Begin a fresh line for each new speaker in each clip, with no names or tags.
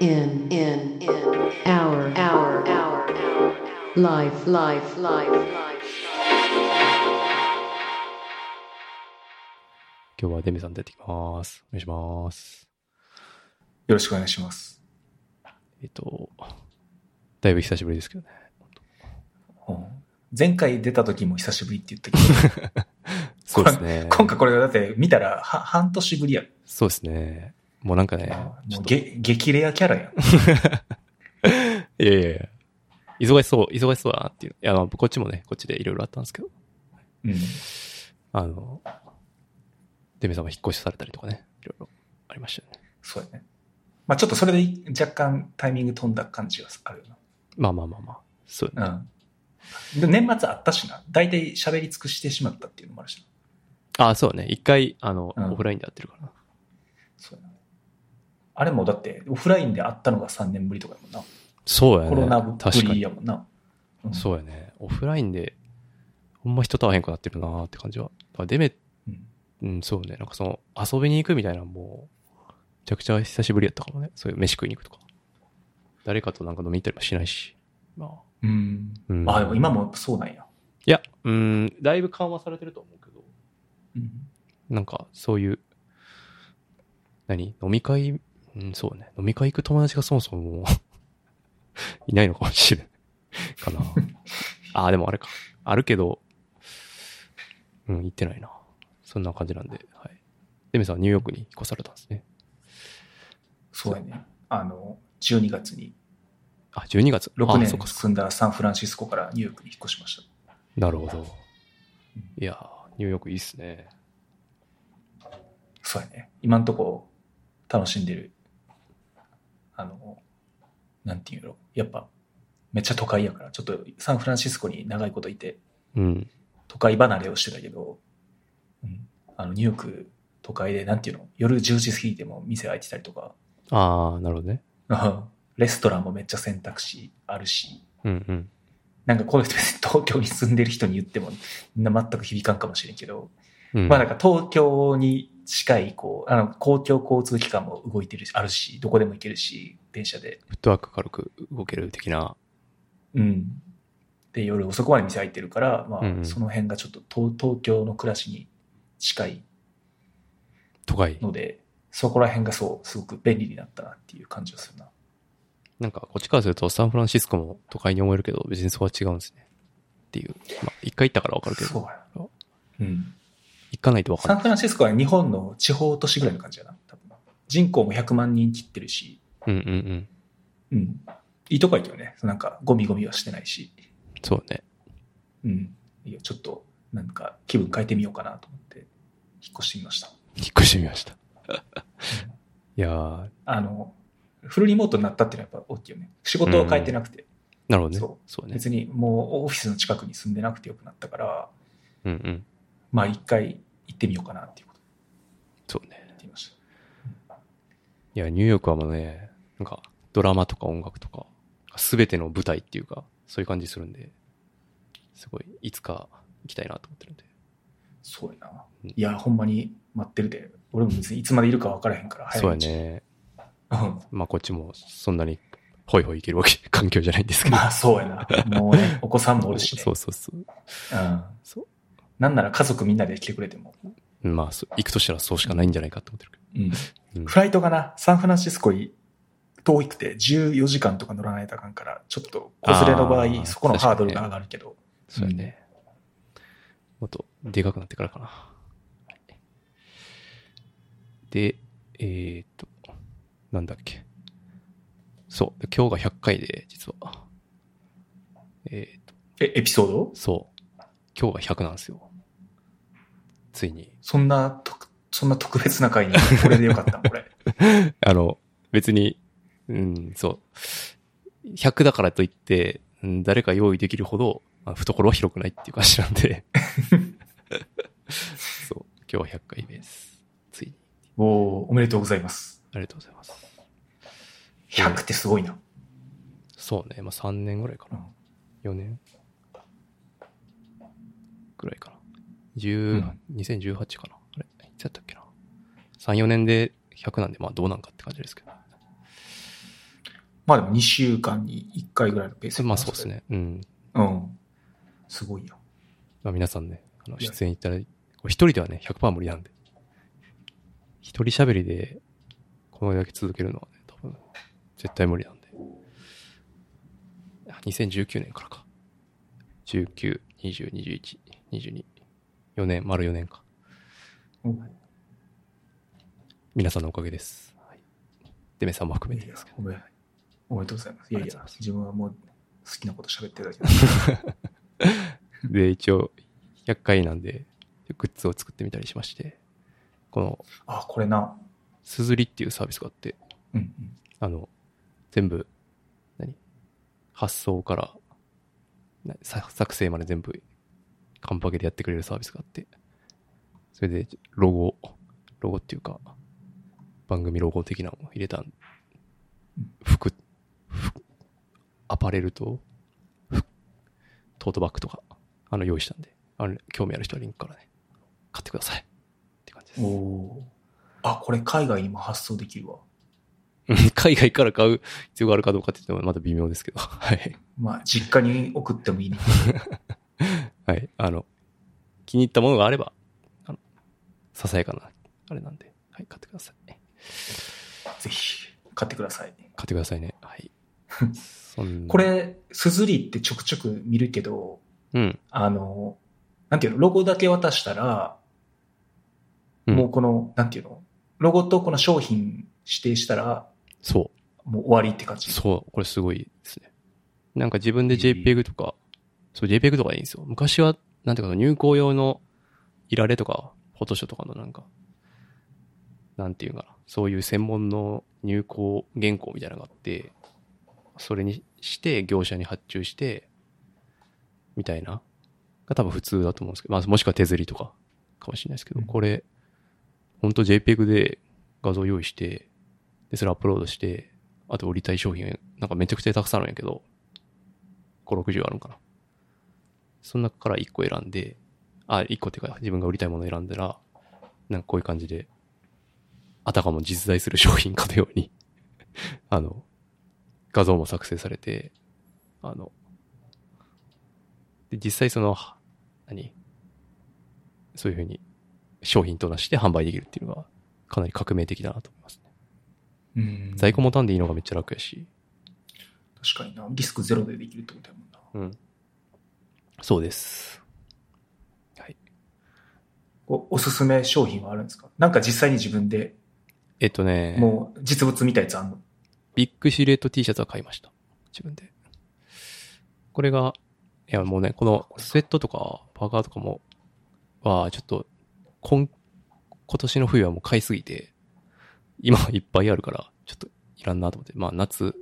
in in in hour hour hour life life life life
今日はデメさん出てきます。お願いします。
よろしくお願いします。
えっと、だいぶ久しぶりですけどね。
うん前回出た時も久しぶりって言ったけ
そうですね
ど、。 今回これがだって見たらは半年ぶりや。
そうですね。もうなんかね、ちょ
もう
っと、い
げ激レアキャラや。
や いやいや、忙しそう、忙しそうだなっていう。いや、まあこっちもね、こっちでいろいろあったんですけど、
うん。
あの、デメさんも引っ越しされたりとかね、いろいろありましたよね。
そうやね。まあちょっとそれで若干タイミング飛んだ感じはあるよ
まあまあまあまあ、そう、ね、
な。うん。で年末あったしな。大体喋り尽くしてしまったっていうのもあるしな。
あ、そうね。一回、あの、
うん
オフラインでやってるから。
そうやな。あれもだってオフラインで会ったのが3年ぶりとかやもんな。
そうやね。
コロナぶ
確か
り
に。
やもんな。うん
そうやね。オフラインで、ほんま人と会えへんくなってるなーって感じは。だからデメ、
うん
うん、そうね。なんかその、遊びに行くみたいなのもう、めちゃくちゃ久しぶりやったかもね。そういう飯食いに行くとか。誰かとなんか飲みに行ったりもしないし。まあ。
うん。
うん、
あ、でも今もそうなんや。
いや、うん、だいぶ緩和されてると思うけど、
うん。
なんかそういう、何飲み会、うん、そうね。飲み会行く友達がそもそも、 いないのかもしれない。か な。ああ、でもあれか。あるけど、うん、行ってないな。そんな感じなんで、はい。デメさんはニューヨークに引っ越されたんですね。
そうやね。あの、12月に
あ、12月。
6
あ、
年
そうか、そ
住んだサンフランシスコからニューヨークに引っ越しました。
うなるほど。いやー、ニューヨークいいっすね。
そうやね。今んとこ楽しんでる。あの、なんていうんやろ。やっぱ、めっちゃ都会やから、ちょっとサンフランシスコに長いこといて、
うん。
都会離れをしてたけど、うん、あのニューヨーク都会で、なんていうの、夜10時過ぎても店開いてたりとか、
ああ、なるほどね。
レストランもめっちゃ選択肢あるし、
うんうん。
なんかこれ別に東京に住んでる人に言っても、みんな全く響かんかもしれんけど、
うん、
まあなんか東京に近い、こう、あの、公共交通機関も動いてるし、あるし、どこでも行けるし、電車で。
フットワーク軽く動ける的な。
うん。で、夜遅くまで店開いてるから、ま
うんうん
あ、その辺がちょっと東東京の暮らしに近い
都会。
ので、そこら辺がそう、すごく便利になったなっていう感じがするな。
なんか、こっちからするとサンフランシスコも都会に思えるけど、別にそこは違うんですね。っていう。まあ、一回行ったからわかるけ
そう
ど、
やな。うん。
行かないとわかん
サ
な
ン
い。
フランシスコは日本の地方都市ぐらいの感じだな、多分な。人口も100万人切ってるし、
うんうんうん。
うん。いいとこやけどね。なんか、ゴミゴミはしてないし。
そうね。
うん、いやちょっとなんか気分変えてみようかなと思って引っ越してみました
引っ越してみました。い やー、
あのフルリモートになったっていうのはやっぱ大きいよね仕事を変えてなくて、
なるほどね。そ
そう
ね。
別にもうオフィスの近くに住んでなくてよくなったから
うんうん。
まあ一回行ってみようかなっていうことで
そうね。
言ってみました
いや、ニューヨークはもうね、なんか、ドラマとか音楽とか、すべての舞台っていうか、そういう感じするんで、すごい、いつか行きたいなと思ってるんで。
そうやな
うん
いやほんまに待ってるで俺も別にいつまでいるか分からへんから
そう
早
や
いち
ね。
うん
まあ、こっちもそんなに、ホイホイ行けるわけ、環境じゃないんですけど。
まあそうやなもうねお子さんもおるし ね
そうそうそう。
うん
そ
なんなら家族みんなで来てくれても、
う。まあ、そう行くとしたらそうしかないんじゃないかと思ってるけど。
うん
うん
フライトがな、サンフランシスコに遠くて14時間とか乗らないとあかんから、ちょっと子連れの場
あー
合、そこのハードルが上がるけど、
そうやね。もっとでかくなってからかな。はいで、えー、っと、なんだっけ。そう、で今日が100回で、実は。えー、っと、
え、エピソード
そう、今日が100なんですよ。ついに。
そんな特、そんな特別な会に、これでよかったん、こ れ。
あの、別に、うん、そう。100だからといって、うん誰か用意できるほど、まあ懐は広くないっていう感じなん で。そう。今日は100回目です。ついに。
おおおめでとうございます。
ありがとうございます。
100ってすごいな。
そうね。まあ3年ぐらいか
う
な。
ん
4年ぐらいかな。102018かな。あれいつやったっけな。3、4年で100なんで、まあどうなんかって感じですけど。
まあでも2週間に1回ぐらいのペース
まあそうです。ね。うん。
うん。すごいよ。
まあ皆さんね、あの
いや
出演いただいこれ一人ではね、100%無理なんで。一人喋りで、このだけ続けるのはね、多分、絶対無理なんで。あ2019年からか。19、20、21、22。4年、丸4年か。
うん
皆さんのおかげです。はい。デメさんも含め
い
て
や
ですけど。
おめでおめでとうございます。いやい
ありがとうござい
や
ます、
自分はもう好きなこと喋ってるだけ
で、一応、100回なんで、グッズを作ってみたりしまして、この、
あ、これな。
すずりっていうサービスがあって、
うんうん。
あの、全部、何発送から、なさ作成まで全部、カンパケでやってくれるサービスがあって、それで、ロゴ、ロゴっていうか、番組ロゴ的なのを入れたん
うん
服、服アパレルと、ふトートバッグとか、あの、用意したんで、あの、興味ある人はリンクからね、買ってください。って感じです。
おおー。あ、これ海外にも発送できるわ。
うん 海外から買う必要があるかどうかって言ってもまだ微妙ですけど、はい。
まあ、実家に送ってもいいね。
はい。あの、気に入ったものがあれば、あの、ささやかな、あれなんで、はい、買ってください。
ぜひ、買ってください。
買ってくださいね。はい。そ んな
こ、れ、すずりってちょくちょく見るけど、
うん。
あの、なんていうの、ロゴだけ渡したら、
うん
もうこの、なんていうの、ロゴとこの商品指定したら、
そ
もう終わりって感
う。
じ。
そう。これすごいですね。なんか自分で
えー
JPEG とか、そう、JPEG とかでいいんですよ。昔は、なんていうか、入稿用のいられとか、フォトショーとかのなんか、なんていうかな、そういう専門の入稿原稿みたいなのがあって、それにして、業者に発注して、みたいな、が多分普通だと思うんですけど、まあ、もしくは手刷りとかかもしれないですけど、
うん
これ、ほんと JPEG で画像用意して、で、それアップロードして、あと売りたい商品、なんかめちゃくちゃたくさんあるんやけど、5、60あるんかな。その中から1個選んで、あ、1個っていうか自分が売りたいものを選んだら、なんかこういう感じで、あたかも実在する商品かのように、 あの、画像も作成されて、あの、で、実際その、は何そういうふうに商品となして販売できるっていうのが、かなり革命的だなと思いますね。
うん
在庫持たんでいいのがめっちゃ楽やし、
確かにな。リスクゼロでできるってことやもんな。
うん。そうです。はい。
おおすすめ商品はあるんですかなんか実際に自分で、
えっとね、
もう実物みたいなやつあんの
ビッグシルエット T シャツは買いました。自分で。これが、いやもうね、このスウェットとかパーカーとかも、は、ちょっと、今、今年の冬はもう買いすぎて、今いっぱいあるから、ちょっといらんなと思って、まあ夏、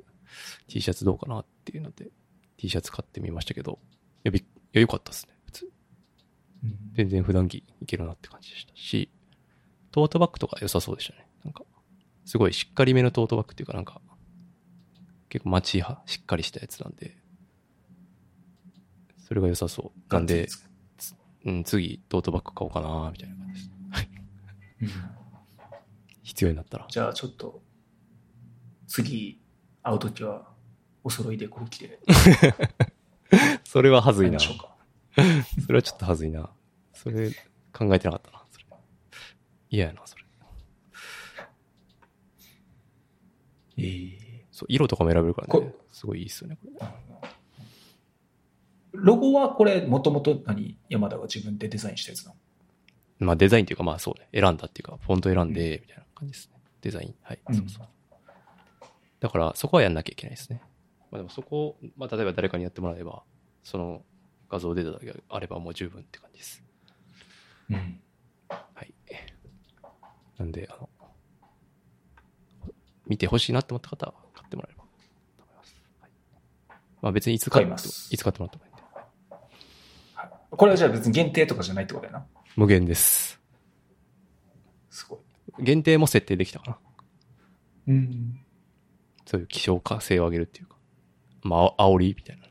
T シャツどうかなっていうので、T シャツ買ってみましたけど、いや、びっいや、よかったですね。普通
うん
全然普段着いけるなって感じでしたし、トートバッグとか良さそうでしたね。なんか、すごいしっかりめのトートバッグっていうかなんか、結構街派、しっかりしたやつなんで、それが良さそう。なんで、うん、次トートバッグ買おうかなみたいな感じです。
うん
必要になったら。
じゃあちょっと、次会うときは、お揃いでこう来て、
それははず
会
い
い
な。
まし
そ
ょうか。
れはちょっとはずいな。それ、考えてなかったな。それ嫌やな、それ。
ええ
そう、色とかも選べるからね
こ。
すごいいいっすよね、これ。
ロゴはこれ、もともと何山田が自分でデザインしたやつなの
まあデザインというかまあそうね、選んだっていうか、フォント選んで、みたいな感じですね。デザイン。はい。
うん
そうそう。だからそこはやんなきゃいけないですね。まあでもそこを、まあ例えば誰かにやってもらえば、その画像データだけあればもう十分って感じです。
うん。
はい。なんで、あの、見てほしいなって思った方は買ってもらえればと思います。はい、まあ別にいつ買
買います
いつ買ってもらってもいいんで。はい
はいこれはじゃあ別に限定とかじゃないってことやな。
無限です。
すごい。
限定も設定できたかな。
うん。
そういう希少化性を上げるっていうか、まあ、煽りみたいなね。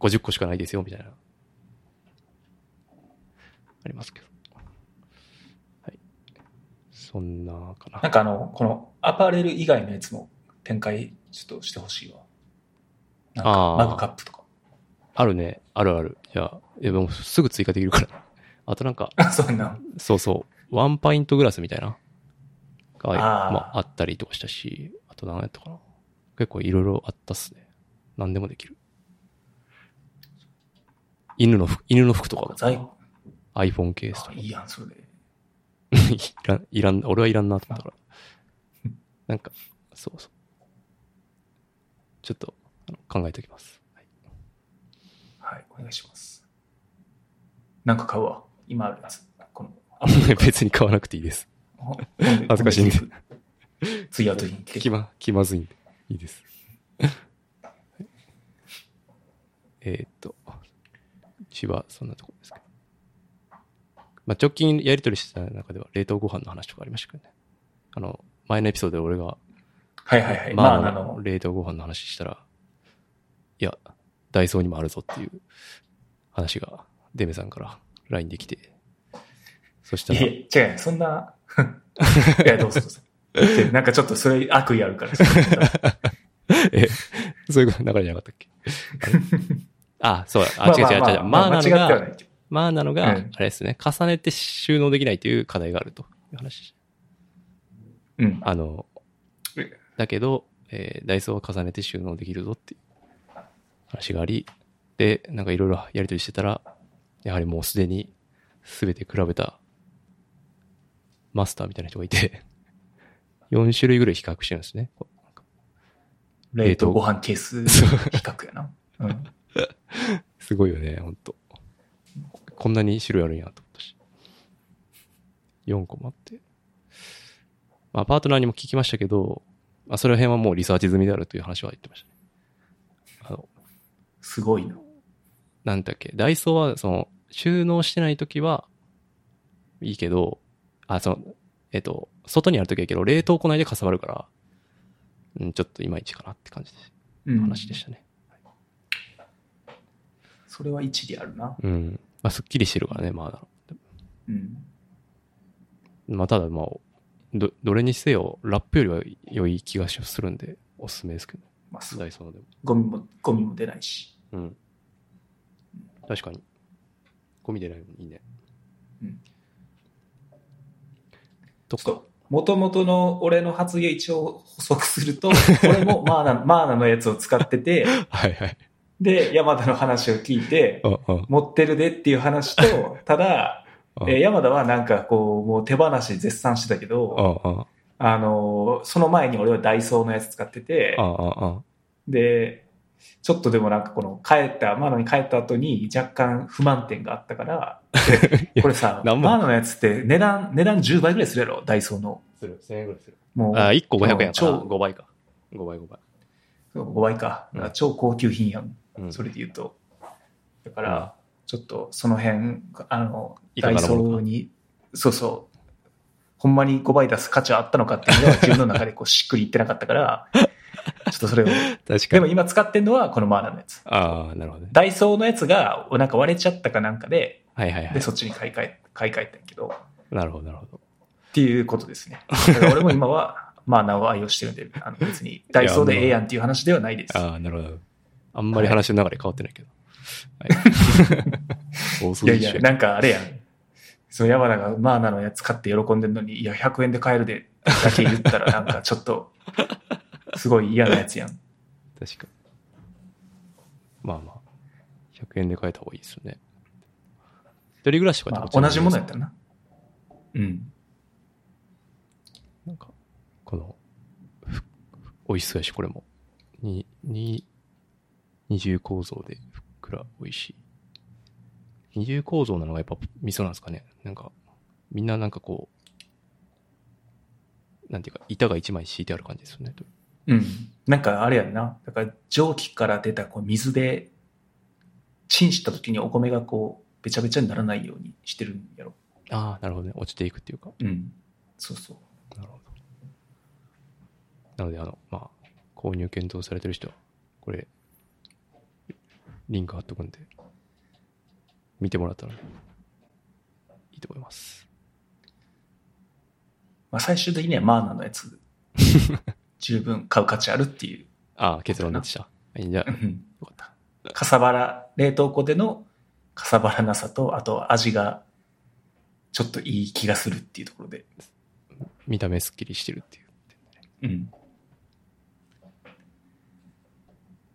50個しかないですよ、みたいな。ありますけど。はい。そんなかな
なん。かあの、このアパレル以外のやつも展開ちょっとしてほしいわ。なん
あ
か
ー
マグカップとか。
あるね。あるある。いや、いやでもすぐ追加できるから。 あとなんか、
そんな。
そうそう。ワンパイントグラスみたいな。が、
あー
まあ、あったりとかしたし、あと何やったかな。結構いろいろあったっすね。何でもできる。犬の服、犬の服とか
在
iPhone ケースとか。
いいやん、それで。
いらん、いらん、俺はいらんなと思ったから。なんか、そうそう。ちょっと、あの考えておきます。はい
はい、お願いします。なんか買うわ。今あるやつ。この、あ
別に買わなくていい です。恥ずかしいんで。
ツイアウトに来
気
て。
ま、気まずいんで。いいです。えーっと、うちはそんなとこですけど。まあ、直近やりとりしてた中では冷凍ご飯の話とかありましたけどね。あの、前のエピソードで俺が
はいはいはい。ま
まあ、
あ、あの、
冷凍ご飯の話したら、いや、ダイソーにもあるぞっていう話が、デメさんから LINE できて、そした
い
ら、
や、違う、そんな、 いや、どうぞどうぞ。でなんかちょっとそれ悪意あるから。
え、そういう流れじゃなかったっけ あれあ、そうだ、あ、違う違う違う違う。まあ
間違
な
って
の
はな
が、
いけど。
まあなのが、あ
う
れ
ん
ですね、重ねて収納できないという課題があるという話。
うん。
あの
え、
だけど、えーダイソーは重ねて収納できるぞっていう話があり、で、なんかいろいろやりとりしてたら、やはりもうすでに全て比べたマスターみたいな人がいて、4種類ぐらい比較してるんですね。こうなんか
冷凍ご飯ケース比較やな。うん。
すごいよね、ほんと。こんなに種類あるんやと思ったし。4個もあって。まあ、パートナーにも聞きましたけど、まあ、それ辺はもうリサーチ済みであるという話は言ってましたね。あの、
すごいな。
なんだっけ、ダイソーは、その、収納してないときは、いいけど、あ、その、えっと、外にあるときはいいけど、冷凍庫内でかさばるから、うん、ちょっといまいちかなって感じです。
うん
話でしたね。
それは一理あるな。
うん。まあ、すっきりしてるからね、まあだ
うん。
まあ、ただ、まあ、ど、どれにせよ、ラップよりは良い気がするんで、おすすめですけど、
まあ、そう
ダイソーのでも。
ゴミも、ゴミも出ないし。
うん。確かに。ゴミ出ないのいいね。
うん。
と
ちょっ
か
と、、もともとの俺の発言一応補足する と、俺もマーナ、マーナのやつを使ってて、
はいはい。
で、山田の話を聞いて
う、んうん
持ってるでっていう話 と、た
う
だ、
ん。
えー山田はなんかこう、もう手放し絶賛してたけ
うん
ど、
うん。
あのー、その前に俺はダイソーのやつ使ってて
あ、あ、あ
で、ちょっとでもなんかこの帰った、マーナに帰った後に若干不満点があっ たから、
や
これさ、
な
マー
んも
ナのやつって値段、値段10倍ぐらいするやろ、ダイソーの。
する、1000円ぐらいする。
もう、
あ、1個500円やから、
超
5倍か。5倍、5倍。
5倍か。
うん
超高級品やん。
うん
それで言うと。だから、ちょっとその辺、あの、
い
ダ
か
イ
がな
ソ
ものか
ーに、そうそう、ほんまに5倍出す価値はあったのかっていうのは自分の中でこうしっくりいってなかったから、ちょっ とそれを。
確か
でも
に。
今使ってんのはこのマーナのやつ。
ああ、なるほどね。
ダイソーのやつが、なんか割れちゃったかなんかで、
はいはいは
で、
い。
そっちに買い替え、買い替えたんやけど、っ
なるほど、なるほど。
ていうことですね。だから俺も今は、 マーナを愛用してるんで、あの別にダイソーでええやんっていう話ではないです。
ああ、なるほど。あんまり話の流れ変わってないけど。はい。 大掃
い
除
やい
一緒
や、
や。
なんかあれやん。そう、山田がマーナのやつ買って喜んでるのに、いや、100円で買えるで、だけ言ったら、なんかちょ っと、すごい嫌なやつやん。
確かに。まあまあ。100円で買えた方がいいですよね。一人暮らしとか
ま
っ
あ、
てこっち
同
の方がいいです
じものやったらな。うん。
なんか、この、ふ美味しそうやし、これも。に、に、二重構造でふっくら美味しい。二重構造なのがやっぱ味噌なんですかね。なんか、みんななんかこう、なんていうか、板が一枚敷いてある感じですよね。
うん。なんかあれやんな。だから、蒸気から出たこう水で、チンした時にお米がこう、べちゃべちゃにならないようにしてるんやろ。
ああ、なるほどね。落ちていくっていうか。
うん。そうそう。
なるほど。なので、あの、まあ、購入検討されてる人は、これ、リンク貼っとくんで、見てもらったら、いいと思います。
まあ、最終的にはマーナのやつ十分買う価値あるって いう。
ああ、結論出てきた。いいんじゃ
う、ん
よかった。
かさばら、冷凍庫でのかさばらなさと、あと味がちょっといい気がするっていうところで。
見た目すっきりしてるっていう。
うん。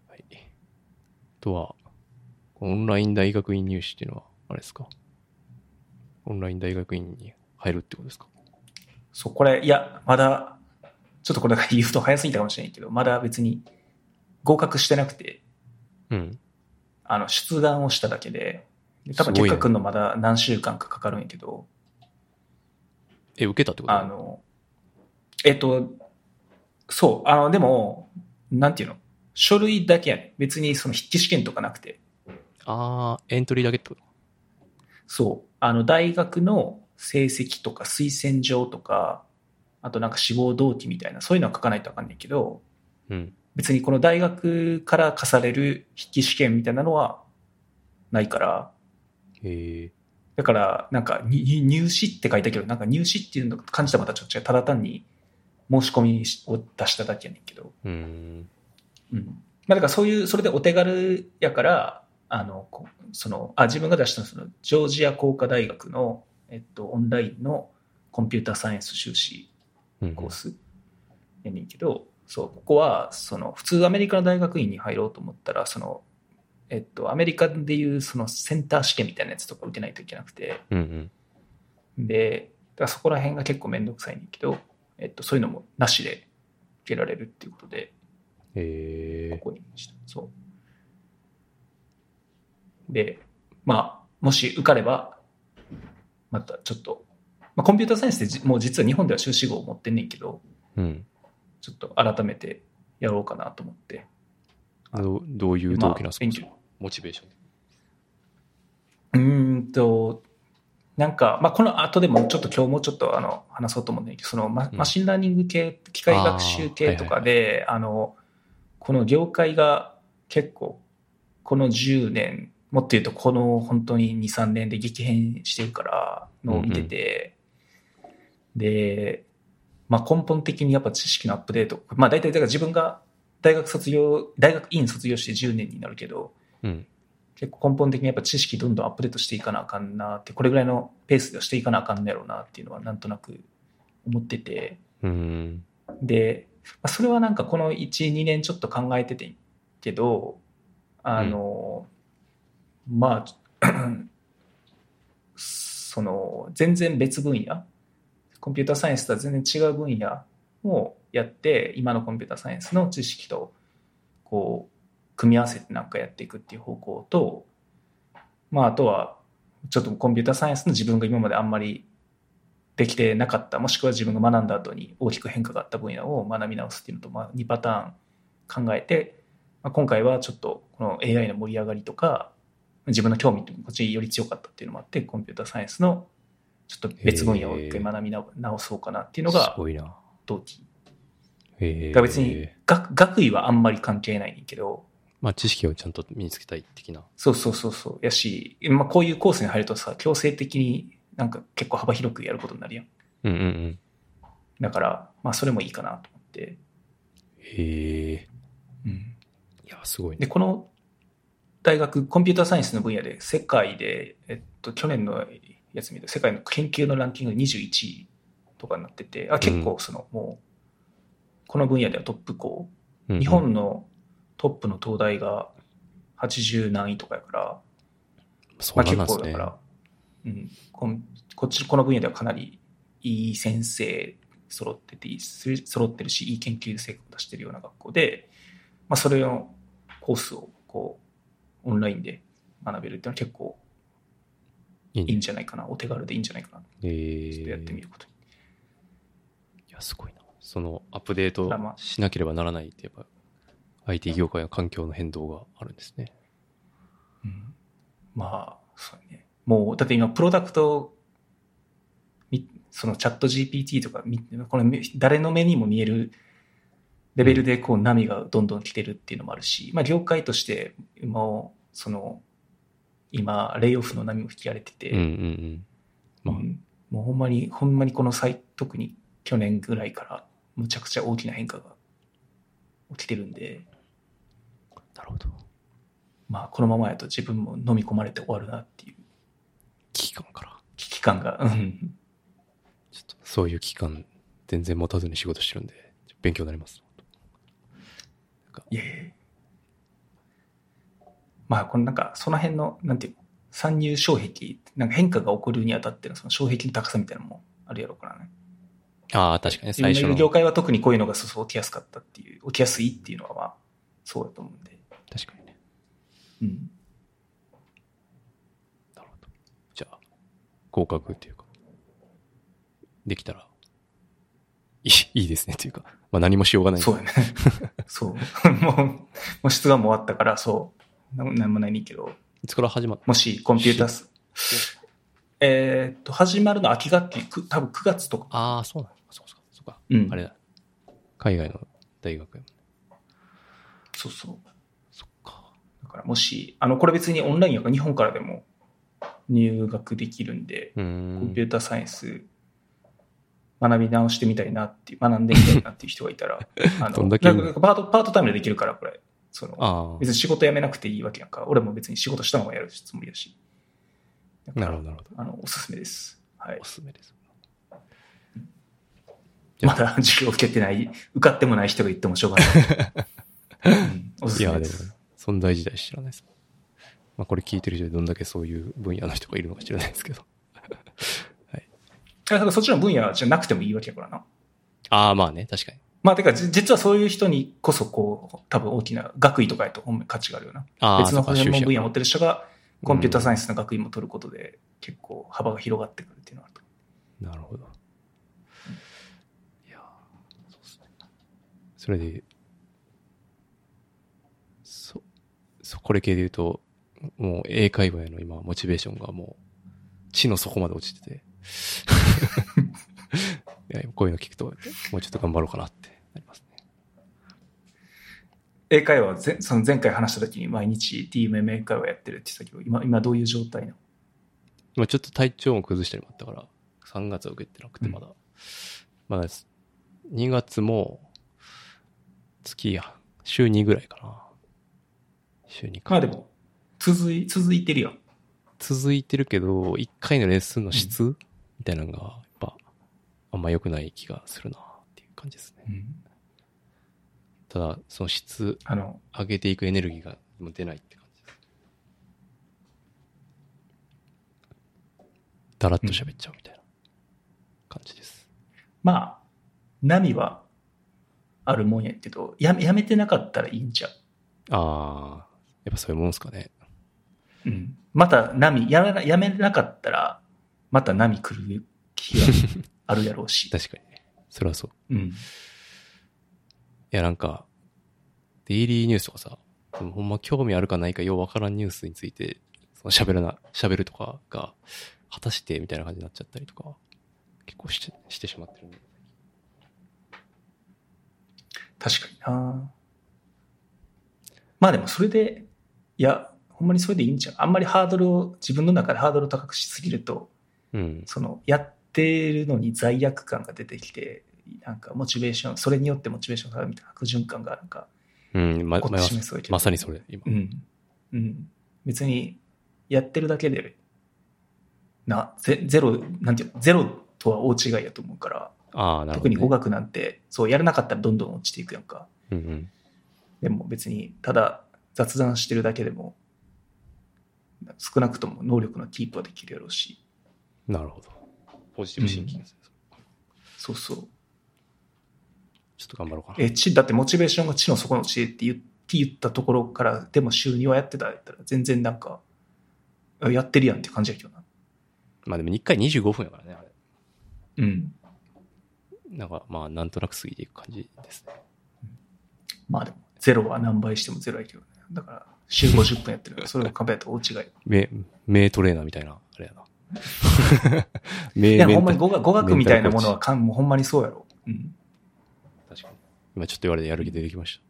はい。あとは、オンライン大学院入試っていうのは、あれですかオンライン大学院に入るってことですか
そう、これ、いや、まだ、ちょっとこれなんか言うと早すぎたかもしれないけど、まだ別に合格してなくて、
うん。
あの、出願をしただけで、多分
すごいね
結果くんのまだ何週間かかかるんやけど、
え、受けたってこと
あの、えっと、そう、あの、でも、なんていうの、書類だけやね別にその筆記試験とかなくて、
ああ、エントリーだけってこと
そう、あの、大学の成績とか推薦状とか、あとなんか志望動機みたいな、そういうのは書かないとわかんないけど、
うん。
別にこの大学から課される筆記試験みたいなのはないから、
へえ。
だから、なんか、にに入試って書いたけど、なんか入試っていうのと感じたらまたちょっと違う。ただ単に申し込みを出しただけやねんけど。
うーん。
うんまあ、だからそういうそれでお手軽やからあのこそのあ自分が出したのはそのジョージア工科大学の、えっと、オンラインのコンピューターサイエンス修士
うん
コースやねんけど、そうここはその普通アメリカの大学院に入ろうと思ったらその、えっと、アメリカでいうそのセンター試験みたいなやつとか受けないといけなくて
うんうん。
でだからそこら辺が結構面倒くさいねんけど、えっと、そういうのもなしで受けられるっていうことで。
へえ。
ここにしたそう。で、まあ、もし受かれば、またちょっと、まあ、コンピューターサイエンスってじもう実は日本では修士号を持ってんねんけど、
うん。
ちょっと改めてやろうかなと思って。
どうどういう
ま
動
あ
機なんですか、
勉強
モチベーション。
うーんと、なんか、まあ、この後でもちょっと今日もちょっとあの話そうと思うんだけど、そのマ
うん
マシンラーニング系、機械学習系とかで、あの、この業界が結構、この10年、もっと言うとこの本当に2、3年で激変してるからのを見てて、で、まあ、根本的にやっぱ知識のアップデート、まあ、大体だから自分が大学卒業、大学院卒業して10年になるけど、
うん。
結構根本的にやっぱ知識どんどんアップデートしていかなあかんなってこれぐらいのペースでしていかなあかんのやろうなっていうのはなんとなく思ってて
うーん。
でまあそれはなんかこの12年ちょっと考えててんけどあの、まあ その全然別分野コンピューターサイエンスとは全然違う分野をやって今のコンピューターサイエンスの知識とこう組み合わせてなんかやっていくっていう方向とまああとはちょっとコンピューターサイエンスの自分が今まであんまりできてなかったもしくは自分が学んだ後に大きく変化があった分野を学び直すっていうのと、まあ、2パターン考えて、まあ、今回はちょっとこの AI の盛り上がりとか自分の興味ってこっちにより強かったっていうのもあってコンピューターサイエンスのちょっと別分野を一回学び直直そうかなっていうの
す
が
ごいな。
動機
へえ。
だから別に学学位はあんまり関係ないねんけど
まあ、知識をちゃんと身につけたい的な。
そうそうそうそうやし、まあ、こういうコースに入るとさ強制的になんか結構幅広くやることになるやん
うんうんうん。
だからまあそれもいいかなと思って、
へえ。
うん、
いや、すごい
で
ね。
この大学コンピューターサイエンスの分野で世界で、えっと、去年のやつ見ると世界の研究のランキングで21位とかになっててあ結構その、もうこの分野ではトップ校
うんうん
日本のトップの東大が80何位とかやから、
そ
ま
う
あ、
なん
結
です
構
ね。
だから、うん、こんこっちこの分野ではかなりいい先生揃ってていいす揃ってるしいい研究成果を出してるような学校で、まあ、それのコースをこうオンラインで学べるっていうのは結構
いい
いいん
ね。
じゃないかなお手軽でいいんじゃないかな
へ
ちょっとやってみ
え。
ることに、
いや、すごいな。そのアップデート
ただまあ
しなければならないって、やっぱ、IT 業界の環境の変動があるんですね。
うんまあそうねもうだって今プロダクトみそのチャット GPT とかみこれ誰の目にも見えるレベルでこう波がどんどん来てるっていうのもあるし、まあ、業界としてもうその今レイオフの波も吹き荒れてて、
うんうんうん。まあ
うんもうほんまにほんまにこの際特に去年ぐらいからむちゃくちゃ大きな変化が起きてるんで、
なるほど。
まあ、このままやと自分も飲み込まれて終わるなっていう
危機感から。
危機感が、うん
ちょっとそういう期間、全然持たずに仕事してるんで、勉強になります。
いやいやいやまあ、このなんか、その辺の、なんていうの、参入障壁、なんか変化が起こるにあたってのその障壁の高さみたいなのもあるやろうからね。
ああ、確かに
自
最
分のい
初
る
の。
業
確
界は特にこういうのがそうそう起きやすかったっていう、起きやすいっていうのはまあ、そうだと思うんで。
かにね。
うん。
なるほど。じゃあ、合格っていうか、できたら、いいいいですねっていうか、まあ何もしようがない。
そうやね。 そう。 もう、もう出願も終わったから、そう。なんなんもないねんけど、
いつから始まっ
もしコンピューターす、えーっと、始まるの秋学期、く多分9月とか。
ああ、そうなのそうかそうか。そうか。
うん
あれだ。海外の大学やもんね
そうそう。
そっか。
だからもし、あの、これ別にオンラインやから日本からでも入学できるんで、
うー
コンピ
ん。
ューターサイエンス学び直してみたいなっていう、学んでみたいなっていう人がい たら、あ
ど
の、
ん
な
だ
ん
け
かなんかパート、パートタイムでできるから、これ。その、
あ
別に仕事辞めなくていいわけやんか。俺も別に仕事したままやるつもりだし。だ
あ。
か
な
ら
るほど、なるほど。
あの、おすすめです。はい
お。すすめです。じゃ
ま
あ
だ授業受けてない、受かってもない人が言ってもしょうが ない。うんおす
い
す
や、
めで
でも
す。、
存在自体知らないです。まあ、これ聞いてる人でどんだけそういう分野の人がいるのか知らないですけど。
だからそっちの分野じゃなくてもいいわけやからな。
ああ、まあね、確かに。
まあ、てか、じ実はそういう人にこそ、こう、多分大きな学位とかへと本命価値があるよな。
ああ、
別の
そうか
専
修
門分
士
野
や
持ってる人が、コンピューターサイエンスの学位も取ることで、結構幅が広がってくるっていうのはあると。
なるほど。いやーそうっすね。それで、そ、そ、これ系で言うと、もう英会話への今、モチベーションがもう、地の底まで落ちて て。いやこういうの聞くと、もうちょっと頑張ろうかなってなりますね。
英会話はぜ、その前回話した時に毎日 DMM 英会話やってるって言ってたけど、今、今どういう状態なの
まあちょっと体調も崩したりもあったから、3月は受けてなくて、まだ。まだです。2月も、月や、週2ぐらいかな。週2か。
まあでも、続い、続いてるよ。
続いてるけど、1回のレッスンの質、みたいなのが、やっぱ、あんま良くない気がするなっていう感じですね。
うん
ただ、その質
あの、
上げていくエネルギーがもう出ないって感じです。だらっと喋っちゃうみたいな感じです。
まあ、波はあるもんやけど、やめやめてなかったらいいんちゃう。
ああ、やっぱそういうもんですかね。
うん。また波、やらなやめなかったら、また波来る気 があるやろうし。
確かにね。それはそう。
うん。
いや、なんか、デイリーニュースとかさ、でもほんま興味あるかないかようわからんニュースについて、その喋らな、喋るとかが、果たしてみたいな感じになっちゃったりとか、結構してしてしまってるんで。
確かになまあでもそれで、いや、ほんまにそれでいいんちゃう。あんまりハードルを、自分の中でハードルを高くしすぎると、
うん。
その、やってるのに罪悪感が出てきて、なんかモチベーション、それによってモチベーションが上がるみたいな悪循環がなんか
うん、ま、
起こって
ま
しまいそうやけど
まさにそれ、今
う。ん。うん。別に、やってるだけで、な、ゼゼロ、なんていうの、ゼロとは大違いやと思うから、
ああ、なるほど、
特に
ね。
語学なんて、そう、やらなかったらどんどん落ちていくやんか。
うんうん。
でも別に、ただ雑談してるだけでも、少なくとも能力のキープはできるやろうし、
なるほど。ポジティブシンキングですね
そうそう。
ちょっと頑張ろうかな。
え、ち、だってモチベーションが地の底の地へって言って言ったところから、でも収入はやってたやったら、全然なんか、あやってるやんって感じやけどな。
まあでも1回25分やからね、あれ。
うん。
なんか、まあ、なんとなく過ぎていく感じですね。
まあでも、ゼロは何倍してもゼロやけどね。だから、週50分やっ てるから、それを考えたら大違い。
名、名トレーナーみたいな、あれや な。名
いや、
メ
ほ
ン
ん
タ
ま
ル
に語学語学みたいなものはかん、もうほんまにそうやろ。うん。
確かに。今ちょっと言われてやる気出てきまし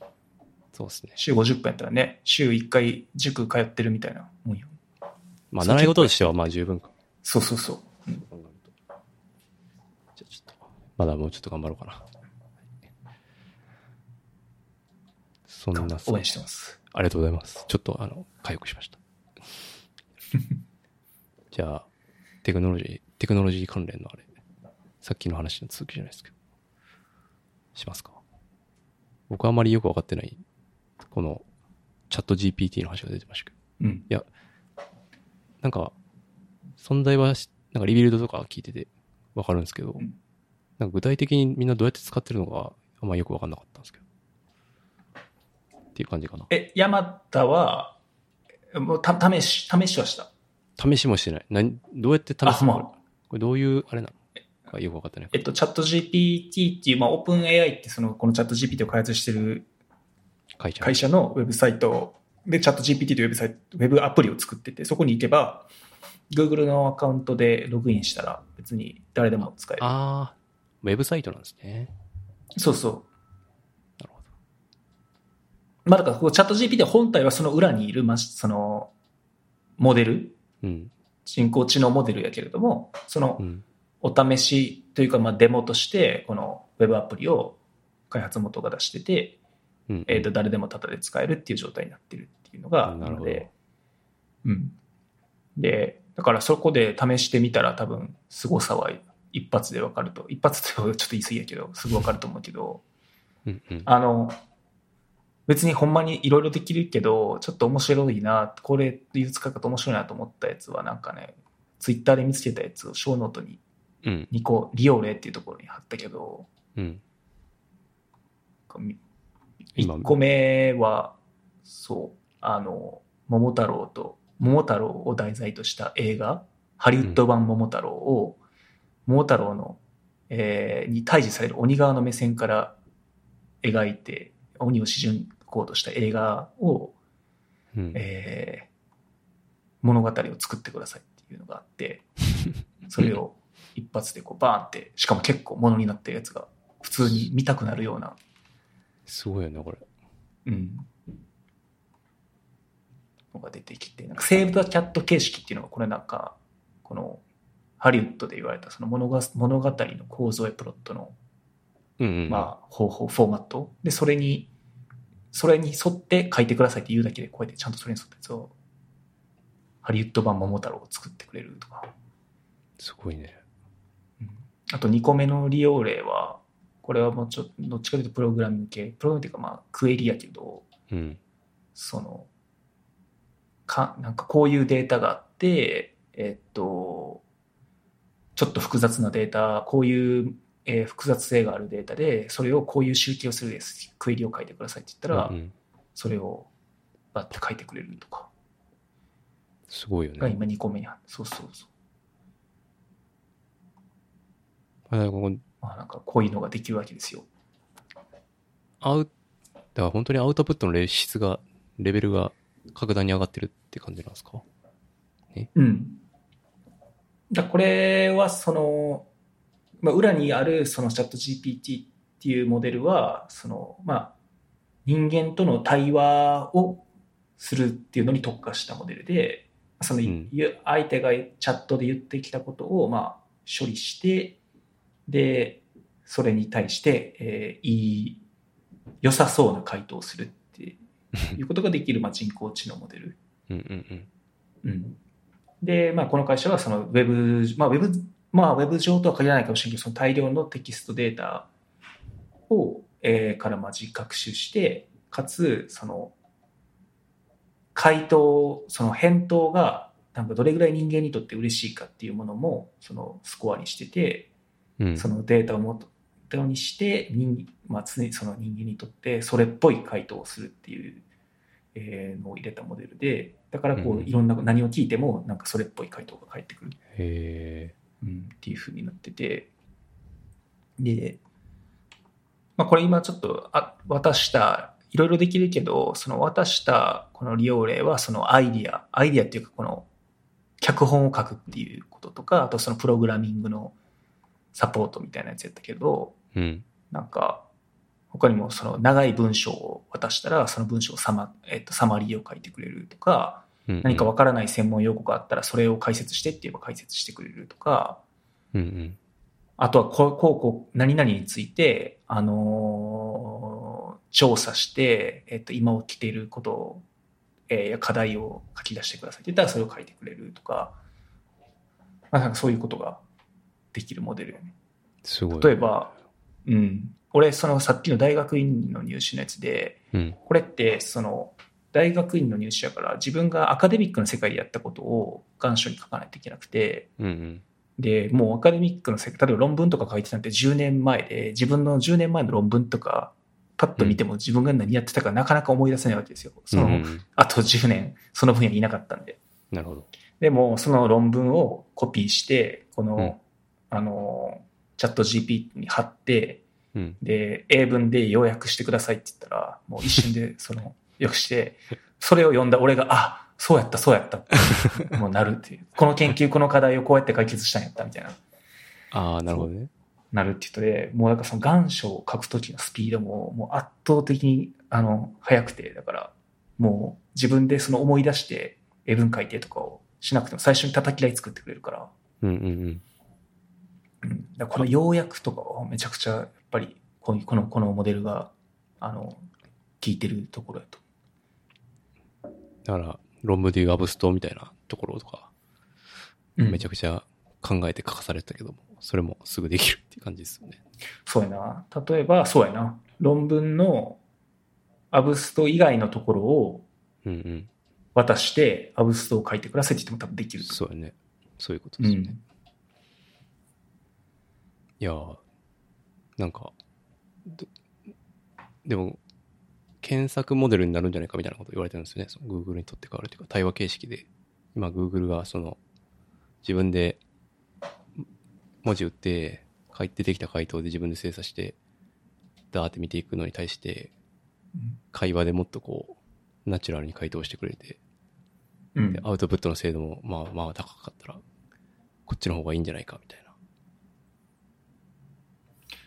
た。そうですね。
週50分やったらね、週1回塾通ってるみたいなもんよ。
まあ、
そう
習い事としてはまあ十分か。
そうそうそう。うん
そう考えるとじゃあちょっと、まだもうちょっと頑張ろうかな。そんな、
応援してます。
ありがとうございます。ちょっと、あの、回復しました。 じゃあ、テクノロジー、テクノロジー関連のあれ、さっきの話の続きじゃないですけど、しますか。僕はあまりよくわかってない、この、チャット GPT の話が出てましたけど、
うん。
なんか、存在はし、なんかリビルドとか聞いててわかるんですけど
うん、
なんか具体的にみんなどうやって使ってるのか、あんまよくわかんなかったんですけど。っていう感じかな。
え、山田は、もうた試し、試しはした。
試しもしてない。何どうやって試すの
あまあ
これこれどういう、あれなのかよくわかってない。
えっと、チャット GPT っていう、まあ、オープン AI ってその、このチャット GPT を開発してる
会社。
会社のウェブサイトで、チャット GPT というウェブサイト、ウェブアプリを作ってて、そこに行けば、Google のアカウントでログインしたら、別に誰でも使える。
ああ、ウェブサイトなんですね。
そうそ
なるほど。
う。まあ、だからこう、チャット GPT 本体はその裏にいる、まあ、その、モデル、
うん。
人工知能モデルやけれども、その
う、ん。
お試しというか、まあ、デモとして、このウェブアプリを開発元が出してて、
うん。
えー、と誰でもタダで使えるっていう状態になってるっていうのが
なるほど
なのでうん、でだからそこで試してみたら多分凄さは一発で分かると一発ってちょっと言い過ぎやけどすぐ分かると思うけど
うんうん。
あの別にほんまにいろいろできるけどちょっと面白いなこれ技術使い方面白いなと思ったやつはなんかねツイッターで見つけたやつをショーノートに
うん。
2個利用例っていうところに貼ったけど
うん。今
1個目はそうあの桃太郎と桃太郎を題材とした映画ハリウッド版桃太郎を、桃太郎の、えーに対峙される鬼側の目線から描いて鬼を主人公とした映画を、
うん。
えー物語を作ってくださいっていうのがあってそれを一発でこうバーンってしかも結構ものになってるやつが普通に見たくなるような
すごいよね、これ。
うん、のが出てきてなんかセーブ・ザ・キャット形式っていうのがこれなんかこのハリウッドで言われたその物が物語の構造やプロットの、
うんうん。
まあ、方法フォーマットでそれにそれに沿って書いてくださいって言うだけでこうやってちゃんとそれに沿ってやつをハリウッド版桃太郎を作ってくれるとか、
すごいね。
うんあと2個目の利用例はこれはもうちょっとどっちかというとプログラミング系プログラミングっていうかまあクエリやけど、
うん。
そのかなんかこういうデータがあってえっとちょっと複雑なデータこういう、えー複雑性があるデータでそれをこういう集計をするですクエリを書いてくださいって言ったら、
うんうん
それをバッて書いてくれるとか
すごいよ
が
ね。
今2個目にあるそうそうそう
あだからここ
まあなんかこういうのができるわけですよ
アウだから本当にアウトプットのレ質が、レベルが格段に上がってるって感じなんですか
うん。だこれはその、まあ、裏にあるそのチャット GPT っていうモデルはその、まあ、人間との対話をするっていうのに特化したモデルでその、
うん
ゆ相手がチャットで言ってきたことをまあ処理してでそれに対して、えーいい良さそうな回答をするっていうことができる、まあ、人工知能モデル
うんうん
うんで、まあ、この会社はそのウェブ、まあ、ウェブ、まあ、ウェブ上とは限らないかもしれないけど、その大量のテキストデータを、えーからまじ学習して、かつ、その、回答、その返答が、なんかどれぐらい人間にとって嬉しいかっていうものも、そのスコアにしてて、
うん。うん。
そのデータを元にして人、まあ、常にその人間にとってそれっぽい回答をするっていうえーのを入れたモデルでだからこ
う
うんいろんな何を聞いてもなんかそれっぽい回答が返ってくる
へ
うんっていうふうになっててで、まあ、これ今ちょっとあ渡したいろいろできるけどその渡したこの利用例はそのアイディアアイディアっていうかこの脚本を書くっていうこととかあとそのプログラミングのサポートみたいなやつやったけど
え。うん。
なんか他にもその長い文章を渡したらその文章をサマ,、えっとサマリーを書いてくれるとか
うんうん
何かわからない専門用語があったらそれを解説してって言えば解説してくれるとか
うんうん。
あとはこう、こう、こう、何々について、あのー調査して、えっと、今起きていることを、えー課題を書き出してくださいって言ったら、それを書いてくれるとか、まあ、なんかそういうことができるモデルよね。
すごい。
例えば、うん、俺、そのさっきの大学院の入試のやつで、
うん。
これってその大学院の入試やから自分がアカデミックの世界でやったことを願書に書かないといけなくて
うんうん。
でもうアカデミックの世界例えば論文とか書いてたんて10年前で自分の10年前の論文とかパッと見ても自分が何やってたかなかなか思い出せないわけですよその、
うんうん
あと10年その分野にいなかったんで
なるほど。
でもその論文をコピーしてこの、
うん
あのチャット GPT に貼って
うん。
で、英文で要約してくださいって言ったら、もう一 瞬で、その、訳して、それを読んだ俺が、あ、そうやった、そうやったって、もうなるっていう。この研究、この課題をこうやって解決したんやった、みたいな、
ああ、なるほどね。
なるっていうとで、もうなんかその願書を書くときのスピードも、もう圧倒的に、あの、速くて、だから、もう自分でその思い出して、英文書いてとかをしなくても、最初に叩き台作ってくれるから、
うんうん
うんだからこの要約とかはめちゃくちゃやっぱりこのこのこのモデルがあの効いてるところだと
うん。だから、論文でいうアブストみたいなところとか、めち
ゃ
ゃくちゃ考えて書かされてたけども、それもすぐできるっていう感じですよね。
そうやな例えばそうやな論文のアブスト以外のところを
うんうん。
渡してアブストを書いてくださいって言っても多分できると
そうやね。そういうこと
う
ですよね。
ん
いやーなんか、どでも、検索モデルになるんじゃないかみたいなこと言われてるんですよね。その Google にとって変わるというか、対話形式で。今、Google がその、自分で文字打って、書いてできた回答で自分で精査して、ダーって見ていくのに対して、会話でもっとこう、ナチュラルに回答してくれて、
うん
でアウトプットの精度もまあまあ高かったら、こっちの方がいいんじゃないかみたいな。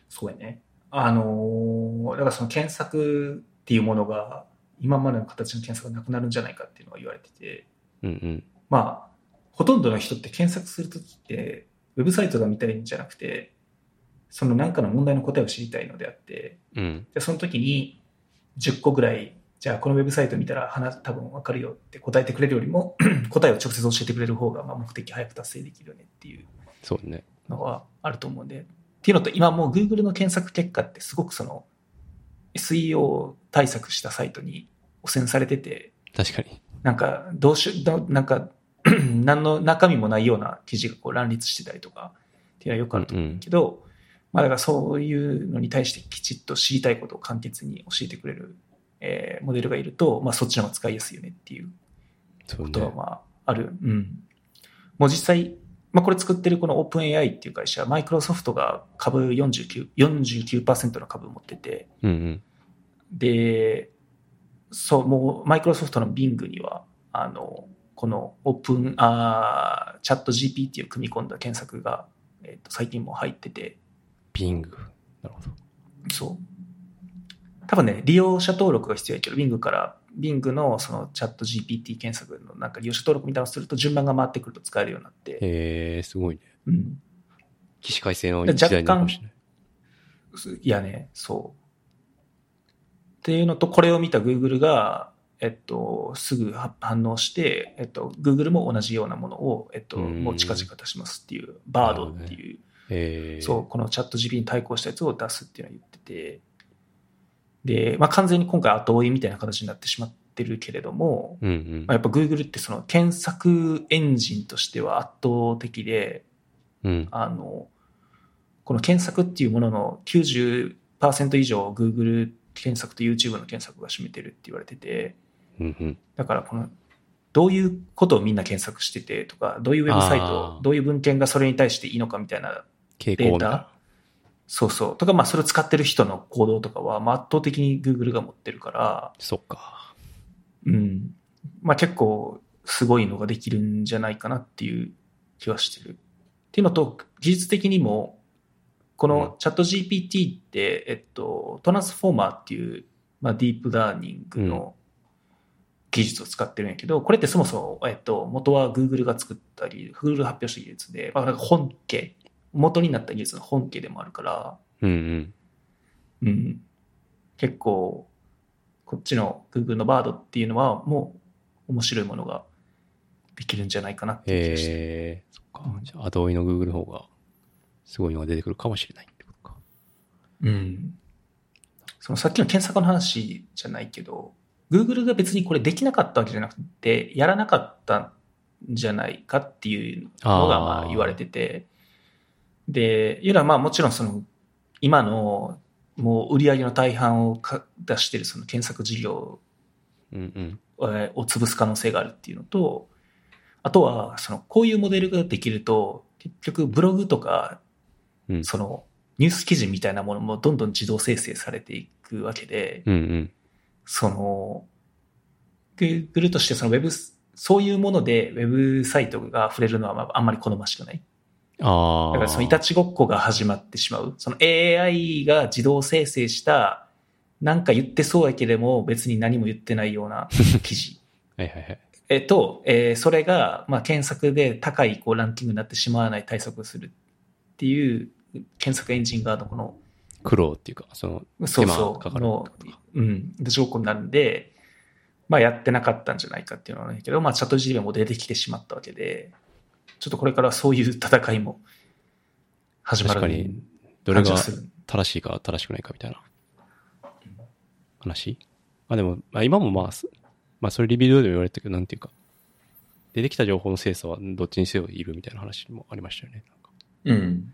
そうやねあのーだからその検索っていうものが今までの形の検索がなくなるんじゃないかっていうのが言われてて、
うんうん。
まあ、ほとんどの人って検索するときって、ウェブサイトが見たいんじゃなくて、その何かの問題の答えを知りたいのであって、
うん。
でその時に10個ぐらい、じゃあこのウェブサイト見たら話多分わかるよって答えてくれるよりも、 答えを直接教えてくれる方がまあ目的早く達成できるよねっていう
そうね。
のはあると思うんで。っていうのと、今もう Google の検索結果ってすごくその SEO 対策したサイトに汚染されてて、
確かに。
なんか、どうし、どなんか、 何の中身もないような記事がこう乱立してたりとかっていうのはよくあると思うけど、まあだからそういうのに対してきちっと知りたいことを簡潔に教えてくれる、えーモデルがいると、まあそっちの方が使いやすいよねっていう
そう
ことは
ね。
まあある。うん。もう実際、まあこれ作ってるこの OpenAI っていう会社、マイクロソフトが株49、49%の株を持ってて、
うんうん。
で、そう、もう、マイクロソフトの Bing には、あの、このオープン、あチャット GPT を組み込んだ検索が、えっと最近も入ってて、
ビング。なるほど。
そう。多分ね、利用者登録が必要やけど、Bing から、Bing のそのチャット GPT 検索のなんか利用者登録みたいなのをすると順番が回ってくると使えるようになって、
へえ、すごいね。
うん。
起死回生の時代になるかもしれない。
いやね、そう。っていうのと、これを見た Google が、えっと、すぐは反応して、えっと、Google も同じようなものを、えっと、
うん
もう近々出しますっていう、バードっていう、
へえ。
そう、このチャット GP に対抗したやつを出すっていうのを言ってて、で、まあ、完全に今回後追いみたいな形になってしまってるけれども、
う。うん
まあ、やっぱ Google ってその検索エンジンとしては圧倒的で、
うん。うん。
あの、この検索っていうものの90%以上を Google 検索と YouTube の検索が占めてるって言われてて、
うんうん。
だからこの、どういうことをみんな検索しててとか、どういうウェブサイ
あ
ト
ー、
どういう文献がそれに対していいのかみたいな、
傾
デ
向
ー
みたいな
タ。そうそう、とか、まあそれを使ってる人の行動とかは、まあ圧倒的に Google が持ってるから、
そっか。
うん、まあ結構すごいのができるんじゃないかなっていう気はしてる。っていうのと、技術的にも、こ
う
のチャット GPT って、えっと、トランスフォーマーっていう、まあ、ディープラーニングの技術を使ってるんやけど、これってそもそも、えっと、元は Google が作ったり、Google が発表した技術で、まあ、なんか本家元になった技術の本家でもあるから、
うんうん。
うん、結構こっちの Google の Bard っていうのはもう面白いものができるんじゃないかなっていう気がして、
えー、そっか
う。ん
じゃあ、後追いの Google の方が、すごいのが出てくるかもしれないってことか。
うん、そのさっきの検索の話じゃないけど Google が別にこれできなかったわけじゃなくてやらなかったんじゃないかっていうのがま
あ
あ
ー
言われててでいうのはまあもちろんその今のもう売り上げの大半をか出してるその検索事業
うんうん。
えーを潰す可能性があるっていうのと、あとは、その、こういうモデルができると、結局ブログとか、
うん
その、ニュース記事みたいなものもどんどん自動生成されていくわけで、
うんうん。
その、Google としてそのウェブ、そういうものでウェブサイトが触れるのはまああんまり好ましくない。
ああ。
だからそのいたちごっこが始まってしまう。その AI が自動生成した、なんか言ってそうやけれども別に何も言ってないような記事。
はいはいはい。
えっと、えーそれが、まあ、検索で高いこうランキングになってしまわない対策をするっていう検索エンジン側のこの、
苦労っていうか、その、
そう
手間が
そ
かか
う、
る
の、うん、で条項になるんで、まあ、やってなかったんじゃないかっていうのはないけど、まあ、チャット GPT も出てきてしまったわけで、ちょっとこれからそういう戦いも始まる
確かに、どれ
感じ
が
がする
正しいか正しくないかみたいな話あ、でも、まあ、今もまあ、すまあ、それリビルドでも言われてたけど、なんていうか、出てきた情報の精査はどっちにせよいるみたいな話もありましたよね。なんか
うん。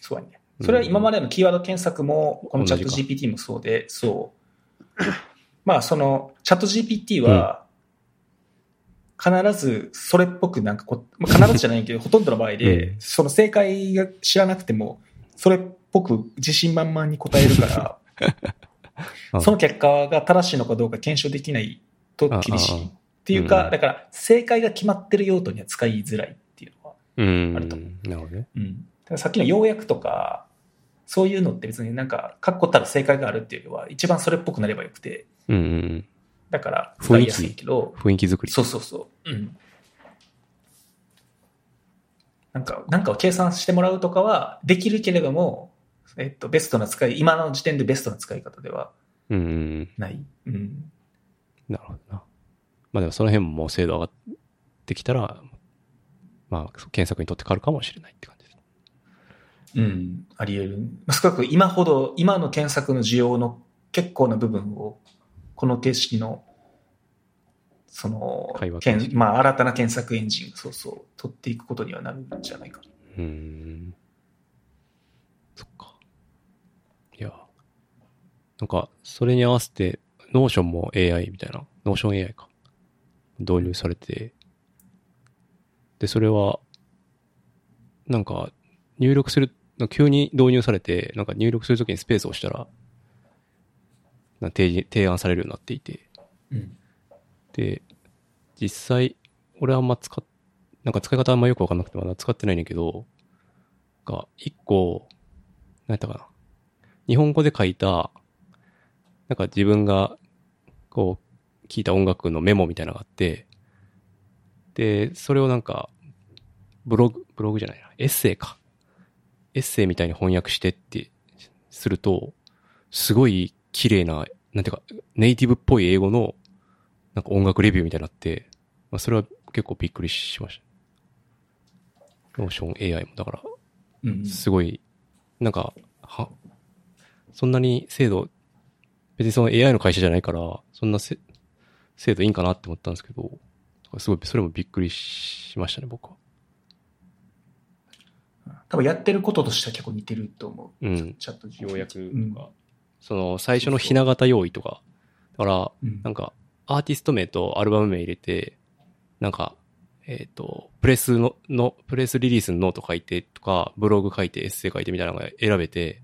そうやね。それは今までのキーワード検索も、このチャット
同じ
GPT もそうで、そう。まあ、その、チャット GPT は、必ずそれっぽくなんかこ、まあ、必ずじゃないけ ど、ほとんどの場合
う
で、
ん
その正解が知らなくても、それっぽく自信満々に答える か
うん
ら、その結果が正しいのかどうか検証できないと厳し
ああ
い。
あ
っていう
う
か、
ん
だから、正解が決まってる用途には使いづらいっていうのは、
うん。
あると
なるほどね。
うん、たださっきの要約とかそういうのって別になんか確固たる正解があるっていうよりは一番それっぽくなればよくて
うんうんうん。
だから使
雰囲
い
気
やすいけど
雰囲気作り。
そうそうそう、うん、なんかなんかを計算してもらうとかはできるけれども、えっと、ベストな使い今の時点でベストな使い方では
うんうんうん。
ない、うん、
なるほどな。まあでもその辺ももう精度上がってきたら、まあ検索にとって変わるかもしれないって感じです。
うん、あり得る。まあ少なくとも今ほど、今の検索の需要の結構な部分を、この形式の、その
会話、
けん
形式
まあ、新たな検索エンジン、そうそう、取っていくことにはなるんじゃないかな。
うーん。そっか。いや。なんか、それに合わせて、ノーションも AI みたいな、ノーション AI か。導入されて、で、それは、なんか、入力する、なんか急に導入されて、なんか入力するときにスペースを押したら、なんか提示提案されるようになっていて、
うん。
で、実際、俺はあんま使っ、なんか使い方あんまよくわかんなくてまだ使ってないねんだけど、が、一個、何やったかな。日本語で書いた、なんか自分が、こう、聞いた音楽のメモみたいなのがあって、で、それをなんか、ブログ、ブログじゃないな、エッセイか。エッセイみたいに翻訳してって、すると、すごい綺麗な、なんていうか、ネイティブっぽい英語のなんか音楽レビューみたいになって、まあ、それは結構びっくりしました。ノーション AI も、だから、
うん。
すごい、なんか、は、そんなに精度、別にその AI の会社じゃないから、そんなせ精度いいんかなって思ったんですけど、だからすごい、それもびっくりしましたね、僕は。
多分やってることとしては結構似てると思う。
うん
チャット GPT
要約
うん
とか、その最初のひな形用意とか、だから、
うん
なんか、アーティスト名とアルバム名入れて、なんか、えっ、と、プレスの、の、プレスリリースのノート書いてとか、ブログ書いて、エッセイ書いてみたいなのが選べて、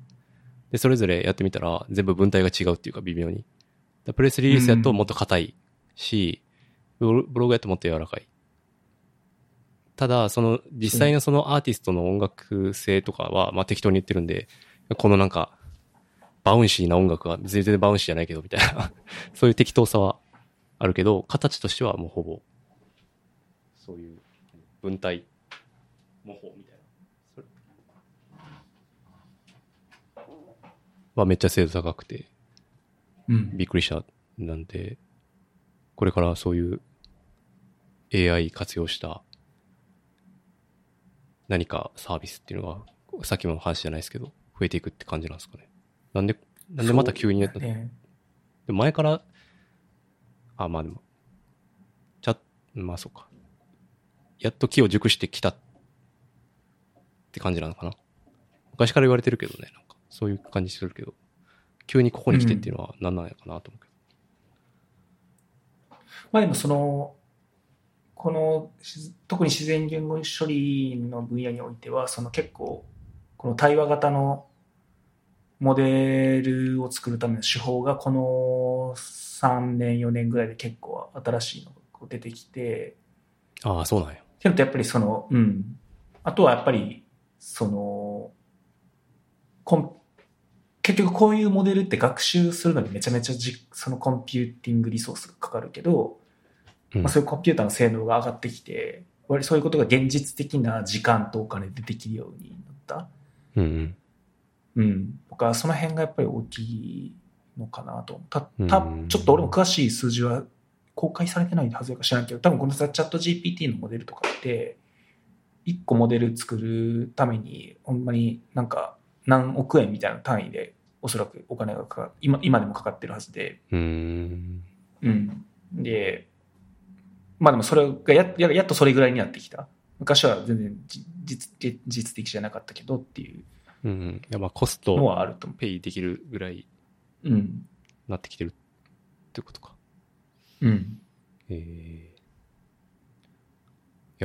で、それぞれやってみたら、全部文体が違うっていうか、微妙に。だからプレスリリースやともっと硬いし、ブロブログやともっと柔らかい。ただ、その、実際のそのアーティストの音楽性とかは、まあ適当に言ってるんで、このなんか、バウンシーな音楽は、全然バウンシーじゃないけど、みたいな。 そういう適当さはあるけど、形としてはもうほぼ、そういう文体、模倣みたいな。それはめっちゃ精度高くて、
うん。
びっくりしたなんで、これからそういう AI 活用した何かサービスっていうのが、さっきの話じゃないですけど、増えていくって感じなんですかね。なんで、なんでまた急になった、
ね
でも前から、あ、まあでも、チャまあそうか。やっと木を熟してきたって感じなのかな。昔から言われてるけどね、なんか、そういう感じするけど、急にここに来てっていうのは何なんやかなと思うけど。
まあでもその、このし特に自然言語処理の分野においては、その結構、この対話型のモデルを作るための手法が、この3年、4年ぐらいで結構新しいのがこう出てきて、
ああ、そうなんや。
けどやっぱりその、うん。あとはやっぱり、その、コン結局こういうモデルって学習するのにめちゃめちゃじそのコンピューティングリソースがかかるけど、
うん
まあ、そういうコンピューターの性能が上がってきて、割とそういうことが現実的な時間とお金でできるようになった。
うんうん。
うん。とか、その辺がやっぱり大きいのかなと思う。た、た
うん、
ちょっと俺も詳しい数字は公開されてないはずやから知らんけど、多分このさチャット GPT のモデルとかって、一個モデル作るために、ほんまになんか何億円みたいな単位で、おそらくお金がかか今、今でもかかってるはずで、
うーん。
うん。で、まあでもそれがやややっとそれぐらいになってきた。昔は全然じ実実実的じゃなかったけどっていう
うんうん。いや、まあコスト
の
を
はあると思
ペイできるぐらいに
う。うん。
なってきてるってことか。
うん。
ええ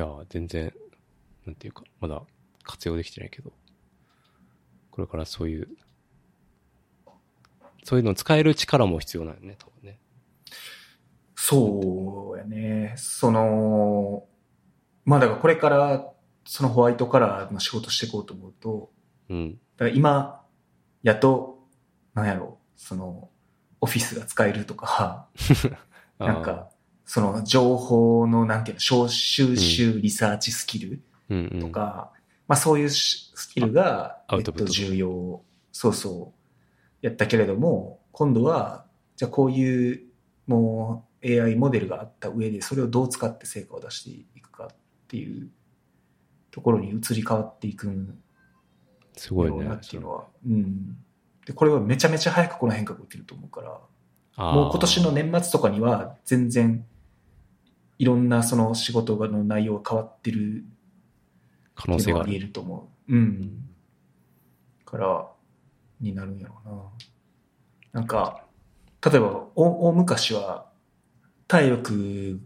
いやー、全然、なんていうか、まだ活用できてないけど、これからそういう、そういうのを使える力も必要なんよね、多分ね。
そうやね。その、まあだからこれから、そのホワイトカラーの仕事していこうと思うと、
うん。
だから今、やっと、なんやろう、その、オフィスが使えるとか、
あー
なん、か、その情報の、なんていうの、消収集リサーチスキル
うんうん、
とか、まあそういうしスキルが、
あア
え
ウ
っ
トプ
と
ット
重要、そうそう、やったけれども、今度は、じゃあこういう、もう AI モデルがあった上で、それをどう使って成果を出していくかっていうところに移り変わっていくん
す
だ
ごい
ろう
ね
な。っていうのは、うん。で、これはめちゃめちゃ早くこの変革が起きると思うから、
あー
もう今年の年末とかには全然いろんなその仕事の内容が変わってる
可能性があ
っていう
る。。
のはあり得ると思う。うん。から、になるんやろうな。なんか、例えば、お大昔は、体力、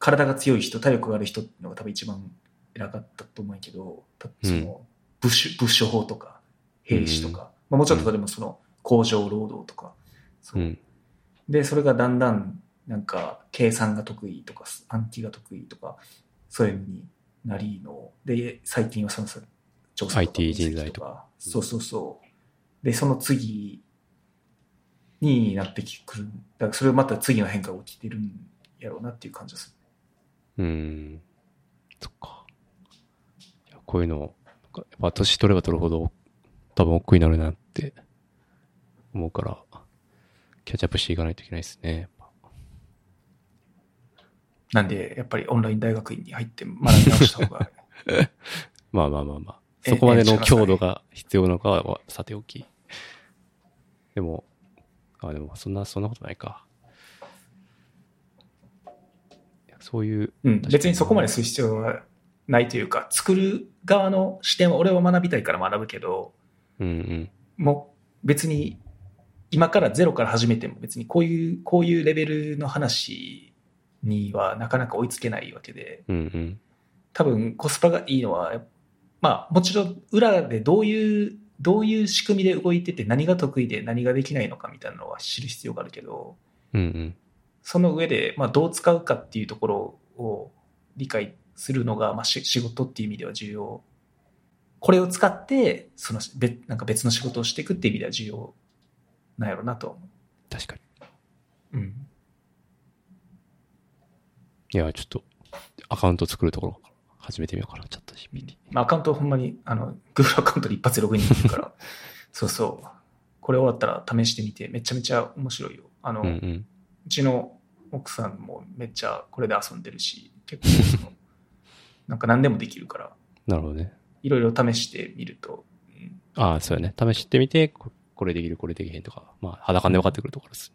体が強い人、体力がある人っていうのが多分一番偉かったと思うんやけど、たその、ブッシュ、ブッシュ法とか、兵士とか、まあ、もうちょっと例えばその、工場労働とか、そううんで、それがだんだん、なんか、計算が得意とか、暗記が得意とか、そういうのになりの、で、最近はその、その調査とか
IT 人材と
か。そうそうそう。で、その次になってくる。だから、それまた次の変化が起きてるんやろうなっていう感じがす
うん。そっか。いやこういうの、なんかやっぱ年取れば取るほど、多分億劫になるなって思うから、キャッチアップしていかないといけないですね。やっぱ
る。なんで、やっぱりオンライン大学院に入って学び直し た方が、
まあまあまあまあ。
え
そこまでの
え
強度が必要なのかはさておき。でも、あ、でもそんな、そんなことないか。いやそういう、
うん、別にそこまでする必要はないというか、作る側の視点は俺は学びたいから学ぶけど、
うんうん。
もう別に今からゼロから始めても別にこういうこういうレベルの話にはなかなか追いつけないわけで
うんうん。
多分コスパがいいのはまあもちろん裏でどういうどういう仕組みで動いてて何が得意で何ができないのかみたいなのは知る必要があるけど
うんうん。
その上で、まあ、どう使うかっていうところを理解するのが、まあ、し仕事っていう意味では重要これを使ってその別なんか別の仕事をしていくっていう意味では重要なんやろうなとは思
確かに。
う、うん、
いや、ちょっと、アカウント作るところから始めてみようかな、チャット GPT。
まあ、アカウントほんまにあの Google アカウントで一発でログインできるからそうそうこれ終わったら試してみて、めちゃめちゃ面白いよ。あの、
う
うん
うん。
ちの奥さんもめっちゃこれで遊んでるし、結構 その、なんか何でもできるから、
なるほどね。
いろいろ試してみると、うん
ああ、そうやね。試してみて、ここれできる、これできへんとか、まあ、裸で分かってくるところです。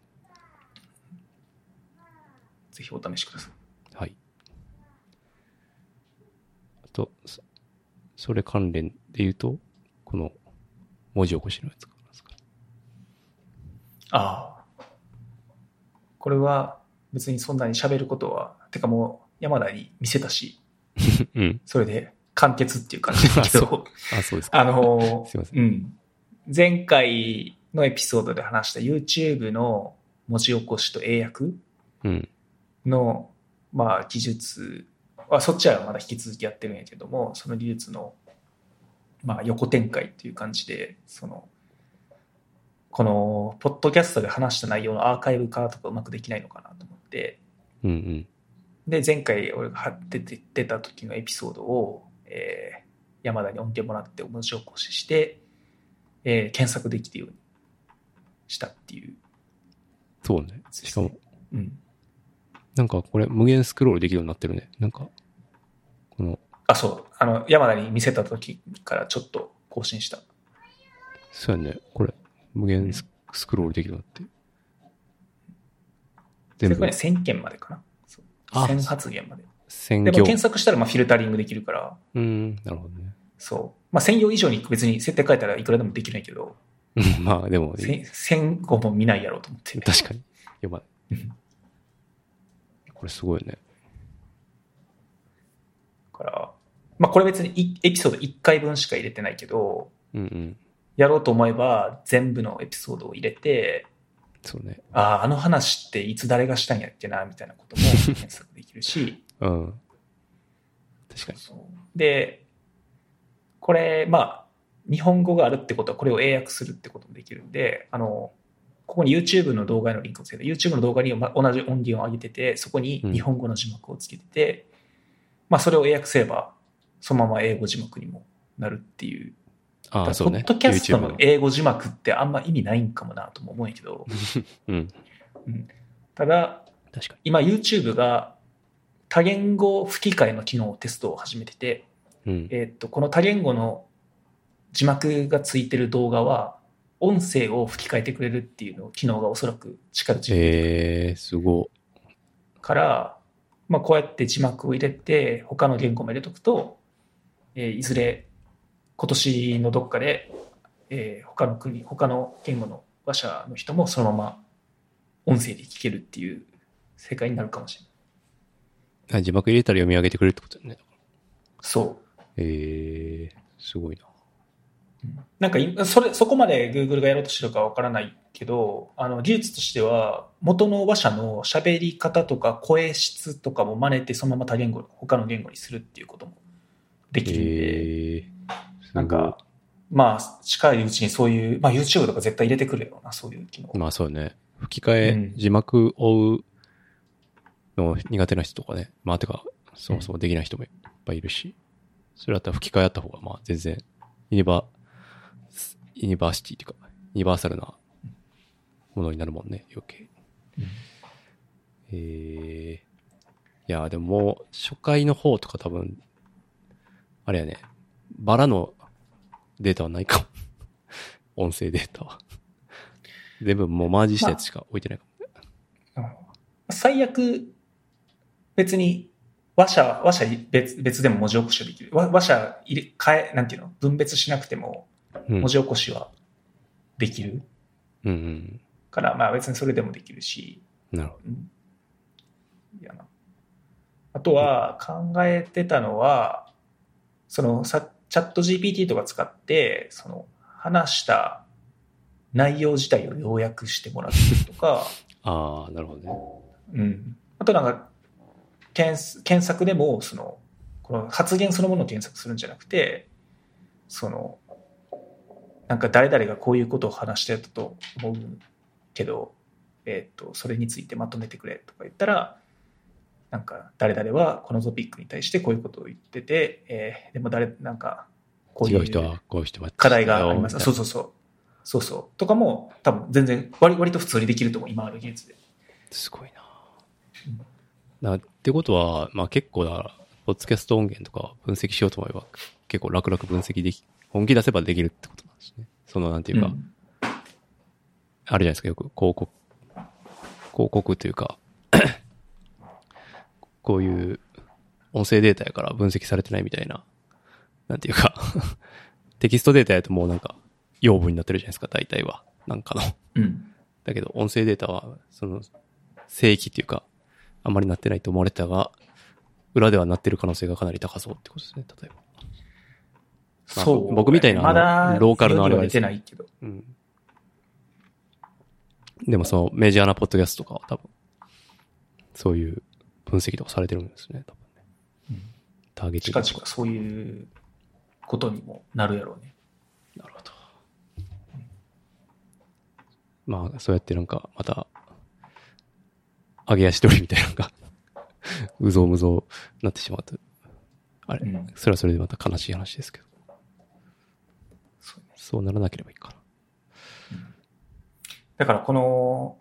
ぜひお試しください。
はい。あと、そそれ関連で言うと、この文字起こしのやつかなんですか。
ああ。これは別にそんなに喋ることは、てかもう山田に見せたし、
うん。
それで完結っていう感じだけ
あそ
ど、
あ、そうですか。
あのー、
すいませ
うん。前回のエピソードで話した YouTube の文字起こしと英訳
うん。
の、まあ、技術は、そっちはまだ引き続きやってるんやけども、その技術の、まあ、横展開っていう感じで、その、この、ポッドキャストで話した内容のアーカイブ化とかうまくできないのかなと思って、
うんうん。
で、前回俺が出て出た時のエピソードを、えー山田に音源もらって文字起こしして、えー検索できるようにしたっていう。
そうね。しかも、
うん。
なんかこれ無限スクロールできるようになってるね。なんか、この、
あ、そう。あの、山田に見せた時からちょっと更新した。
そうやね。これ、無限ススクロールできるようになって。
それ
全部
から、1000件までかな。そう
あ
1000発言まで。
専
でも
業。
検索したらまあフィルタリングできるから、
うん、なるほどね。
そう。まあ1000行以上に別に設定変えたらいくらでもできないけど、
うんまあ、でも、
1000 1000語も見ないやろうと思って。
確かに。やば い
うん。
これすごいね。
から、まあこれ別にいエピソード1回分しか入れてないけど、
うんうん。
やろうと思えば全部のエピソードを入れて、
そうね。
ああ、あの話っていつ誰がしたんやっけな、みたいなことも検索できるし、
うん。確かに。
そうで、これ、まあ、日本語があるってことはこれを英訳するってこともできるんで、あの、ここに YouTube の動画へのリンクをつけて、YouTube の動画にま同じ音源を上げてて、そこに日本語の字幕をつけてて、まあそれを英訳すれば、そのまま英語字幕にもなるっていう
ああ、
だか
そ
ら
う
ポ
ね
ッ。ドキャスト
YouTube
の英語字幕ってあんま意味ないんかもなとも思うんやけど、
うん。
ただ、
確か
今 YouTube が多言語吹き替えの機能テストを始めてて、
に。うん。
えーっと、この多言語の字幕がついてる動画は、音声を吹き替えてくれるっていうのを機能がおそらく近いうちに出てくる
えー、すご
から、まあ、こうやって字幕を入れて他の言語も入れとくと、えーいずれ今年のどっかで、えー他の国他の言語の話者の人もそのまま音声で聞けるっていう世界になるかもしれな
い。
い
あ字幕入れたら読み上げてくれるってことだよね。
そう
えー、すごいな。
なんかいそれそこまで Google がやろうとしてるかわからないけどあの技術としては元の話者の喋り方とか声質とかも真似てそのまま多言語他の言語にするっていうこともできるんで、
えー、すごい
なんか、まあ、近いうちにそういう、まあ、YouTube とか絶対入れてくるよな、そういう機能。
まあそうね。吹き替え、
うん
字幕追うの苦手な人とかね。まあてか、そもそもできない人もいっぱいいるし。それだったら吹き替えあった方が、まあ全然、ユニバ、ユニバーシティっていうか、ユニバーサルなものになるもんね、余計。
うん
えー、いや、でももう初回の方とか多分、あれやね、バラのデータはないかも。 音声データは。全部もうマージしたやつしか置いてないかも。
最悪、別に、話者、話者別別でも文字起こしはできる。わ話者入れ、変え、なんていうの分別しなくても
うん
文字起こしはできる
うんうん。
から、まあ別にそれでもできるし、
なるほど。
うんいやな。あとは、考えてたのは、そのさ、チャット GPT とか使って、その、話した内容自体を要約してもらったりとか、
ああ、なるほどね。
うん。あとなんか、検索検索でも、その、この発言そのものを検索するんじゃなくて、その、なんか誰々がこういうことを話してたと思うけど、えっ、と、それについてまとめてくれとか言ったら、なんか誰々はこのトピックに対してこういうことを言ってて、えーでも誰、なんか、こうい
違う人
う
はこういう人は。
課題があります。そ
う。
うそうそう。そうそう。とかも、多分全然割、割と普通にできると思う、今ある技術で。
すごいな。なってことは、まあ結構な、ポッドキャスト音源とか分析しようと思えば、結構楽々分析でき、本気出せばできるってことなんですね。その、なんていうか、
うん
あるじゃないですか、よく広告、広告というか、 こういう音声データやから分析されてないみたいな、なんていうか、 テキストデータやともうなんか、養分になってるじゃないですか、大体は。なんかの。
うん。
だけど、音声データは、その、正規っていうか、あまりなってないと思われてたが、裏ではなってる可能性がかなり高そうってことですね、例えば。まあ
そう。
僕みたいな
まだ、
ローカルのあれは
は
で
出
す
て
ね
ないけど。
うん。でもそのメジャーなポッドキャストとかは多分、そういう分析とかされてるんですね、多分ね。
うん
ターゲティン
近
グとか。
々そういうことにもなるやろうね。
なるほど。まあ、そうやってなんか、また、上げ足取りみたいなのが、うぞうむぞうなってしまうと、あれ、
うん
それはそれでまた悲しい話ですけど、
そうね
そうならなければいいかな。
だからこの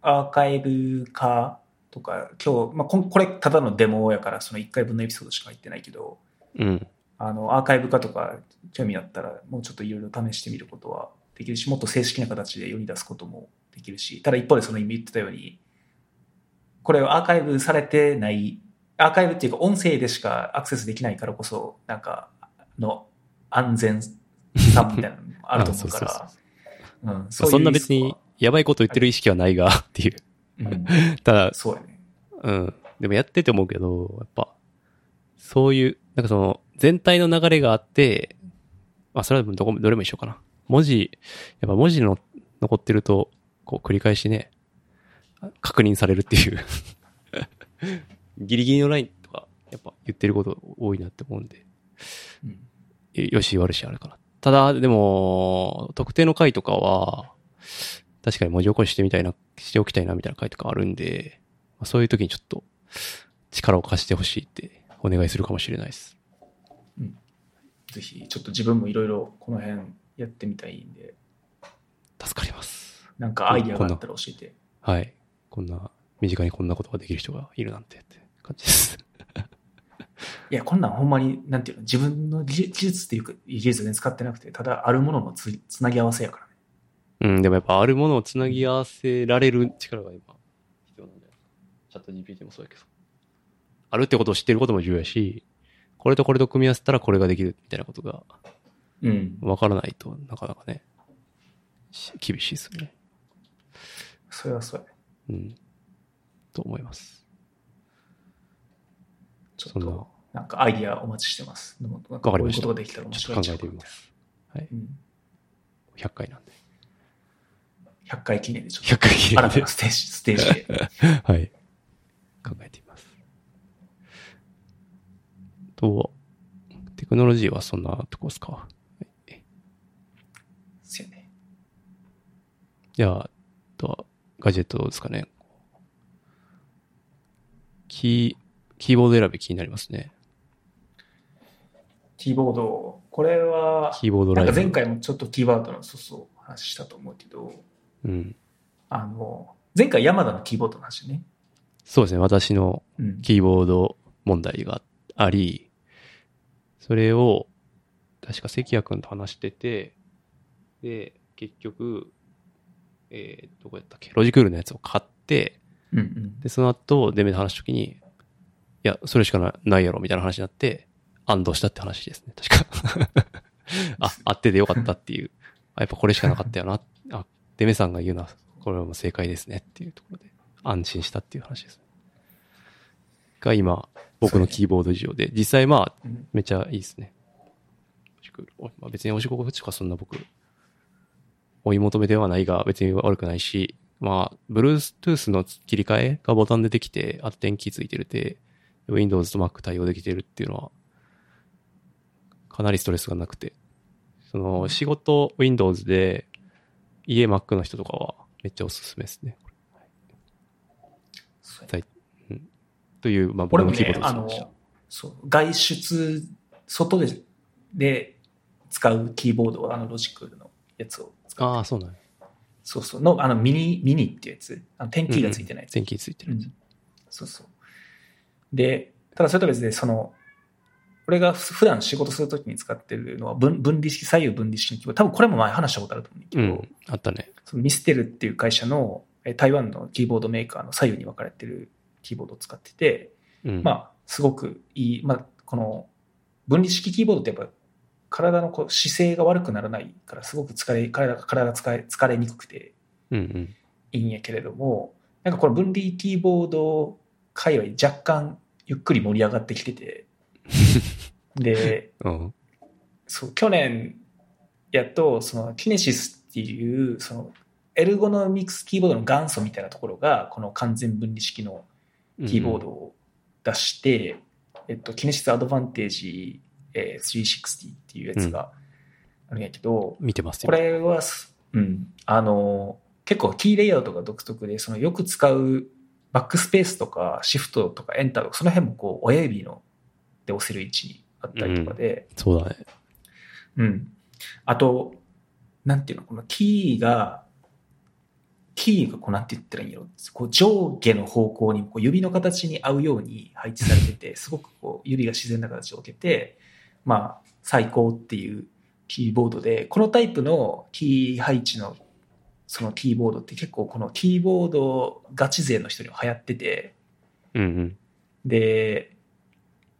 アーカイブ化とか、今日、まあ、こんこれただのデモやから、その1回分のエピソードしか入ってないけど、
うん。
あのアーカイブ化とか興味あったらもうちょっといろいろ試してみることはできるしもっと正式な形で世に出すこともできるしただ一方でその今言ってたようにこれをアーカイブされてないアーカイブっていうか音声でしかアクセスできないからこそなんかの安全さみたいなのもあると思うか
あそう
らうん
まあ、そんな別に、やばいこと言ってる意識はないが、っていう。
そういうリスクは、うん
ただ、
そうやね
うん。でもやってて思うけど、やっぱ、そういう、なんかその、全体の流れがあって、まあ、それはどこも、どれも一緒かな。文字、やっぱ文字の残ってると、こう繰り返しね、確認されるっていう。 ギリギリのラインとか、やっぱ言ってること多いなって思うんで、
うん
よし悪しあるかな。ただ、でも、特定の回とかは、確かに文字起こししてみたいな、しておきたいなみたいな回とかあるんで、まあそういう時にちょっと力を貸してほしいってお願いするかもしれないです。
ぜひちょっと自分もいろいろこの辺やってみたいんで
助かります。
なんかアイディアがあったら教えて
はい。こんな、身近にこんなことができる人がいるなんてって感じです。
いや、こんなんほんまに、なんていうの、自分の技技術っていうか、技術全然使ってなくて、ただあるもののつつなぎ合わせやからね。
うん、でもやっぱあるものをつなぎ合わせられる力が今必要なんじゃないですか。チャット GPT もそうやけど。あるってことを知ってることも重要やし、これとこれと組み合わせたらこれができるみたいなことが
うん。
わからないとなかなかね、し厳しいですよね。
それはそうやね。
うん。と思います。
ちょ
そ
っ
んな
と、なんかアイディアお待ちしてます。なんか
わかりました
こういうことができたら面
ち
白
ょっ
いん
と
ち
考
ゃ
え
う
てみ
かみ
ま
たい
す。はい。
な。うん。
100回なんで。
100回記念でちょ
100
っ
回記
と、新
念
た
で
な。ステージ、ステージで。
はい。考えてみます。と、テクノロジーはそんなとこですか。
そうやね。
じゃあ、あとは、ガジェットですかね。キー、キーボード選び気になりますね。
キーボード、これは、
キーボードラ
な
イ
んか
ブ。
前回もちょっとキーワードのそうそう話したと思うけど、
うん。
あの、前回山田のキーボードの話ね。
そうですね。私の
うん。
キーボード問題があり、それを、確か関谷くんと話してて、で、結局、えー、どこやったっけ、ロジクールのやつを買って、
うんうん。
で、その後、デメで話したときに、いや、それしかなないやろ、みたいな話になって、安堵したって話ですね、確か。 あ、あってでよかったっていう。あ、やっぱこれしかなかったよな。あ、デメさんが言うのは、これはもう正解ですねっていうところで、安心したっていう話ですね。が今、僕のキーボード事情で、実際まあ、
うん
めちゃいいですね。おまあ、別におしこしかそんな僕、追い求めではないが、別に悪くないし、まあ、Bluetooth の切り替えがボタンでできて、あと電気ついてるて、Windows と Mac 対応できてるっていうのは、かなりストレスがなくて、その、仕事 Windows で、家 Mac の人とかは、めっちゃおすすめですね。
そうやね
という、まあ、僕
これも
のキーボ
ね
ー、ド
あ
で
の
した。、
そう、外出、外で、で使うキーボードは、あの、ロジックールのやつを使って
ああ、そうなの、ね。
そうそうのあのミニミニっていうやつあの点キーがついてないやつ、
電気ついてるやつ。
うんそうそうでただそれとは別でその俺がふ普段仕事するときに使ってるのは分分離式左右分離式のキーボード多分これも前話したことあると思うんだけ
う
ど、
ん。あったね。
そのミステルっていう会社のえー台湾のキーボードメーカーの左右に分かれてるキーボードを使ってて、
うん。
まあすごくいい、まあ、この分離式キーボードってやっぱ体のこう姿勢が悪くならないからすごく疲れ体が体が疲れ疲れにくくて
うんうん。
いいんやけれどもなんかこの分離キーボード界隈若干ゆっくり盛り上がってきて てで
うん。
そう去年やっとそのキネシスっていうそのエルゴノミクスキーボードの元祖みたいなところがこの完全分離式のキーボードを出して、えっと、キネシスアドバンテージ、えー360っていうやつがあるんやけど、
見てますよ。
これはす、うん、あの結構キーレイアウトが独特でそのよく使うバックスペースとかシフトとかエンターとかその辺もこう親指ので押せる位置にあったりとかで。
そうだね。
うん。あと、なんていうの、このキーが、キーがこうなんて言ったらいいんやろ。こう上下の方向にこう指の形に合うように配置されてて、すごくこう指が自然な形を受けて、まあ、最高っていうキーボードで、このタイプのキー配置のそのキーボードって結構このキーボードガチ勢の人には流行ってて、
うん
で、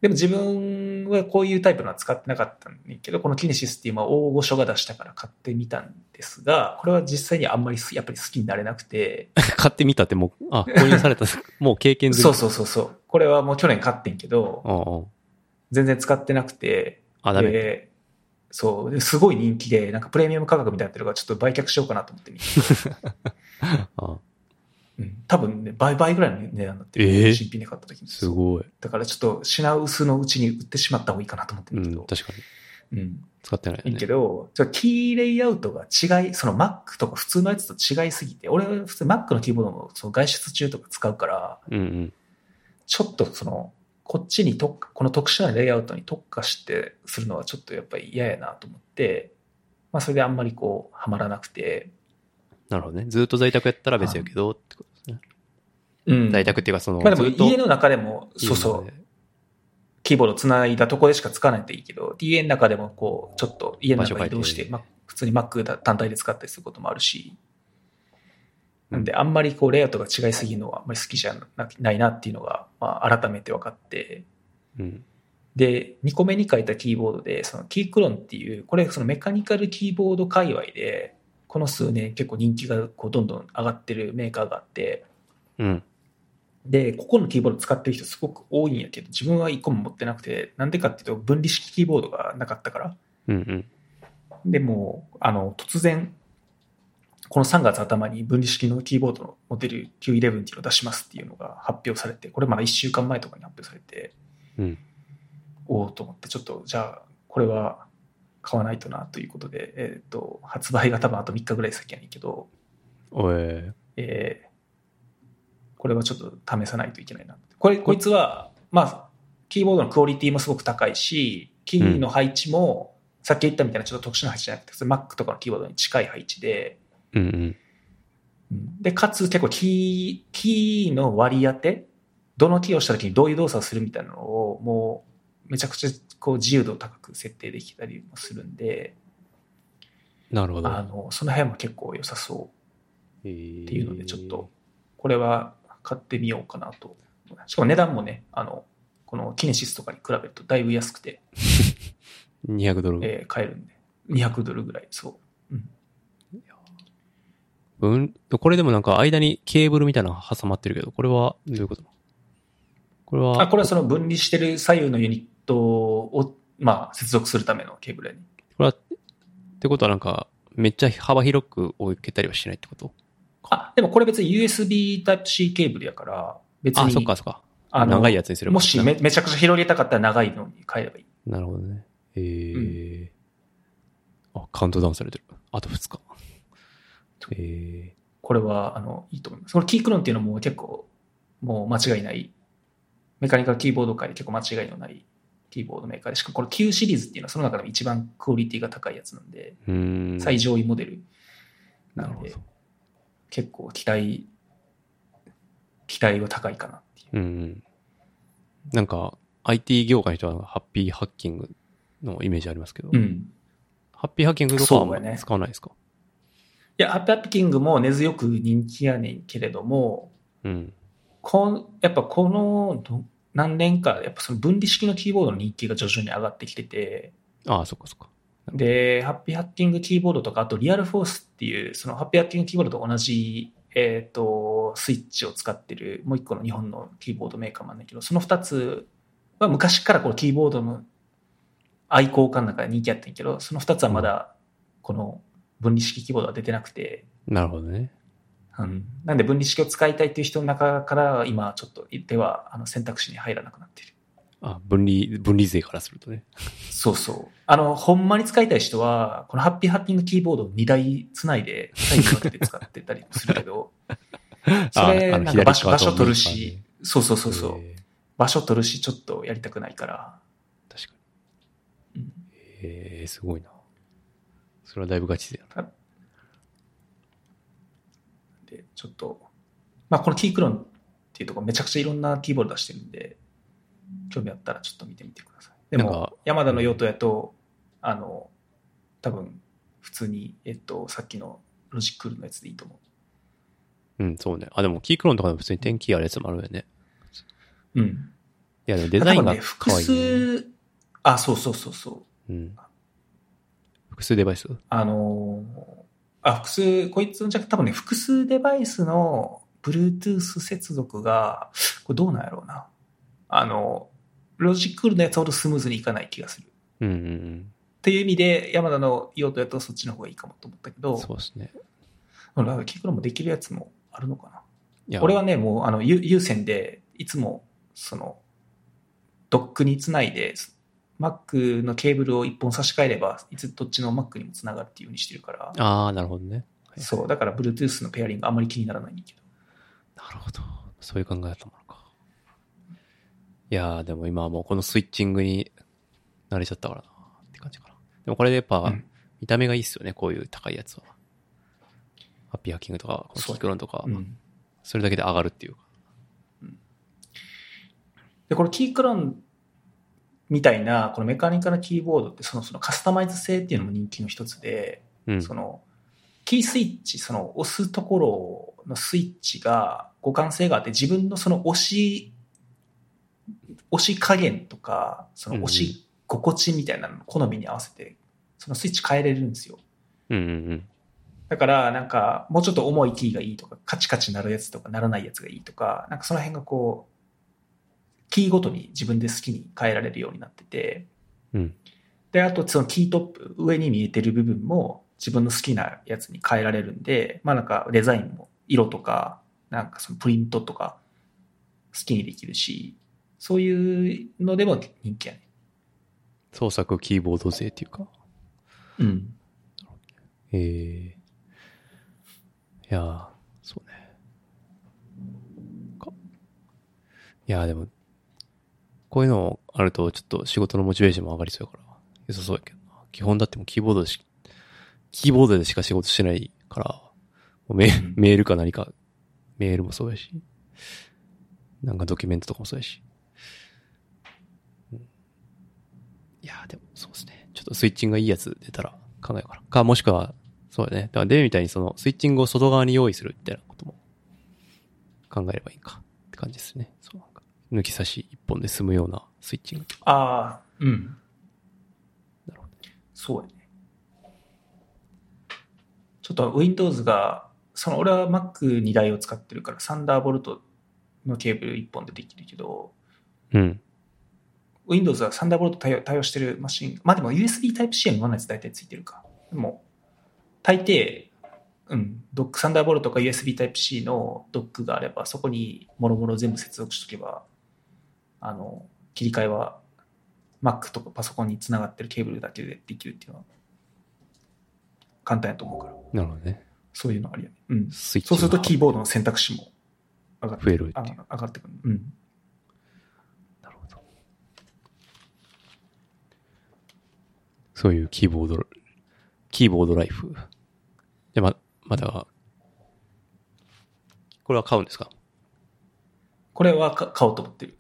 でも自分はこういうタイプのは使ってなかったんだけど、このキネシスっていうまあ大御所が出したから買ってみたんですが、これは実際にあんまりすやっぱり好きになれなくて、
うん。 買ってみたってもう、あ、購入された、もう経験済み
そうそうそうそう、これはもう去年買ってんけど、
あ
全然使ってなくて、
あ。あ、ダメ。
で、そう、ですごい人気で、なんかプレミアム価格みたいになってるからちょっと売却しようかなと思って みて、
あ
うん、多分ね、倍倍ぐらいの値段になってる、
ええ
新品で買った時に。
すごい。
だからちょっと品薄のうちに売ってしまった方がいいかなと思って
う
るけ
ん、
ど、
確かに。
うん、
使ってないよ
いい
ね
け。ど、ちょっとキーレイアウトが違い、その Mac とか普通のやつと違いすぎて、俺は普通 Mac のキーボードもその外出中とか使うから、
うんうん。ち
ちょっとその、こっちに特化、この特殊なレイアウトに特化してするのはちょっとやっぱり嫌やなと思って、まあそれであんまりこう、はまらなくて、
なるほどね。ずっと在宅やったら別やけど、ってことですね。
うん
在宅っていうか、その、
まあでも
ずっと
家の中でも、そうそう、キーボードつないだとこでしか使わないといいけど、家の中でもこう、ちょっと家の中移動し
場所変え
て、
て
まあ、普通に Mac だ単体で使ったりすることもあるし、なんであんまりこう、レイアウトが違いすぎるのはあんまり好きじゃなないなっていうのが、まあ、改めて分かって、
うん。
で、2個目に書いたキーボードで、そのキークロンっていう、これそのメカニカルキーボード界隈で、この数年結構人気がこうどんどん上がってるメーカーがあって、
うん。
で、ここのキーボード使ってる人すごく多いんやけど、自分は1個も持ってなくて、なんでかっていうと、分離式キーボードがなかったから。
うんうん。
でもう、あの、突然、この3月頭に分離式のキーボードのモデル Q11 っていうのを出しますっていうのが発表されて、これまだ1週間前とかに発表されて、
うん
おおと思って、ちょっと、じゃあ、これは買わないとなということで、えっ、と、発売が多分あと3日ぐらい先やねんけど、
おえ
えーこれはちょっと試さないといけないなこれこいつは、まあ、キーボードのクオリティもすごく高いしキーの配置も、さっき言ったみたいなちょっと特殊な配置じゃなくて普通 Mac とかのキーボードに近い配置で
ー。うんうん。
うんでかつ結構キーキーの割り当てどのキーをした時にどういう動作をするみたいなのをもうめちゃくちゃこう自由度高く設定できたりもするんで、
なるほど。
あのその辺も結構良さそう
ってい
っていうのでちょっと。これは買ってみようかなとしかも値段もねあのこのキネシスとかに比べるとだいぶ安くて、
200ドル。
えー買えるんで200ドルぐらいそう
うん。これでもなんか間にケーブルみたいなの挟まってるけど、これはどういうことこれは、
あこれはその分離してる左右のユニットを、まあ、接続するためのケーブルやね
これは、ってことはなんか、めっちゃ幅広く置けたりはしないってこと
あでもこれ別に USB Type-C ケーブルやから別に
あ、そっかそっか。
あの
長いやつにすれば。
もしめめちゃくちゃ広げたかったら長いのに買えればいい
なるほどね。えーあ、カウントダウンされてる。あと2日。え
これはあのいいと思います。これキークロンっていうのも結構もう間違いない、メカニカルキーボード界で結構間違いのないキーボードメーカーで、しかもこの Q シリーズっていうのはその中でも一番クオリティが高いやつなんで、
うーん。
最上位モデル
な
な
る
の
ほ
で、
ど。
結構期待、期待は高いかなっていう。
うんうん。なんか、IT 業界の人はハッピーハッキングのイメージありますけど、
うん。
ハッピーハッキングとかはあん
そう
ま
だね
使わないですか
いや、ハッピーハッキングも根強く人気やねんけれども、
うん。
こんやっぱこのど何年か、やっぱその分離式のキーボードの人気が徐々に上がってきてて、
ああ、そっかそっか。
で、ハッピーハッキングキーボードとか、あとリアルフォースっていう、そのハッピーハッキングキーボードと同じ、えっ、と、スイッチを使ってる、もう一個の日本のキーボードメーカーもあるんだけど、その二つは昔からこのキーボードの愛好家の中で人気あったんやけど、その二つはまだ、この分離式キーボードは出てなくて、
なるほどね。
うん、なんで分離式を使いたいっていう人の中から、今ちょっと、では、あの、選択肢に入らなくなっている。
あ、分離、分離税からするとね。
そうそう。あの、ほんまに使いたい人は、このハッピーハッキングキーボードを2台つないで、左右に分けて使ってたりするけど、そ れ、
ああの
なんか場所、場
左側と
所取
右側
るし
ね、
そうそうそうそう、
えー
場所取るし、ちょっとやりたくないから、
確か
う
に
ん。
えー、すごいな。それはだいぶガチ勢だな。
で、ちょっと、まあ、このキークロンっていうところめちゃくちゃいろんなキーボード出してるんで、興味あったらちょっと見てみてください。で
なんか
も、山田の用途やと、あの、多分、普通に、えっと、さっきのロジックールのやつでいいと思う。
うん、そうね。あ、でもキークローンとかでも普通に天気あるやつもあるよね。
うん。
いや、でもデザイン
多
が
分ね、複
可愛いね、
数、あ、そうそうそうそ
う
う。
ん。複数デバイス
あのーあ、複数、こいつのじゃ、多分ね、複数デバイスの Bluetooth 接続が、これどうなんやろうな。あの、ロジックールのやつほどスムーズにいかない気がする。っ
うんうん
ていう意味で、山田の用途やとそっちの方がいいかもと思ったけ
う
ど
ん。、そうですね。
なんか聞くのもできるやつもあるのかな。
いや、
俺はね、もう、あの、有有線で、いつも、その、ドックにつないで、Mac のケーブルを一本差し替えれば、いつどっちの Mac にもつながるっていうようにしてるから、
ああ、なるほどね。はい
そう、だから Bluetooth のペアリングあまり気にならないんだけど。
なるほど。そういう考えだったのか。いやー、でも今はもうこのスイッチングに慣れちゃったからなって感じかな。でもこれでやっぱ
うん
見た目がいいっすよね、こういう高いやつは。ハッピーハッキングとか、このキ
そう
ークロンとか、
うん
それだけで上がるっていうか。
で、このキークロンみたいな、このメカニカなキーボードって、そのそのカスタマイズ性っていうのも人気の一つで、
うん。
その、キースイッチ、その押すところのスイッチが互換性があって、自分のその押し、押し加減とか、その押し心地みたいなのの好みに合わせて、そのスイッチ変えれるんですよ。
うんうんうん。
だから、なんか、もうちょっと重いキーがいいとか、カチカチ鳴るやつとか、鳴らないやつがいいとか、なんかその辺がこう、キーごとに自分で好きに変えられるようになってて、
うん
で、あとそのキートップ、上に見えてる部分も自分の好きなやつに変えられるんで、まあなんかデザインも色とか、なんかそのプリントとか、好きにできるし、そういうのでも人気やね。
創作キーボード勢っていうか。
うん。
えー、いやー、そうね。かいやー、でも、こういうのあると、ちょっと仕事のモチベーションも上がりそうやから、良さそうやけどな。基本だってもうキーボードでし、キーボードでしか仕事してないから、もうメ
うん
メールか何か、メールもそうやし、なんかドキュメントとかもそうやし。うんいやー、でもそうですね。ちょっとスイッチングがいいやつ出たら考えようかな。か、もしくは、そうだね。だからデビみたいにそのスイッチングを外側に用意するみたいなことも考えればいいかって感じですね。そうなんか抜き差し一本で済むようなスイッチング。
ああ、うん。
なるほど
そうやね。ちょっと Windows が、その俺は Mac2 台を使ってるから、サンダーボルトのケーブル1本でできるけど、
うん。
Windows はサンダーボルト対応対応してるマシン、まあでも USB Type-C は今のやつ大体ついてるか。でも、大抵、うん、ドック、サンダーボルトか USB Type-C のドックがあれば、そこにもろもろ全部接続しとけば、あの、切り替えは Mac とかパソコンにつながってるケーブルだけでできるっていうのは、簡単やと思うから、
なるほどね。
そういうのありやね。うん。
スイッチ
そうするとキーボードの
の
選択肢も上がって
増えるって
あ
いう。
上がってくる。うん。
なるほど。そういうキーボード、キーボードライフ。で、ま、まだ、これは買うんですか
これはか買おうと思ってる。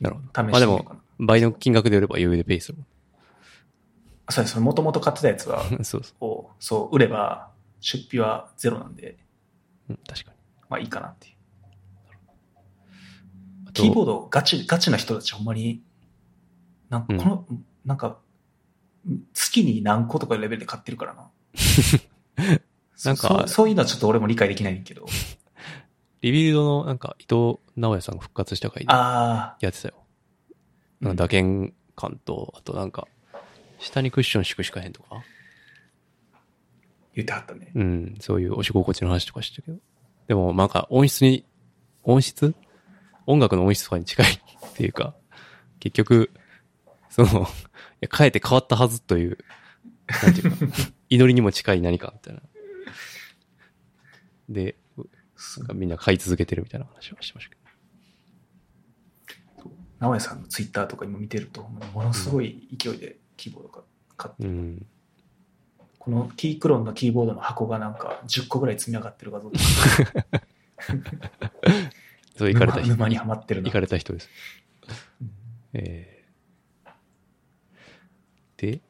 なるほど。
試してみようかな
まあでも、倍の金額で売れば余裕でペイするも
そうです。もともと買ってたやつは、
ん。 そうそ
を、そう、売れば、出費はゼロなんで、
う。うん、確かに。
まあいいかなっていう。
あと
キーボード、ガチ、ガチな人たち、ほんまに、なんか、この、なんか、月に何個とかレベルで買ってるからな。
なんか
そそういうのはちょっと俺も理解できないねんけど。
リビルドのなんか伊藤直也さんが復活した回で
あ
やってたよ。
あ、
なんか打鍵感と、あとなんか、下にクッション敷くしかへんとか。
言ってはったね。
うん、そういう押し心地の話とかしてたけど。でもなんか音質に、音質音楽の音質とかに近いっていうか、結局、その、いや、変えて変わったはずという、なんていう か、祈りにも近い何かみたいな。で、なんかみんな買い続けてるみたいな話をしてましたけど。
直江さんのツイッターとか今見てると、ものすごい勢いでキーボードが買って、
うん。
このキークロンのキーボードの箱がなんか10個ぐらい積み上がってる画像とか、
そう、行かれた
沼
人。
沼にはまってるな
行かれた人です。
うん
えーで、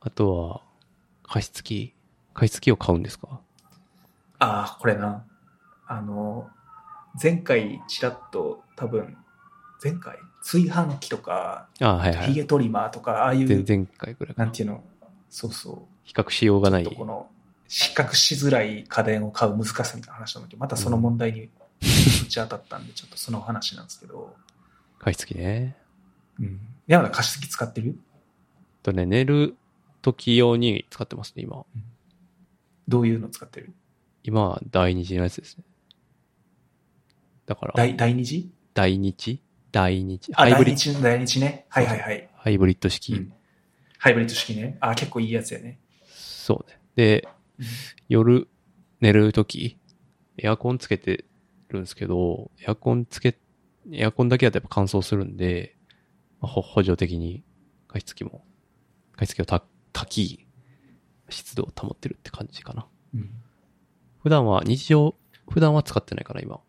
あとは、加湿器。加湿器を買うんですか
ああ、これな。あの、前回ちらっと多分、前回炊飯器とか、
ああはいは
ヒ
い。
ゲトリマーとか、ああい
前
う、
前回ぐらいか
な。
なん
ていうの、そうそ
比較しようがな
う、
い
と。この、比較しづらい家電を買う難しさみたいな話なんだけど、またその問題にぶち当たったんで、ちょっとそのお話なんですけど、
加湿器ね。
うん。山田加湿器使ってる
とね、寝る時用に使ってますね、今。
どういうの使ってる
今は第二次のやつですね。だから、
第第二次
第二次第二次。
あ、
ハイ
第
ブリ
二
ッド、
次の第二次ね。はいはいはい。
ハイブリッド式。
うんハイブリッド式ね。あ、結構いいやつやね。
そうね。で
うん、
夜寝るとき、エアコンつけてるんですけど、エアコンつけ、エアコンだけだとやっぱ乾燥するんで、まあほ補助的に加湿器も、加湿器をたたき、湿度を保ってるって感じかな。
うん。
普段は日常、普段は使ってないから今、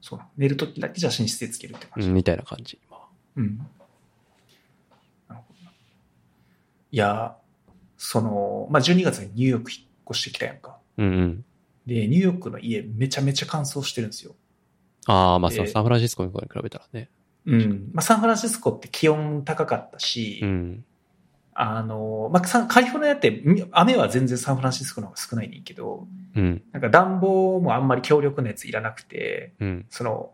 そうな寝るときだけじゃあ寝室でつけるって感
う
じ。
んみたいな感じ。今
うん。なるほどな。いや、その、まあ、12月にニューヨーク引っ越してきたやんか。
うんうん。
で、ニューヨークの家めちゃめちゃ乾燥してるんですよ。
ああ、まあその
で
サンフランシスコに比べたらね。
うん。まあ、サンフランシスコって気温高かったし、
うん。
あの、まあ、サンカリフォルニアってみ雨は全然サンフランシスコの方が少ないねんけど、
うん。
なんか暖房もあんまり強力なやついらなくて、
うん。
その、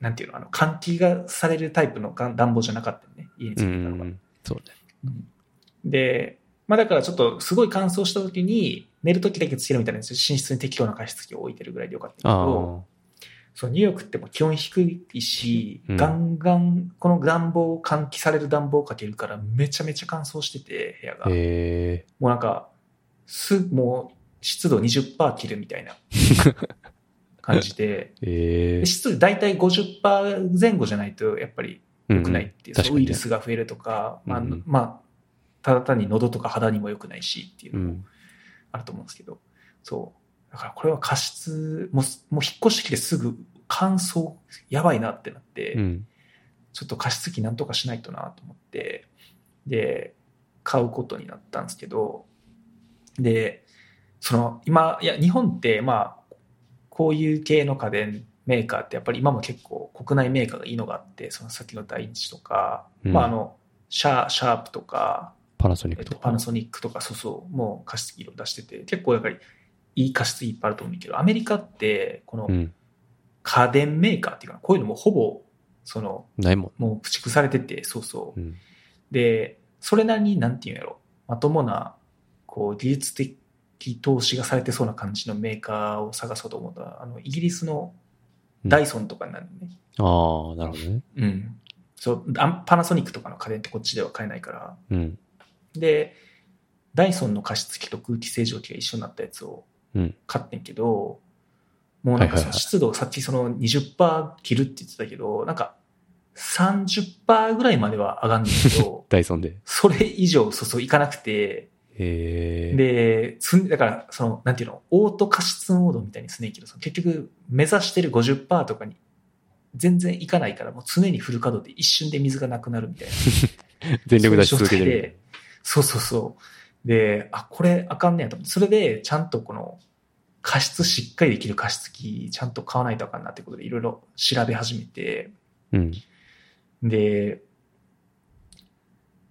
なんていうの、あの、換気がされるタイプのが暖房じゃなかったよね、家に
う
住んでたのが。
ん。そうね。
で、まあだからちょっとすごい乾燥した時に、寝る時だけつけるみたいなやつ寝室に適当な加湿器を置いてるぐらいでよかったんだけ
ああ。
ど、そうニューヨークってもう気温低いし、
うん
ガンガンこの暖房、換気される暖房をかけるからめちゃめちゃ乾燥してて、部屋が。
へえ。
もうなんか、す、もう湿度20%切る みたいな感じで、
ええ
で。湿度大体50%前後じゃないとやっぱり良くないってい
う
う、
んうん
そ
確かに
の
ね
ウイルスが増えるとか、まあ、
うんうん
まあ、ただ単に喉とか肌にも良くないしっていううのも
ん。
あると思うんですけど、そう。だからこれは加湿、もう、もう引っ越してきてすぐ乾燥やばいなってなって、
うん。
ちょっと加湿器なんとかしないとなと思って、で、買うことになったんですけど、で、その、今、いや、日本って、まあ、こういう系の家電メーカーって、やっぱり今も結構国内メーカーがいいのがあって、その先の第一とか、
うん
まあ、あの、シャー、シャープとか、
パナソニッ
えっ
ク
と、
と
パ
か。
ナソニックとか、そうそう、もう加湿器を出してて、結構やっぱりいい加湿器いっぱいあると思うんだけど、アメリカって、この
うん。
家電メーカーっていうかな、こういうのもほぼ、その、
ないも
もう駆逐されてて、そうそ
ん。
う。
うん。
で、それなりに、なんていうんやろ、まともな、こう、技術的投資がされてそうな感じのメーカーを探そうと思ったら、あの、イギリスのダイソンとかになるのね。
ああ、なるほどね。
うん。そう、あんパナソニックとかの家電ってこっちでは買えないから。
うん。
で、ダイソンの加湿器と空気清浄機が一緒になったやつを
うん
買ってんけど、もうなんか
はいはいは
その
い、
湿度、さっきその20%切るって言ってたけど、なんか30%ぐらいまでは上がるんですけど
ダイソンで。
それ以上そうそういかなくて、
えー、
で、つんだから、その、なんていうの、オート加湿モードみたいにすね切る。その結局、目指してる50%とかに、全然いかないから、もう常にフル稼働で一瞬で水がなくなるみたいな。
全力出し続けてる。
そうそうそう。で、あ、これあかんねやと思って。それで、ちゃんとこの、加湿しっかりできる加湿器、ちゃんと買わないとあかんなってことで、いろいろ調べ始めて、
うん。
で、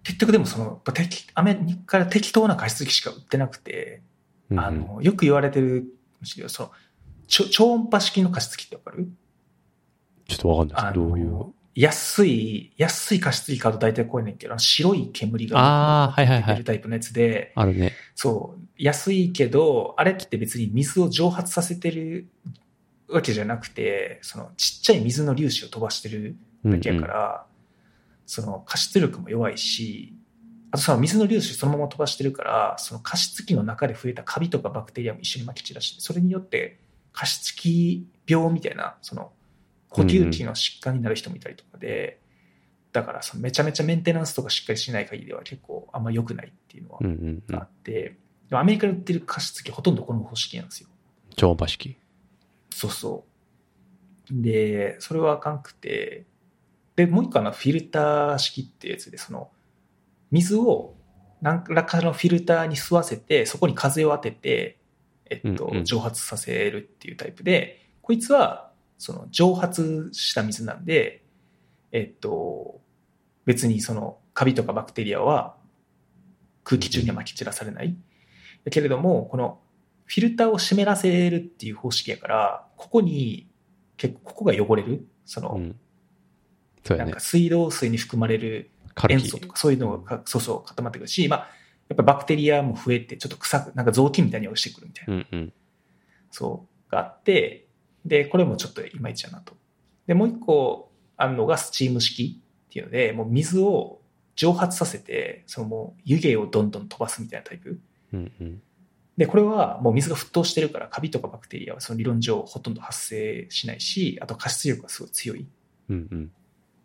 結局でもその、やっぱ適アメリカから適当な加湿器しか売ってなくて、
うん
あの、よく言われてるんですけど、その、ちょ超音波式の加湿器ってわかる
ちょっとわかんない
あ
で
の
す。どういう。
安い、安い加湿器買うと大体こういうねんけど、あの白い煙
あ
が
あ、はいはい
出
は
てる
い。
タイプのやつで、
あるね。
そう、安いけど、あれって別に水を蒸発させてるわけじゃなくて、そのちっちゃい水の粒子を飛ばしてる
うんう
だけやか
ん。
ら、その加湿力も弱いし、あとその水の粒子そのまま飛ばしてるから、その加湿器の中で増えたカビとかバクテリアも一緒に撒き散らして、それによって加湿器病みたいな、その呼吸器の疾患になる人もいたりとかで、だからそのめちゃめちゃメンテナンスとかしっかりしない限りでは結構あんま良くないっていうのは
うんうんうん。
あって、でもアメリカで売ってる加湿器ほとんどこの方式なんですよ。
超音波式。
そうそう。で、それはあかんくて、で、もう一個あのフィルター式ってやつで、その、水を何らかのフィルターに吸わせて、そこに風を当てて、えっと
うんう、ん
蒸発させるっていうタイプで、こいつは、その、蒸発した水なんで、えっと、別にその、カビとかバクテリアは空気中には撒き散らされない。だけれども、このフィルターを湿らせるっていう方式やから、ここに、結構、ここが汚れる、そうの、
ん。そうや
なん
ね
か。水道水に含まれる
カル
塩
キ
素とかそういうのが、そうそう固まってくるし、まあ、やっぱりバクテリアも増えて、ちょっと臭く、なんか雑巾みたいに落ちてくるみたいな、
うんうん。
そう、があって、で、これもちょっといまいちやなと。で、もう一個あるのがスチーム式っていうので、もう水を蒸発させて、そのもう湯気をどんどん飛ばすみたいなタイプ。
うんうん。
で、これはもう水が沸騰してるから、カビとかバクテリアはその理論上ほとんど発生しないし、あと加湿力がすごい強いっ
うんうん。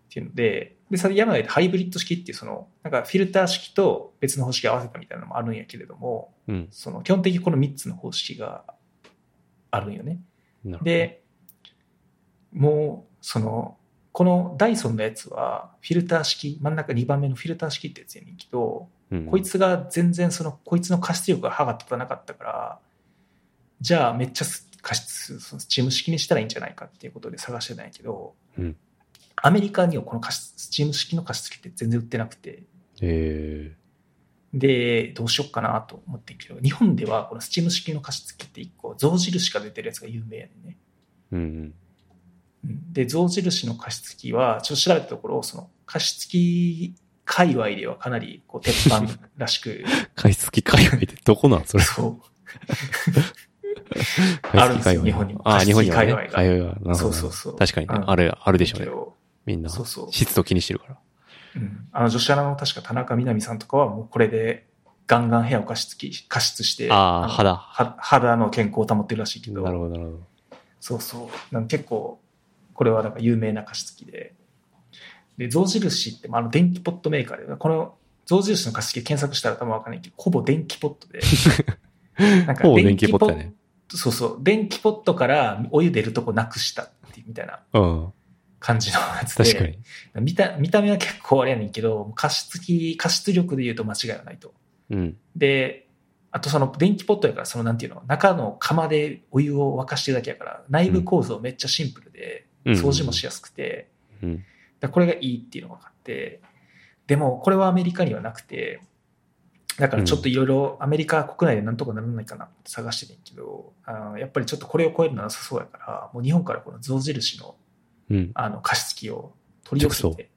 ていうので、で、さやむないハイブリッド式っていうその、なんかフィルター式と別の方式を合わせたみたいなのもあるんやけれども、
うん。
その基本的にこの3つの方式があるんよね。
なるほど、
で、もう、その、このダイソンのやつは、フィルター式、真ん中2番目のフィルター式ってやつやねんけど、
うん
こいつが全然そのこいつの加湿力が歯が立たなかったからじゃあめっちゃす加湿そのスチーム式にしたらいいんじゃないかっていうことで探してたんやけど、
うん
アメリカにはこの加湿スチーム式の加湿器って全然売ってなくて
え
でどうしよっかなと思ってんけど日本ではこのスチーム式の加湿器って1個象印が出てるやつが有名やねんね
ー、うん
うんで象印の加湿器はちょっと調べたところその加湿器界隈ではかなりこう鉄板らし く
うん。買い付き界隈ってどこなんそれ。
そう
買い付き界
あるんですよ
隈。
日本にも
ああ、日本にはね。
貸し付き界
界
隈が
隈が。なるほどなるほ
そ
ど。
うそうそう
確かにね。
うん
ある、あるでしょう
け
ね。
ど
みんな。
そうそう、
湿度気にしてるから。
うんあの女子アナの確か田中みな実さんとかはもうこれでガンガン部屋を加湿器加湿して
あ
の
あ、肌。
は肌の健康を保ってるらしいけど
なるほど、なるほど。
そうそうなんか結構これはなんか有名な加湿器でで象印って、まあ、あの電気ポットメーカーでこの象印の加湿器検索したら多分わかんないけどほぼ電気ポット でなん
ほぼ電気ポットだね
そうそう電気ポットからお湯出るとこなくしたっていうみたいな
うん。
感じのやつで
確かに。
見た見た目は結構あれやねんけど加湿器加湿力で言うと間違いはないと
うん。
であとその電気ポットやからそのなんていうの中の釜でお湯を沸かしてるだけやから内部構造めっちゃシンプルで、
うん
掃除もしやすくて、
うん。
だからこれがいいっていうのが分かってでもこれはアメリカにはなくてだからちょっといろいろアメリカ国内でなんとかならないかなって探してるんやけどあのやっぱりちょっとこれを超えるのはなさそうやからもう日本からこの象印の
うん。
あの加湿器を取り寄せ
直
て、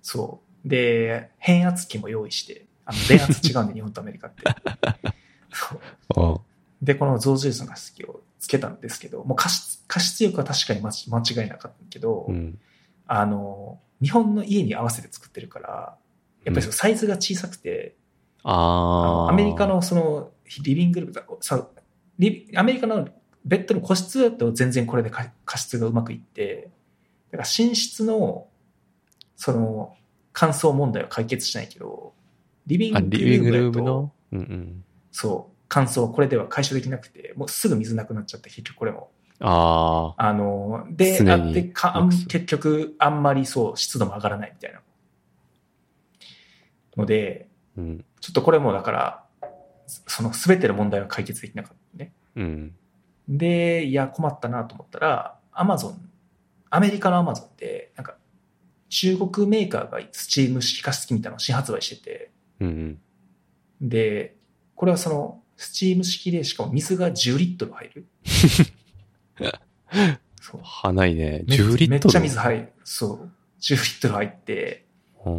そう。で、変圧器も用意して、あの電圧違うんで、日本とアメリ カって。そう
ああ。
で、この象印の加湿器をつけたんですけど、もう加湿加湿力は確かに間間違いなかったけど、
うん。
あの、日本の家に合わせて作ってるから、やっぱりそのサイズが小さくて、あ
あ
の
あ。
アメリカ。のそのリビングルームださリビアメリカのベッドの個室だと全然これで加加湿がうまくいってだから寝室のその、感想問題は解決しないけど、リビン
あ、
グ
リビングル
ル
ー
ー
ム
ムの、
の、うんうん。
そう、感想これでは解消できなくて、もうすぐ水なくなっちゃって、結局これも。
ああ、
あの、で、
常
あ
に
でかあん結局、あんまりそう、湿度も上がらないみたいな。ので、
うん、
ちょっとこれもだから、その全ての問題は解決できなかったね。
うん、
で、いや、困ったなと思ったら、アマゾン、アメリカのアマゾンって、なんか、中国メーカーがスチーム式加湿器みたいなのを新発売してて、
うんうん。
で、これはその、スチーム式で、しかも水が10リットル 入る。そう
はないね。
め
10リッ
っ
トル。
めっちゃ水入る。そう。10リットル入って、
うん。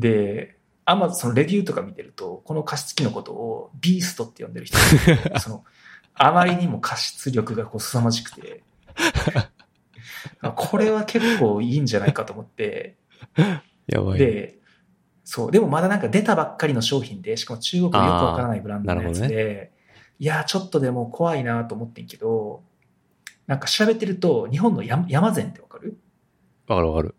で、アマゾン、そのレビューとか見てると、この加湿器のことをビーストって呼ん でる人がいてその、あまりにも加湿力がこう凄まじくて、これは結構いいんじゃないかと思って、
やばい。
で、そう、でもまだなんか出たばっかりの商品で、しかも中国のよくわからないブランドのやつ
あーなる
で、いやー、ちょっとでも怖いなと思ってんけど、なんか調べてると、日本の山山善ってわかる
わかるわかる。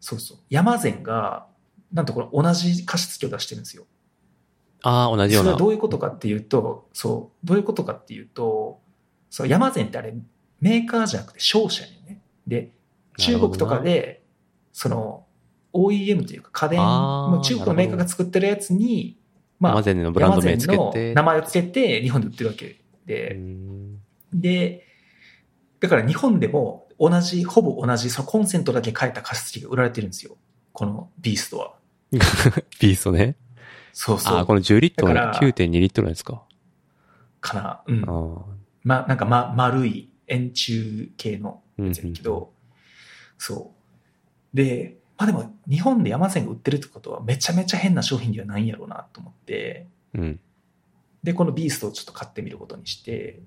そうそう。山善が、なんとこれ同じ加湿器を出してるんですよ。
ああ、同じよ
そうれは
な。
どういうことかっていうと、そう、どういうことかっていうと、そう、山善ってあれ、メーカーじゃなくて商社やね。で、中国とかで、その、OEM というか家電、
あー
もう中国のメーカーが作ってるやつに、まあ、
マゼンのブランド名つけ
山善
て。
の名前をつけて日本で売ってるわけ
う
で、
ん
で、だから日本でも同じ、ほぼ同じ、そのコンセントだけ変えた加湿器が売られてるんですよ。このビーストは。
ビーストね。
そうそ
ああ、
う。
この10リットル
だ
の
から
9.2リットルのやつか。
かな。うん
あ。あ。
ま、なんか、ま、丸い円柱系の
うん
やつやけど、そう。で、まあでも、日本で山善が売ってるってことは、めちゃめちゃ変な商品ではないんやろうなと思って、
うん。
で、このビーストをちょっと買ってみることにして、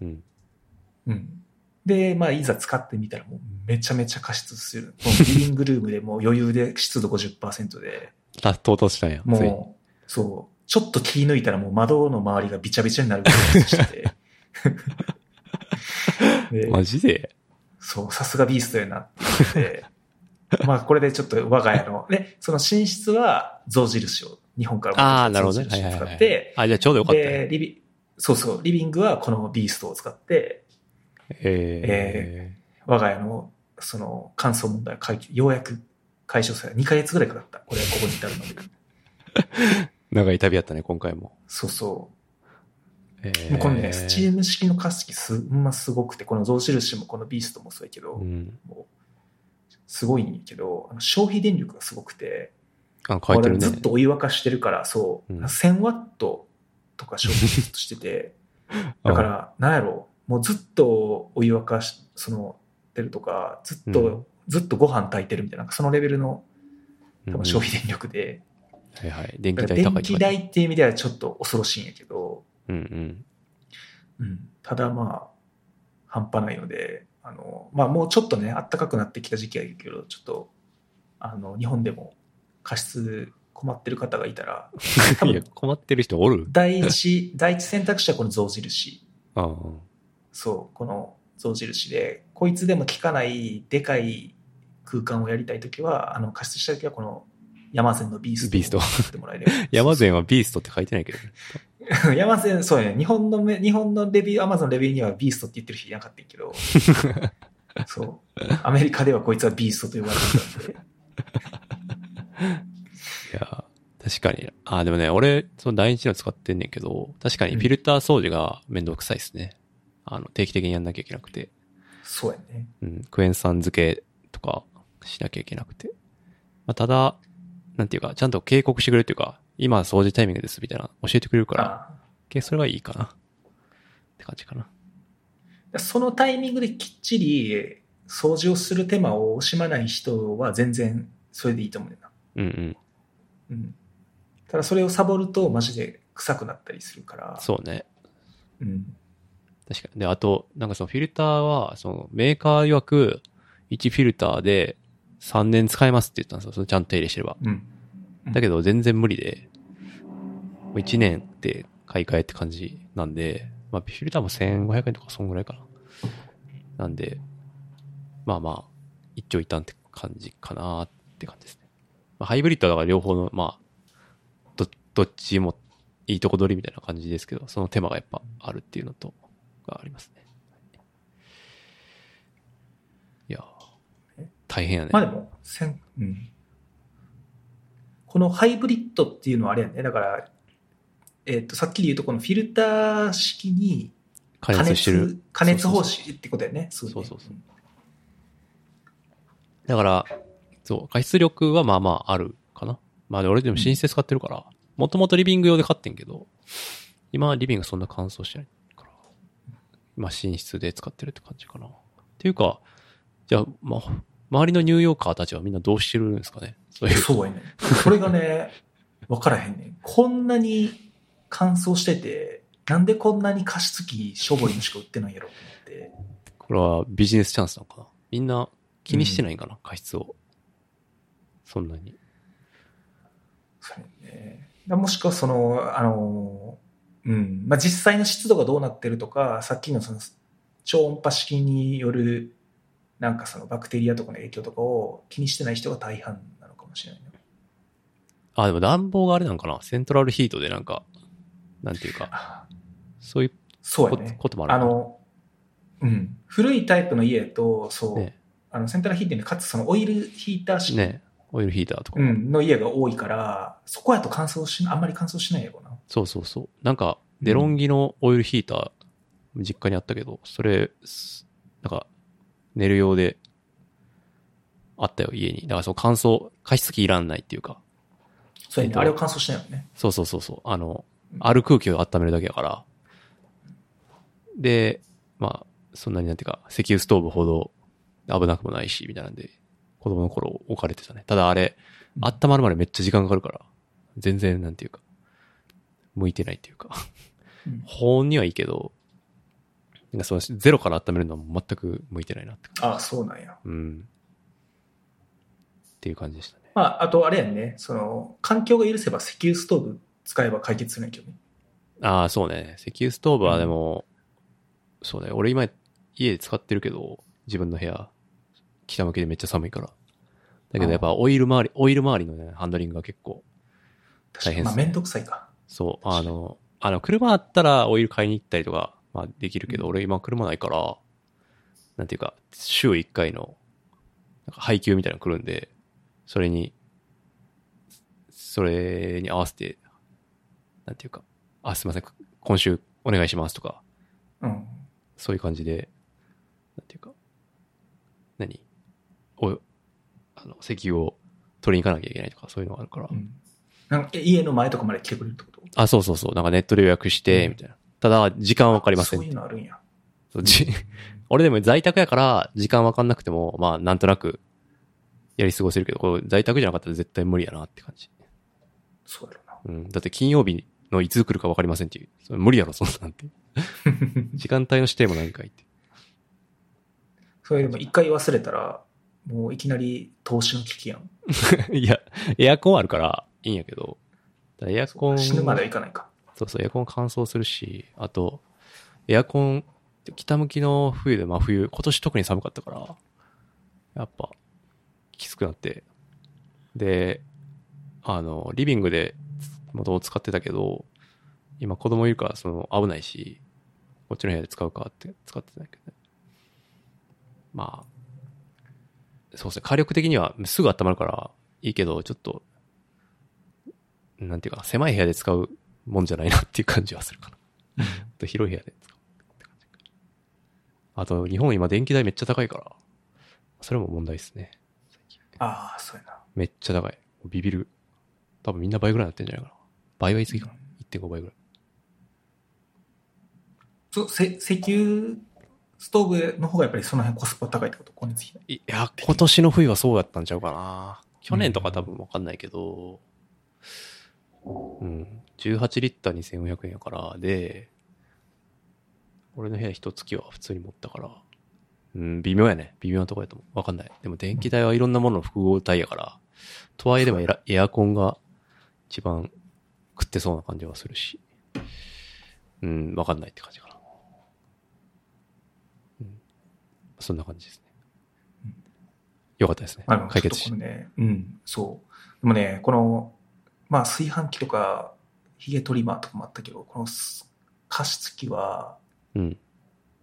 うん。
うん。で、まあ、いざ使ってみたら、もうめちゃめちゃ加湿する。もうリビングルームでもう余裕で湿度50%で、
あ、とうとうしたんや。ついに。
もう、そう、ちょっと気抜いたらもう窓の周りがびちゃびちゃになるぐらい加湿して て。で
マジで
そう、さすがビーストやなって思ってまあ、これでちょっと我が家の、で、その寝室は象印を日本から
ああ、
持
なる
っ
ほ
て
ど
き
ね。はいはい
た象印を使
は
っ
い。
て、
あ、じゃあちょうどよかったね。
で、リビ、そうそう、リビングはこのビーストを使って、
え
我が家のその乾燥問題を解決、ようやく解消され、2ヶ月ぐらいかかった。これはここに至るので。
ー、長い旅やったね、今回も。
そうそう。
えー
もうこのね、スチーム式の加湿器す、ほんますごくて、この象印もこのビーストもそうやけど、
うん。
もうすごいんやけど、あの消費電力がすごくて、
あ、書いてるね
俺ず。っとお湯沸かしてるから、そう、
うん
1000ワットとか消費ずっとしてて、 だから、なんやろう、もうずっとお湯沸かし、その、てるとか、ずっと、
うん
ずっとご飯炊いてるみたいな、なんかそのレベルの
うん、
多分消費電力で、
はいはい。電
だ
気
から
代高い
電気代っていう意味ではちょっと恐ろしいんやけど、
うんうん。
うん、ただまあ、半端ないので、あの、まあもうちょっとね、暖かくなってきた時期はいるけど、ちょっと、あの、日本でも過失困ってる方がいたら、多
いや
分、
困ってる人おる
第一、 第一選択肢はこの象印。
ああ。
そう、この象印で、こいつでも効かない、でかい空間をやりたいときは、あの、加湿したいときはこの、山善のビースト。
ビースト
ってもらえれば。
山善はビーストって書いてないけどね。
山善、そうやね。日本のめ、日本のレビュー、アマゾンレビューにはビーストって言ってる人いなかったけど、 そう。アメリカではこいつはビーストと呼ばれてたんで。
いや、確かに。あ、でもね、俺、その第一の使ってんねんけど、確かにフィルター掃除がめんどくさいですね。あの、定期的にやんなきゃいけなくて。
そうやね。
うん、クエン酸漬けとかしなきゃいけなくて。まあ、ただ、なんていうか、ちゃんと警告してくれるっていうか、今掃除タイミングですみたいな、教えてくれるから、
あ
けそれはいいかな。って感じかな。
あそのタイミングできっちり掃除をする手間を惜しまない人は全然それでいいと思うねんな。
うんうん。
うん。ただそれをサボるとマジで臭くなったりするから。
そうね。
う。うん。
確かに。で、あと、なんかそのフィルターは、そのメーカー曰く、1フィルターで3年使えますって言ったんですよ。それちゃんと手入れしてれば。
うん。
だけど全然無理で、もう1年で買い替えって感じなんで、まあフィルターも1500円とかそんぐらいかな。なんで、まあまあ、一長一短って感じかなっって感じですね。まあ、ハイブリッドはだから両方の、まあ、ど、どっちもいいとこ取りみたいな感じですけど、その手間がやっぱあるっていうのと、がありますね。いやー大変やね。
まあでも、せんうん、このハイブリッドっていうのはあれやね。だから、えっ、と、さっきで言うとこのフィルター式に
加熱してる。。
加熱方式ってことやね。そうね
そうそうそうだから、そう、加出力はまあまああるかな。まあで俺でも寝室で使ってるから、もともとリビング用で買ってんけど、今はリビングそんな乾燥してないから、今寝室で使ってるって感じかな。っていうか、じゃあ、まあ、周りのニューヨーカーたちはみんなどうしてるんですかねそういう。
そうやね。これがね、わからへんね。こんなに乾燥してて、なんでこんなに加湿器しょぼいのしか売ってないやろと思って。
これはビジネスチャンスなのかなみんな気にしてないんかな、加湿を。そんなに。
そうやね。だもしくはその、あの、うん、まあ、実際の湿度がどうなってるとか、さっきのその超音波式による、なんかそのバクテリアとかの影響とかを気にしてない人が大半なのかもしれないね。
あ、でも暖房があれなんかなセントラルヒートでなんか、なんていうか、
あ
そういう
そう
こ
やね。
こともある
あ
のかな
の、うん、古いタイプの家やと、そう、
ね
あのセントラルヒーティングかつそのオイルヒーター式、
ねオイルヒーターとか、
うん、の家が多いから、そこやと乾燥しなあんまり乾燥しないやろな。
そうそうそうなんかデロンギのオイルヒーター実家にあったけどそれすなんか寝る用であったよ家にだからそう乾燥加湿器いらんないっていうか
そうや
え
ね、
っと
あれを乾燥しないよね。
そうそうそうそうあの
うん
ある空気を温めるだけやからでまあそんなになんていうか石油ストーブほど危なくもないしみたいなんで子供の頃置かれてたねただあれ温まるまでめっちゃ時間かかるから、全然なんていうか、向いてないっていうか、
うん
保温にはいいけど、なんかそのゼロから温めるのは全く向いてないなって感
ああ、そうなんや。
じ。うん。っていう感じでしたね。
まあ、あとあれやんね、その、環境が許せば石油ストーブ使えば解決するんやけどね。
ああ、そうね。石油ストーブはでも、そうね。俺今家で使ってるけど、自分の部屋、北向きでめっちゃ寒いから。だけどやっぱオイル周り、オイル周りのね、ハンドリングが結構
確
大
かに。
変っすね
まあ、めんどくさいか。
そう、
確か
あ
に
の、あの、車あったらオイル買いに行ったりとか、まあできるけど、
うん
俺今車ないから、なんていうか、週1回の、なんか配給みたいなの来るんで、それに、それに合わせて、なんていうか、あ、すいません、今週お願いしますとか、
うん。
そういう感じで、なんていうか、何お、あの、石油を取りに行かなきゃいけないとか、そういうのがあるから
う、ん、なんかえ家の前とかまで来てくれるってこと
あ、そうそうそう。なんかネットで予約して、
うん
みたいな。ただ、時間わかりません
そういうのあるんや。
そうじ 俺でも在宅やから、時間わかんなくても、まあ、なんとなく、やり過ごせるけど、これ在宅じゃなかったら絶対無理やなって感じ。
そうやろな。
うん。だって金曜日のいつ来るかわかりませんっていう。それ無理やろ、そんなんて。時間帯の指定も何回って。
それでも一回忘れたら、もういきなり投資の危機やん。
いや、エアコンあるから、いいんやけど。ただエアコン。
死ぬまではいかないか。
そうそう、エアコン乾燥するし、あと、エアコン、北向きの冬で真冬、今年特に寒かったから、やっぱ、きつくなって。で、あの、リビングで元を使ってたけど、今子供いるから、その、危ないし、こっちの部屋で使うかって使ってたんやけどね。まあ、そうですね、火力的にはすぐ温まるからいいけど、ちょっと、なんていうか、狭い部屋で使うもんじゃないなっていう感じはするかな。あと広い部屋で使うって感じか。あと、日本今電気代めっちゃ高いから、それも問題ですね。
ああ、そうやな。
めっちゃ高い。ビビる。多分みんな倍ぐらいになってんじゃないかな。倍は言い過ぎかな。1.5倍ぐらい。
そせ石油ストーブの方がやっぱりその辺コスパ高いってこと光熱費。
いいや、今年の冬はそうだったんちゃうかな。去年とか多分わかんないけど、うん、18リッター2400円やから、で、俺の部屋一月は普通に持ったから、うん、微妙やね。微妙なとこやと思う。わかんない。でも電気代はいろんなものの複合体やから、と はいえでもエラエアコンが一番食ってそうな感じはするし、うん、わかんないって感じかな。うん、そんな感じですね。よかったですね
あの。
解決
ち
し
ょっとこのね、うん、そう。でもね、この、まあ、炊飯器とか、ヒゲトリマーとかもあったけど、このす加湿器は、
うん。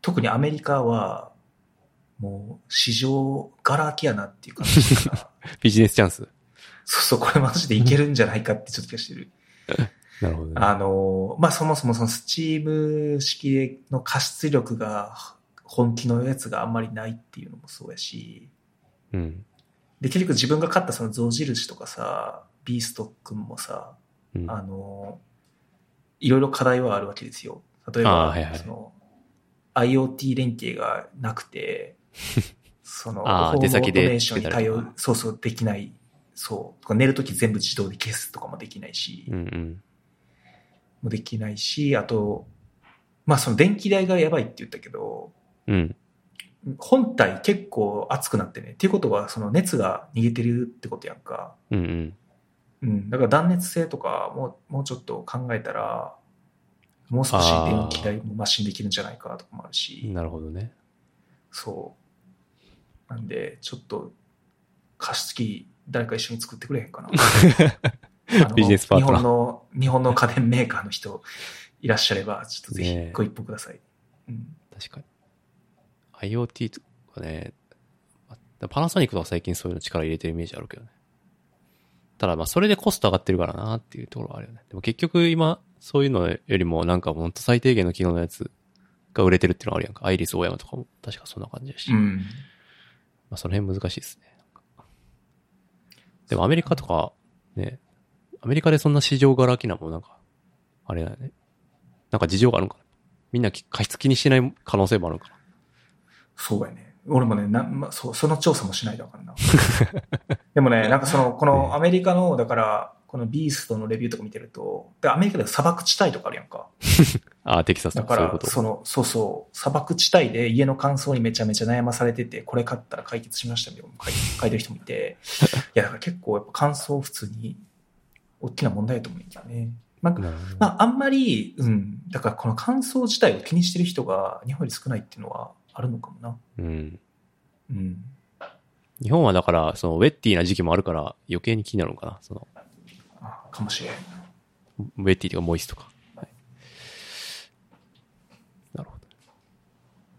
特にアメリカは、もう、市場、ガラ空きやなっていう感じだから、
ビジネスチャンス。
そうそう、これマジでいけるんじゃないかってちょっと気がしてる。
なるほどね。
あの、まあ、そもそもそのスチーム式の加湿力が、本気のやつがあんまりないっていうのもそうやし、
うん。
で、結局自分が買ったその象印とかさ、ビースト君もさ、
うん。
あの、いろいろ課題はあるわけですよ。例えば、
あーはいはい
その、IoT 連携がな くて、その、
あー
ホーム
出
オ
先
ー
で
トメーションに対
作
応
ったりと、
そうそう、できない。そう。寝るとき全部自動で消すとかもできないし、
うんうん。
もできないし、あと、まあその電気代がやばいって言ったけど、
うん。
本体結構熱くなってね。っていうことは、その熱が逃げてるってことやんか。
うんうん。
うん、だから断熱性とかもうもうちょっと考えたらもう少し電気代もマシにできるんじゃないかとかもあるし
なるほど ね。
そうなんでちょっと加湿器誰か一緒に作ってくれへ んかなあの
ビジネスパートナー
日本の日本の家電メーカーの人いらっしゃればちょっとぜ
ねえ
ひご一報ください、うん、
確かに。IoT とかね、まパナソニックとか最近そういうの力入れてるイメージあるけどね。ただまあそれでコスト上がってるからなっていうところはあるよね。でも結局今そういうのよりもなんかほんと最低限の機能のやつが売れてるっていうのはあるやんか。アイリスオーヤマとかも確かそんな感じだし。
う
ま
ん
あその辺難しいですね。でもアメリカとかね、アメリカでそんな市場がらきなもんなんか、あれだよね。なんか事情があるのかな。みんな加湿気にしてない可能性もあるのかな。
そうやね。俺もね、なんま、そうその調査もしない だからな。でもね、なんかその、このアメリカの、だから、このビーストのレビューとか見てると、でアメリカでは砂漠地帯とかあるやんか。
ああ、テキサス
だ
とか
か
そういうこ
ら、
と。
その、そうそう、砂漠地帯で家の乾燥にめちゃめちゃ悩まされてて、これ買ったら解決しましたみたいな書い書いてる人もい て、いや、だから結構やっぱ乾燥普通に大きな問題だと思うんだよね。なんか、
なるほど
まあ、あんまり、うん、だからこの乾燥自体を気にしてる人が日本より少ないっていうのはあるのかもな。
うん。
うん。
日本はだから、そのウェッティな時期もあるから余計に気になるのかな。その、
あかもしれん。
ウェッティとかモイスとか。はいなるほ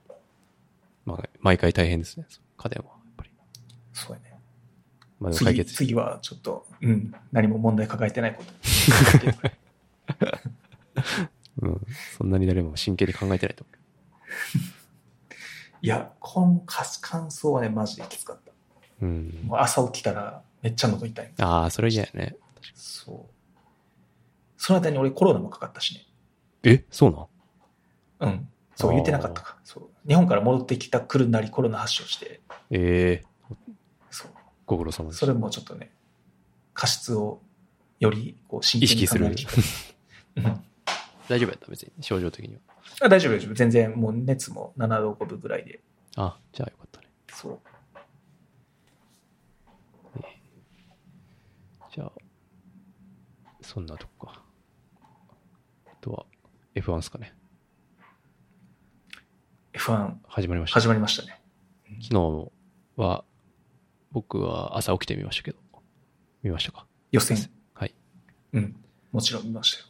ど。まあ、毎回大変ですね。家電は。やっぱり。
そうやね。
まあ、でも解
次
決し
次はちょっと、うん、何も問題抱えてないこと。
うん。そんなに誰も真剣に考えてないと思う。
いや、今かす乾燥はね、マジできつかった。
うん。
もう朝起きたらめっちゃ喉痛い。
ああ、それ嫌やね。
そう。その間に俺コロナもかかったしね。え
え、そうなん
うん。そう、言ってなかったか。そう。日本から戻ってきた来るなりコロナ発症して、
ええ
そう。
ご苦労様です。
それもちょっとね、過失をよりこう真
意
剣に
識
考
す
え
る
る。。うん
大丈夫やった、別に。症状的には。
あ大丈夫大丈夫。全然もう熱も7度5分ぐらいで。
あ、じゃあよかったね。
そう。
じゃあ、そんなとこか。あとは、F1 ですかね。
F1
始まりました。
始まりましたね。
昨日は、僕は朝起きてみましたけど、見ましたか
予選。
はい。
うん。もちろん見ましたよ。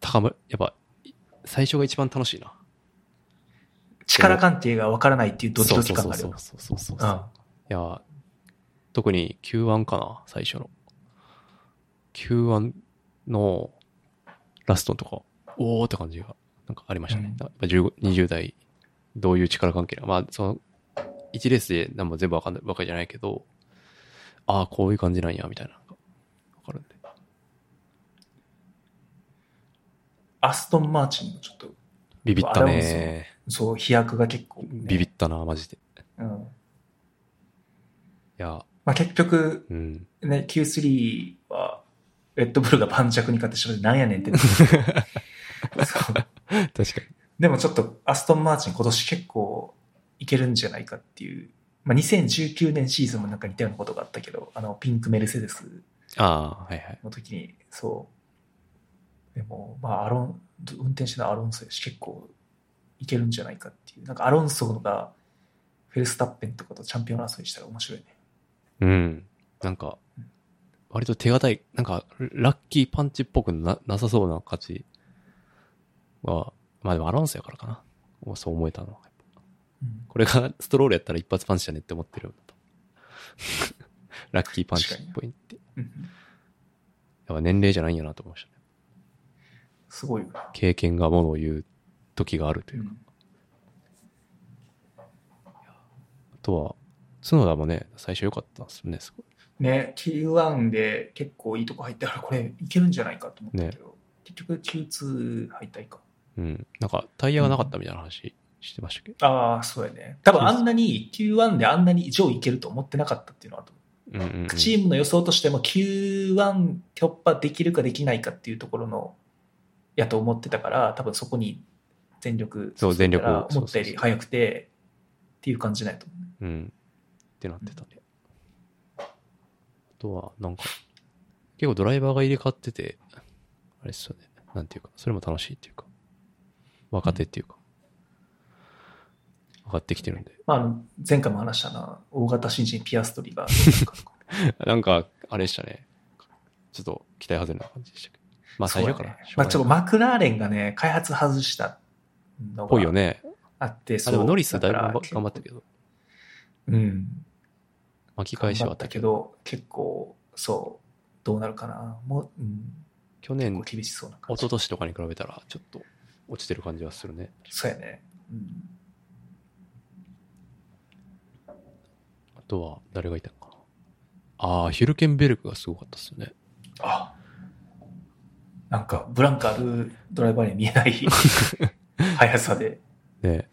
高ま、やっぱ、最初が一番楽しいな。
力関係がわからないっていうドキドキ感がある
そ
よ
うそうそうそうそうそう。
ない
や、特に Q1 かな、最初の。Q1 のラストのとか、おーって感じが、なんかありましたね。
うん
やっぱ15 20代、どういう力関係なのまあ、その、1レースで何も全部わかんないわけじゃないけど、ああ、こういう感じなんや、みたいな、わかるんで。
アストン・マーチンのちょっと、
ビビった
あれもそう
ね。
そう、飛躍が結構ね、
ビビったな、マジで。い
うん。
や、
まあ結局、
うん。
ね、Q3 は、レッドブルが盤石に勝ってしまって、なんや ねんって。そう
確かに。
でもちょっと、アストン・マーチン今年結構いけるんじゃないかっていう。まあ、2019年シーズンもなんか似たようなことがあったけど、あの、ピンクメルセデス
ああ、はいはい。
の時に、そう。でも、まあ、アロン、運転手のアロンソやし、結構いけるんじゃないかっていう。なんかアロンソがフフェルスタッペンとかとチャンピオン争いしたら面白いね。
うん。なんか、割と手堅い、なんか、ラッキーパンチっぽくななさそうな勝ちは、まあでもアロンソやからかな。そう思えたのは。
うん
これが ストロールやったら一発パンチじゃねって思ってる。 ラッキーパンチっぽいって。や
うんうん
っぱ年齢じゃないんやなと思いましたね。
すごいよな。
経験がものを言う時があるというか。
うん
あとは、角田もね、最初良かったんですよね、すごい。
ね、Q1 で結構いいとこ入ったから、これいけるんじゃないかと思ったけど、結局 Q2 敗退か。
うん。なんか、タイヤがなかったみたいな話してましたけど。
ああ、そうやね。多分あんなに Q1 であんなに以上いけると思ってなかったっていうのはあると
う
思
んうん、うん。
う。チームの予想としても Q1 突破できるかできないかっていうところのやと思ってたから、多分そこに全力
そう全力を
思ったより早くてっていう感じないと思う。
うん。ってなってたね。あとは、なんか、結構ドライバーが入れ替わってて、あれっすよね。なんていうか、それも楽しいっていうか、若手っていうか、上がってきてるんで。
まああの、前回も話したな、大型新人ピアストリが。
なんか、あれでしたね。ちょっと期待外れな感じでしたけど。 まあ、最初から
そうだね。まあちょっとマクラーレンがね、開発外したの
っぽいよ
が
ね。
あって、
あ、
そう
でもノリスだいぶ
から
頑張ったけど、
うん。
巻き返しはあ
頑張
っ
った
た
け
けど、
ど、結構、そう、どうなるかな。もう、うん、
去
結
年
構、厳しそうな感
一
じ。
昨年とかに比べたら、ちょっと落ちてる感じはするね。
そうやね。うん。
あとは、誰がいたのかな。ああ、ヒルケンベルクがすごかったっすよ ね。
あなんか、ブランクあるドライバーには見えない 速さで。
ね
うんい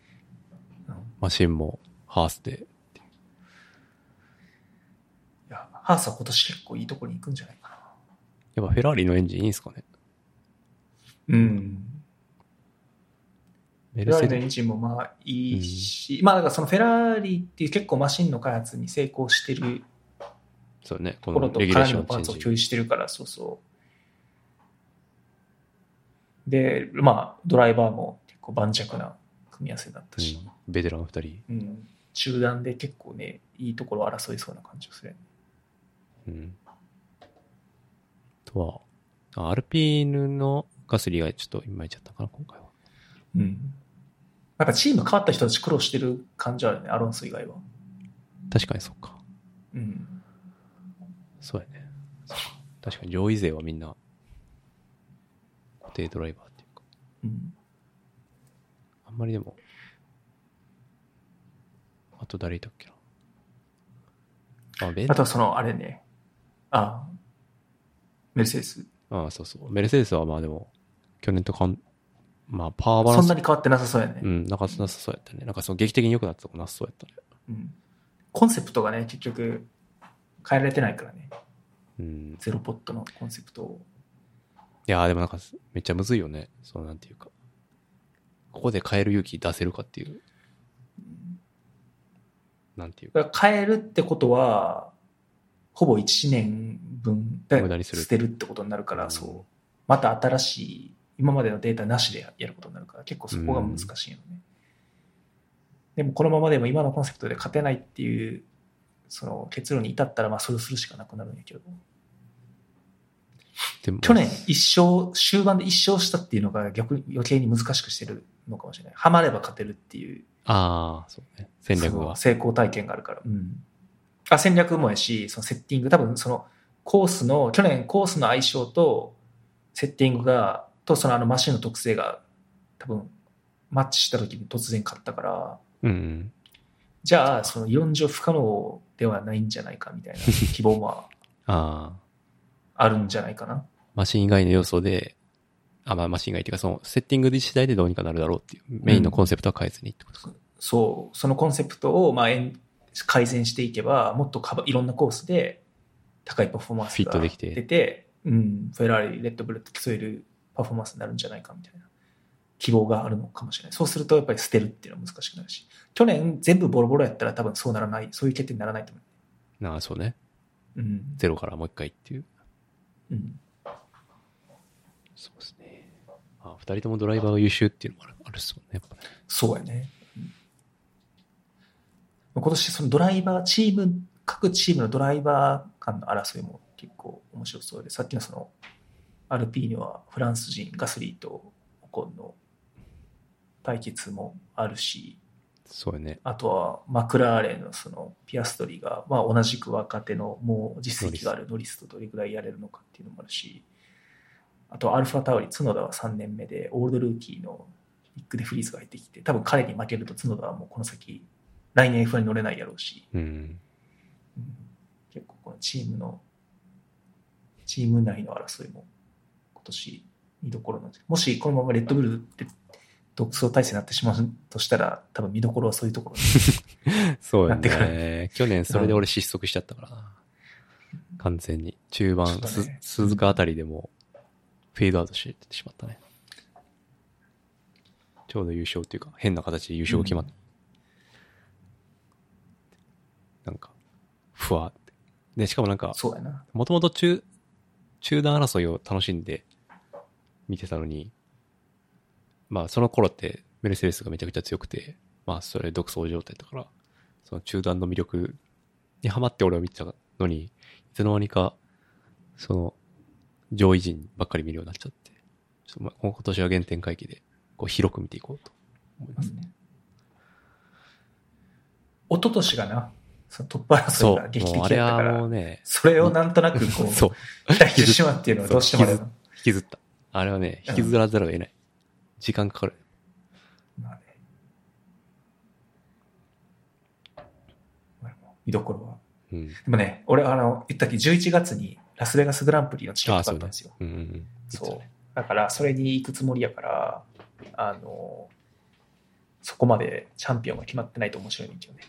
マシンもハースで。
や、ハースは今年結構いいところに行くんじゃないか
やっぱフェラーリのエンジンいいんすかね
な。うん。
メ
フ
ル
ェラー
セ
リのエ
デ
ンジンもまあいいし、まあだからそのフェラーリっていう結構マシンの開発に成功してる
ス。そうね。
と
こ
ころ
の
と
レギュレ
か
ーショ
なりのパー
ン
ツ
チ
を
ェ
共
ン
有
ジ。
してるから、そうそう。で、まあドライバーも結構盤石な組み合わせだったし
う、んベテラン二人。
うん中断で結構ね、いいところを争いそうな感じがするよ
う
ね。
ん。あとは、あアルピーヌのガスリーがちょっといまいちだったかな、今回は。
うん。なんかチーム変わった人たち苦労してる感じあるね、アロンソ以外は。
確かにそっか。
うん。
そうやね。そっか確かに上位勢はみんな、固定ドライバーっていうか。
うん、
あんまりでも、あと誰いたっけな。あ、ベン
あとはその、あれね、あ、メルセデス。
ああ、そうそう。メルセデスはまあでも、去年とかん、まあパワーバラ
そ
ン
ん
ス。
なに変わってなさそうやね。
うん、なんかなさそうやったね。なんかその劇的に良くなったとこなさそうやったね。
うんコンセプトがね、結局変えられてないからね、
うん。い
ゼロポットのコンセプトを。
やーでもなんかめっちゃむずいよね。そのなんていうか。ここで変える勇気出せるかっていう、
うん
なんていうか。
だから変えるってことは、ほぼ1年分
無駄にする
捨てるってことになるから、
うん
そう。また新しい、今までのデータなしでやることになるから、結構そこが難しいよね。でもこのままでも今のコンセプトで勝てないっていう、その結論に至ったら、まあそれをするしかなくなるんやけど。
でも
去年一勝、終盤で一勝したっていうのが逆に余計に難しくしてるのかもしれない。ハマれば勝てるっていう
ああ、そうね。戦略
その
が。
成功体験があるから。うんあ戦略もやし、そのセッティング、多分そのコースの、去年コースの相性とセッティングが、とそのあのマシンの特性が多分マッチした時に突然勝ったから、
うんうん。
じゃあその4乗不可能ではないんじゃないかみたいな希望も
ああ。
あるんじゃないかな。
マシン以外の要素で、あ、まあマシン以外っていうか、そのセッティング次第でどうにかなるだろうっていう。メインのコンセプトは変えずにってことですか。
そう、そのコンセプトをまあえん改善していけば、もっとかばいろんなコースで高いパフォーマンス
フィッ
が
ト
出
で
て
きて
うん、フェラーリ、レッドブルと競えるパフォーマンスになるんじゃないかみたいな希望があるのかもしれない。そうするとやっぱり捨てるっていうのは難しくなるし、去年全部ボロボロやったら多分そうならない、そういう決定にならないと思
ああ、そうね。
う。うん。
ゼロからもう一回っていう。
うん、
そうですね。あ、二人ともドライバーが優秀っていうのもあるあるっすもんね、やっぱね。
そうやね。今年そのドライバー、チーム、各チームのドライバー間の争いも結構面白そうで、さっきのその、アルピーニョはフランス人、ガスリーとオコンの対決もあるし、
そうやね。
あとはマクラーレンのそのピアストリが、まあ、同じく若手のもう実績があるノリスとどれぐらいやれるのかっていうのもあるしあとアルファタウリ角田は3年目でオールドルーキーのニック・デ・フリーズが入ってきて多分彼に負けると角田はもうこの先来年 F1 に乗れないやろうし、
うん。
うん結構このチームのチーム内の争いも今年見どころなんですもしこのままレッドブルで独走体制になってしまうとしたら多分見どころはそういうところ
そうや
なってから
ね。去年それで俺失速しちゃったからな。完全に。中盤、
ちょっと
す
ね
鈴鹿あたりでもフェードアウトしてしまったね。ちょうど優勝っていうか、変な形で優勝が決まった。なんか、ふわって。で、しかもなんか、
そうやな
もともと中、中断争いを楽しんで見てたのに、まあその頃ってメルセデスがめちゃくちゃ強くて、まあそれ独走状態だから、その中断の魅力にハマって俺を見てたのに、いつの間にか、その上位陣ばっかり見るようになっちゃって、ちょっとまあ今年は原点回帰でこう広く見ていこうと思いますね。
一昨年がな、そのトップ争
そ
いが
う、
劇
もう
的
あれ
だった
は
から、
も
そう
ね、
れをなんとなくこ う、
そう、
期待してしまうっていうのはどう してもあるな
引きずった。あれはね、引きずらざるを得ない。時間かかる。
まあねまあでも見どころは。
うん。
でもね、俺、あの、言ったっけ、11月にラスベガスグランプリのチケットだったんですよ。
うんうんうん。
そう,、
そうね
だから、それに行くつもりやから、あの、そこまでチャンピオンが決まってないと面白いんだけどね。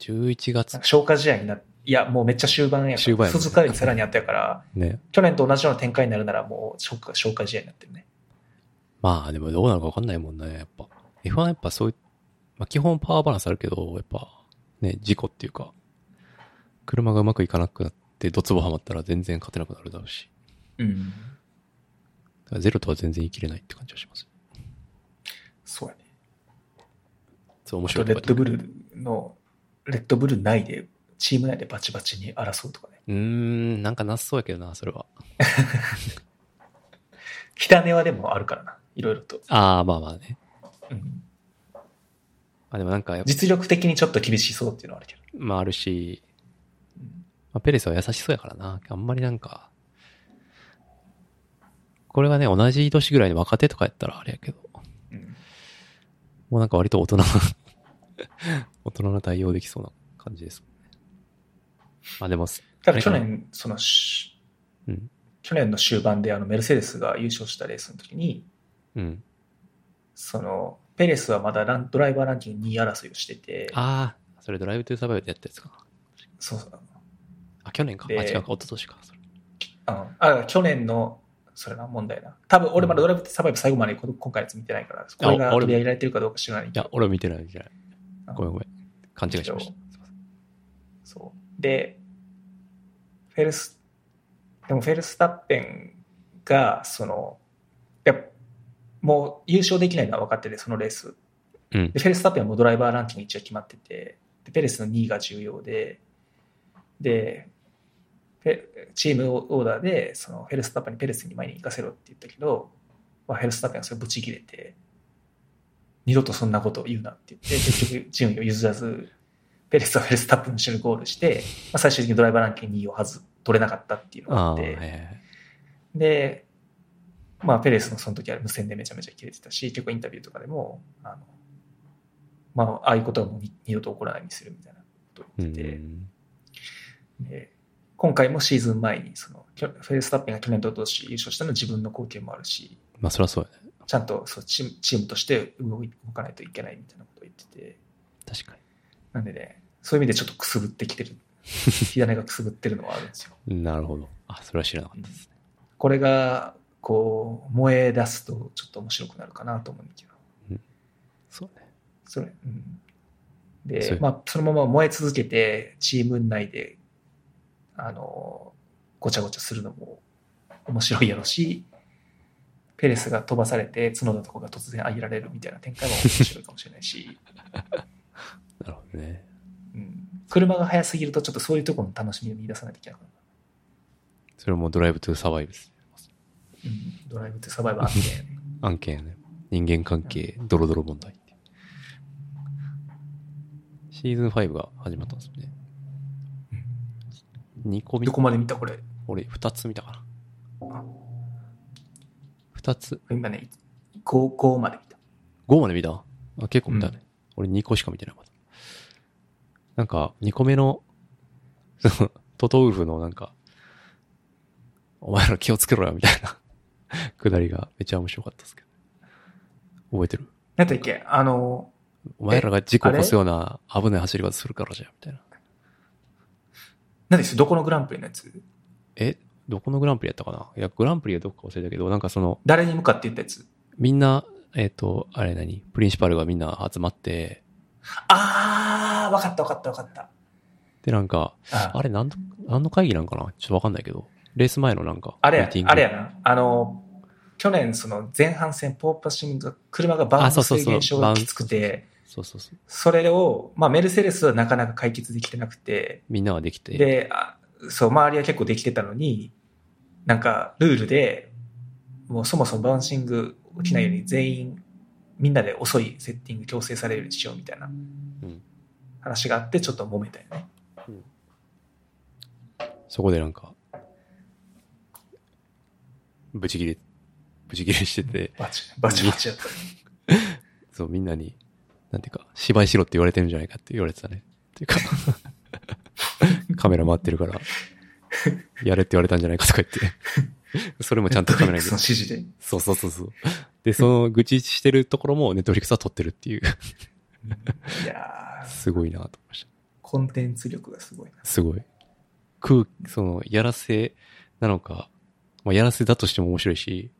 11
な
月
んか消化試合になっいや、もうめっちゃ終盤やか
終盤
ら、
やね
鈴鹿よりさらにあったやから、
ね。
去年と同じような展開になるならもう消化消化試合になってるね。
まあでもどうなるか分かんないもんね、やっぱ。F1 はやっぱそういう、まあ基本パワーバランスあるけど、やっぱね、事故っていうか、車がうまくいかなくなって、ドツボはまったら全然勝てなくなるだろうし、
うん。
だからゼロとは全然言い切れないって感じはします。
そうやね。
そう、面
あと
白い
レ
と
ッ
こ
ド
だね
ブルの、レッドブル内で、チーム内でバチバチに争うとかね。
うーん、なんかなさそうやけどな、それは。
北根はでもあるからな。いろいろと。
ああ、まあまあね。
うん
まあでもなんかやっぱ、
実力的にちょっと厳しそうっていうのはあるけど。
まああるし、
うん
まあ、ペレスは優しそうやからな。あんまりなんか、これがね、同じ年ぐらいの若手とかやったらあれやけど、
うん
もうなんか割と大人な 大人な対応できそうな感じです。まあでも、
ただ去年、そのし、
うん
去年の終盤であのメルセデスが優勝したレースの時に、
うん。
その、ペレスはまだランドライバーランキング2位争いをしてて、
ああ、それドライブトゥーサバイバーでやったやつかな。
そうそう
あ、去年か。あ、
で
違うか。一昨年か。それ
ああ去年の、それな、問題な。多分俺まだドライブサバイブ最後までこ今回のやつ見てないから、これが
俺も
取り上げられてるかどうか知らない
いや、俺は見てない、見てない
あ。
ごめんごめん。勘違いしました。すいません
そう。で、フェルス、でもフェルスタッペンが、その、やっもう優勝できないのは分かってて、そのレース。
うん
で、フェルスタッペンはもうドライバーランキング一応決まってて、でペレスの2位が重要で、で、ペチームオーダーで、そのフェルスタッペンにペレスに前に行かせろって言ったけど、まあ、フェルスタッペンはそれぶち切れて、二度とそんなことを言うなって言って、結局順位を譲らず、ペレスはフェルスタッペンの後ろにゴールして、まあ、最終的にドライバーランキング2位をはず取れなかったっていうのがあ
ああ
っ
ー、は
て、
いはいはい。
で、まあ、ペレスのその時は無線でめちゃめちゃ切れてたし、結構インタビューとかでも、あのまあ、ああいうことはもうに二度と起こらないようにするみたいなことを
う
言ってて、
ん。
で今回もシーズン前にその、きょフェレスタッペンが去年と一昨年優勝したのは自分の貢献もあるし、
まあ、そりゃそうやね。
ちゃんとそうチームチームとして動い動かないといけないみたいなことを言ってて、
確か
なんでね、そういう意味でちょっとくすぶってきてる、火種がくすぶってるのはあるんですよ。
に。なるほど。あ、それは知らなかったですね。
これがこう燃え出すとちょっと面白くなるかなと思うんだけど
そうね。
それ、うん、
そ
で
う、
まあ、そのまま燃え続けてチーム内であのごちゃごちゃするのも面白いやろしペレスが飛ばされて角田と かが突然あげられるみたいな展開も面白いかもしれないし、
なるほどね。
車が速すぎるとちょっとそういうところの楽しみを見出さないといけないから、
それもドライブトゥーサバイブです。
うん、ドライブってサバイバーあって
案件やね。人間関係、ドロドロ問題って。シーズン5が始まったんですよね。2個見
どこまで見たこれ
俺2つ見たかな
あ。
2つ、
今ね高校まで見た
5まで見たあ、結構見たね。俺2個しか見てないまだ。なんか、2個目の、 そのトトウルフのなんか、お前ら気をつけろよ、みたいな、くだりがめっちゃ面白かったですけど。覚えてる
なんだっけあの
お前らが事故を起こすような危ない走り方するからじゃ、みたいな。
何ですどこのグランプリのやつ
え、どこのグランプリやったかないや、グランプリはどっか忘れたけど、なんかその、
誰に向かって言ったやつ
みんな、えっ、と、あれ何プリンシパルがみんな集まって、
ああ分かった分かった分かった
で、なんか、
あ
あれ何の、何の会議なんかなちょっとわかんないけど、レース前のなんか、
あれや
ミーティン、グ
あれやな。あの、去年、その前半戦、ポーパッシングが、車がバウンドする現象がきつく
あそうそうそう
て、
そうそうそう。
それを、まあ、メルセデスはなかなか解決できてなくて、
みんなはできて、
で、あそう、周りは結構できてたのに、なんか、ルールで、もうそもそもバウンシング起きないように全員、みんなで遅いセッティング強制されるようにしようみたいな話があって、ちょっと揉めたよね。
そこでなんか、ブチギレ、ブチギレしてて、
バチ、バチバチやった。
そう、みんなに、なんていうか、芝居しろって言われてるんじゃないかって言われてたね。っていうか、カメラ回ってるから、やれって言われたんじゃないかとか言って。それもちゃんとカ メラに。
その指示で。
そうそうそうそう。で、その愚痴してるところもネットフリックスは撮ってるっていう。
いやー
すごいなと思いました。
コンテンツ力がすごいな。
すごい。空気、その、やらせなのか、まあ、やらせだとしても面白いし、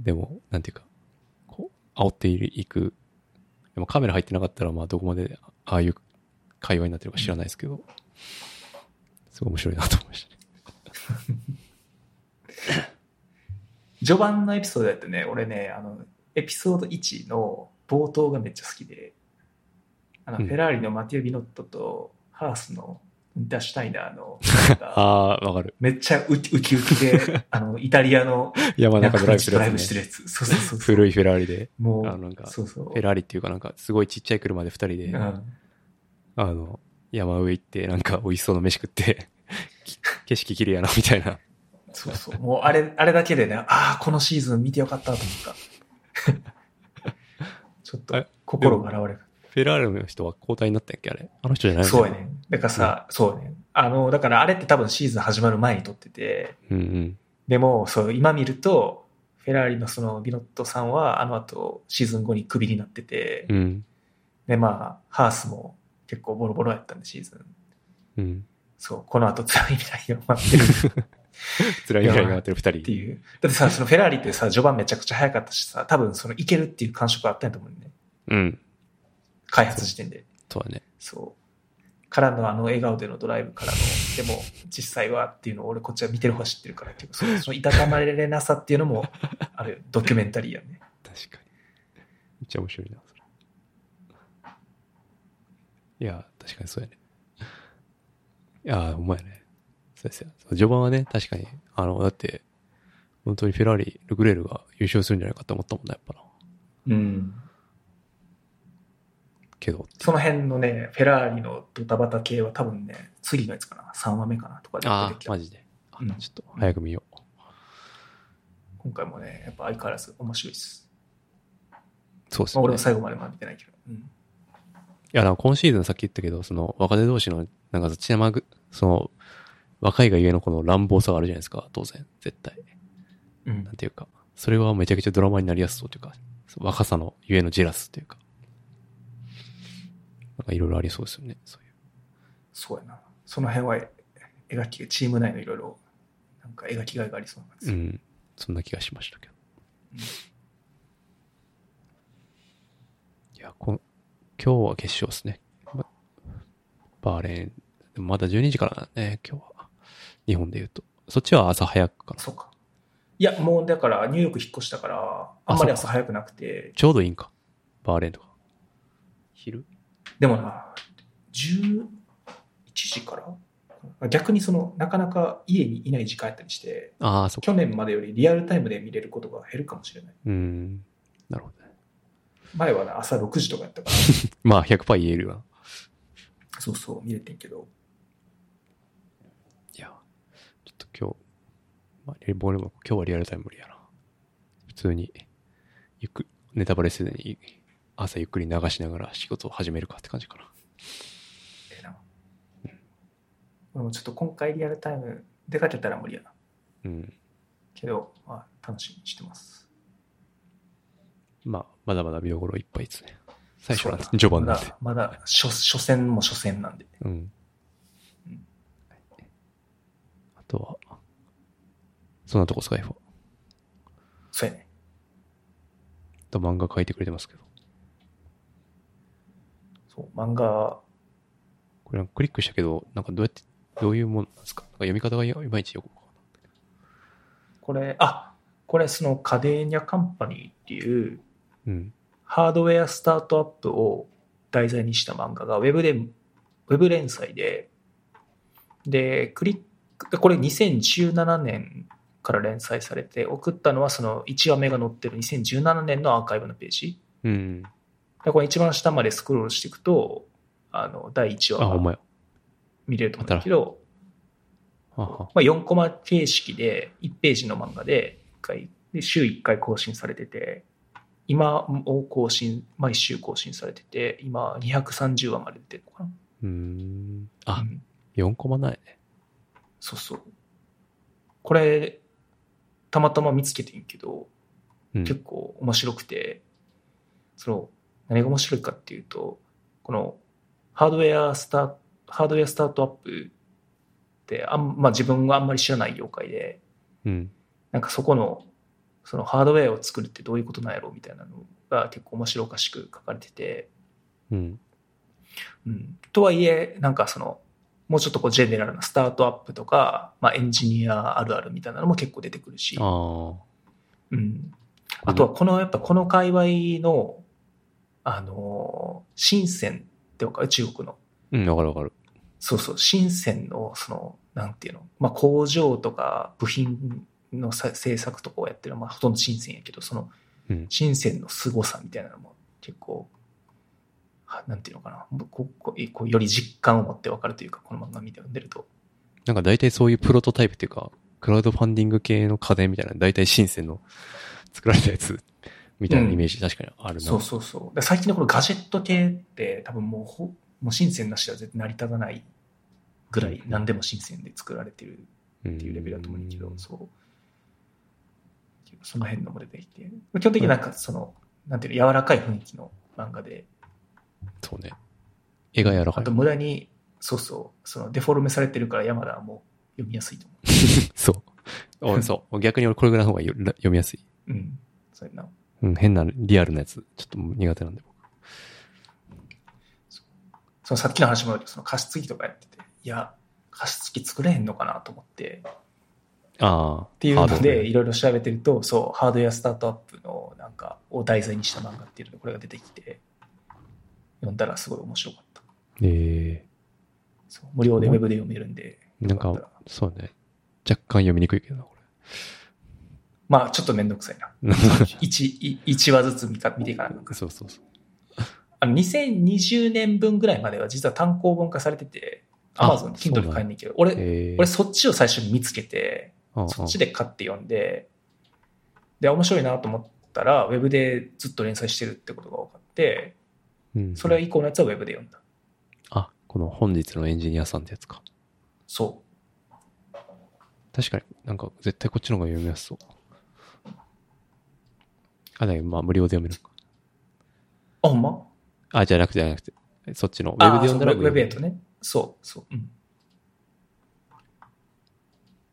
うん
でも、なんていうか、こう、煽っていく。でもカメラ入ってなかったら、まあ、どこまで、ああいう会話になってるか知らないですけど、すごい面白いなと思いました ね。
序盤のエピソードやってね俺ねあのエピソード1の冒頭がめっちゃ好きであの、
うん
フェラーリのマティオ・ビノットとハースのウィンター・シュタイナ ーの
ああ、わかる。
めっちゃウキウキウキ であのイタリアの
山中ドライブす
ド
る
ラ
や
イブし
つ、
て
ね。
るやつそうそうそうそう
古いフェラーリで、
もう
あのなんか
そうそう
フェラーリっていうかなんか、すごいちっちゃい車で二人で、
うん
あの、山上行って、なんか美味しそうな飯食って、き景色綺麗やな、みたいな。
そうそうもうあれあれだけでねああこのシーズン見てよかったと思った ちょっと心が現れた
フェラーリの人は交代になったんやっけ、あれ。あの人じゃないの
そうや。ね。だからさ、そうね。あの、だからあれって多分シーズン始まる前に撮ってて、
うんうん。
でも、そう、今見ると、フェラーリのそのビノットさんは、あの後、シーズン後にクビになってて、
うん。
で、まあ、ハースも結構ボロボロやったんで、シーズン。
うん。
そう、この後辛い未来が待ってる
辛い未来になってる二
って
人。
いう。 だってさ、そのフェラーリってさ、序盤めちゃくちゃ早かったしさ、多分そのいけるっていう感触あったんやと思うんだよね。
うん。
開発時点で。
そうだね。
そう。からのあの笑顔でのドライブからの、でも実際はっていうのを俺こっちは見てる方は知ってるからっていう、そのそのいたたまれなさっていう のも、あるドキュメンタリーやね。
確かに。めっちゃ面白いな、それ。いや、確かにそうやね。いや、ほんまやね。そうですよ。序盤はね、確かに、あの、だって、本当にフェラーリ、ルクレールが優勝するんじゃないかと思ったもんな、やっぱな。
うん。
けど、
その辺のね、フェラーリのドタバタ系は多分ね、次のやつかな、3話目かなとかで
あ
出てき
あ、マ。
た
ジで。あ
うん
ちょっと早く見よう。
今回もね、やっぱ相変わらず面白いです。
そうです
まあ、
よ
俺
ね。
も最後までまだ見てないけど。うん。
いや、なんか今シーズンさっき言ったけど、その若手同士の、なんか血まぐ、その、若いがゆえのこの乱暴さがあるじゃないですか、当然、絶対。
うん
なんていうか、それはめちゃくちゃドラマになりやすそうというか、若さのゆえのジェラスというか、なんかいろいろありそうですよね、そういう。
そうやな。その辺はえ描き、チーム内のいろいろ、なんか描きがいがありそうなんです
う
よ。
ん、そんな気がしましたけど。いや、こん今日は決勝ですね。まバーレーン、まだ12時からだね、今日は。日本で言うと。そっちは朝早くかな。
そうか。いや、もうだから、ニューヨーク引っ越したから、あんまり朝早くなくて、
ちょうどいいんか。バーレーンとか。昼
でもな、10逆にそのなかなか家にいない時間やったりして
ああ、そっ
去
か。
年までよりリアルタイムで見れることが減るかもしれない
うん。なるほどね。
前はな朝6時とかやったか
まあ、100%言えるわ。
らそうそう見れてんけど
いや、ちょっと今日、まあ、リボールも今日はリアルタイム無理やな。普通に、ゆっくり、ネタバレせずに、朝ゆっくり流しながら仕事を始めるかって感じかな。
ええな俺もちょっと今回リアルタイム出かけたら無理やな
うん。
けど、まあ、楽しみにしてます
まあ、まだまだ見どころいっぱいですね。最初は
そうだ
序盤
ま
なんで
だ。まだ初初戦も初戦なんで
うん
うん。
あとは、そんなとこスカイフォー。
そうやね
と漫画書いてくれてますけど。
そう漫画
これなんかクリックしたけど、なんかどうやって、どういうもんなんですかなんか読み方がいまいちよくわかんない
これあこれそのカデーニャカンパニーっていう
うん。
ハードウェアスタートアップを題材にした漫画がウェブで、ウェブ連載で、で、クリック、これ2017年から連載されて、送ったのはその1話目が載ってる2017年のアーカイブのページ。
うん。
でこれ一番下までスクロールしていくと、あの、第1
あ、ほ
話
んま
が
や。
見れると思うんだけど、
はは。
まあ、4コマ形式で1ページの漫画で1回で週1回更新されてて今も更新毎週更新されてて今230話まで出てるのか
うーん。
な、
あ
う、ん
4コマないね。
そうそうこれたまたま見つけてんけど
うん。
結構面白くて、その何が面白いかっていうとこのハードウェアスターハードウェアスタートアップってあん、まあ、自分はあんまり知らない業界で
うん。
なんかそこの、そのハードウェアを作るってどういうことなんやろうみたいなのが結構面白おかしく書かれてて、
うん。
うん。とはいえ、なんかその、もうちょっとこうジェネラルなスタートアップとか、まあエンジニアあるあるみたいなのも結構出てくるし、
あ
うん。
あ。
あとはこの、やっぱこの界隈の、あの、深センってわかる中国の。
うん、わかるわかる。
そうそう、深センの、その、なんていうの、まあ工場とか部品のさ制作とかをやってるのは、まあほとんど深センやけど、その、
うん。
深センの凄さみたいなのも結構はなんていうのかなもうここえこうより実感を持ってわかるというかこの漫画見て読んでると
なんか大体そういうプロトタイプっていうか、クラウドファンディング系の家電みたいな、大体深センの作られたやつ みたいなイメージ確かにあるな。
そうそうそうだから最近のこのガジェット系って多分もうほもう深センなしでは絶対成り立たないぐらい
うん
何でも深センで作られてる
うん
っていうレベルだと思うんだけど、そうその辺のも出てきて基本的になんかその、なんていうの柔らかい雰囲気の漫画で
そうね。絵が柔らか
あ
い
と。無駄にそうそうそのデフォルメされてるから山田はもう読みやすいと思う
そう。 おそう。逆に俺これぐらいの方がよら読みやすい。
うん、そうやな。
うん、変なリアルなやつ、ちょっと苦手なんで僕。
そのさっきの話もあるけど、その加湿器とかやってて、いや、加湿器作れへんのかなと思って、っ
ああ。って
いうので、いろいろ調べてると、そう、ハードウェアスタートアップのなんか、を題材にした漫画っていうので、これが出てきて、読んだらすごい面白かった。
え
そう無料でウェブで読めるんで、
えなん
よかっ
か
たら、
そうね。若干読みにくいけどな、こ
まあ、ちょっとめんどくさいな。
れ。
1, 一話ずつ見か見ていかなあかんから
そうそうそう。
あの2020年分ぐらいまでは実は単行本化されてて、
あ
Amazon、
そうなん
Kindle で買えんねんけど、俺、
ええ
俺そっちを最初に見つけて、そっち
で。
で買って読んで、で、面白いなと思ったら、ウェブでずっと連載してるってことが分かって、
うん
それ以降のやつはウェブで読んだ。
あ、この本日のエンジニアさんってやつか。
そ
確かになんか絶対こっちの方が読みやすそう。あ、だけどまあ無料で読めるのか。
う。あ、ほんま
あ、じゃなくてじゃなくて。そっちの。ウェブで読んだら
あそうウェブウェブやと。ね。そう、そう。うん。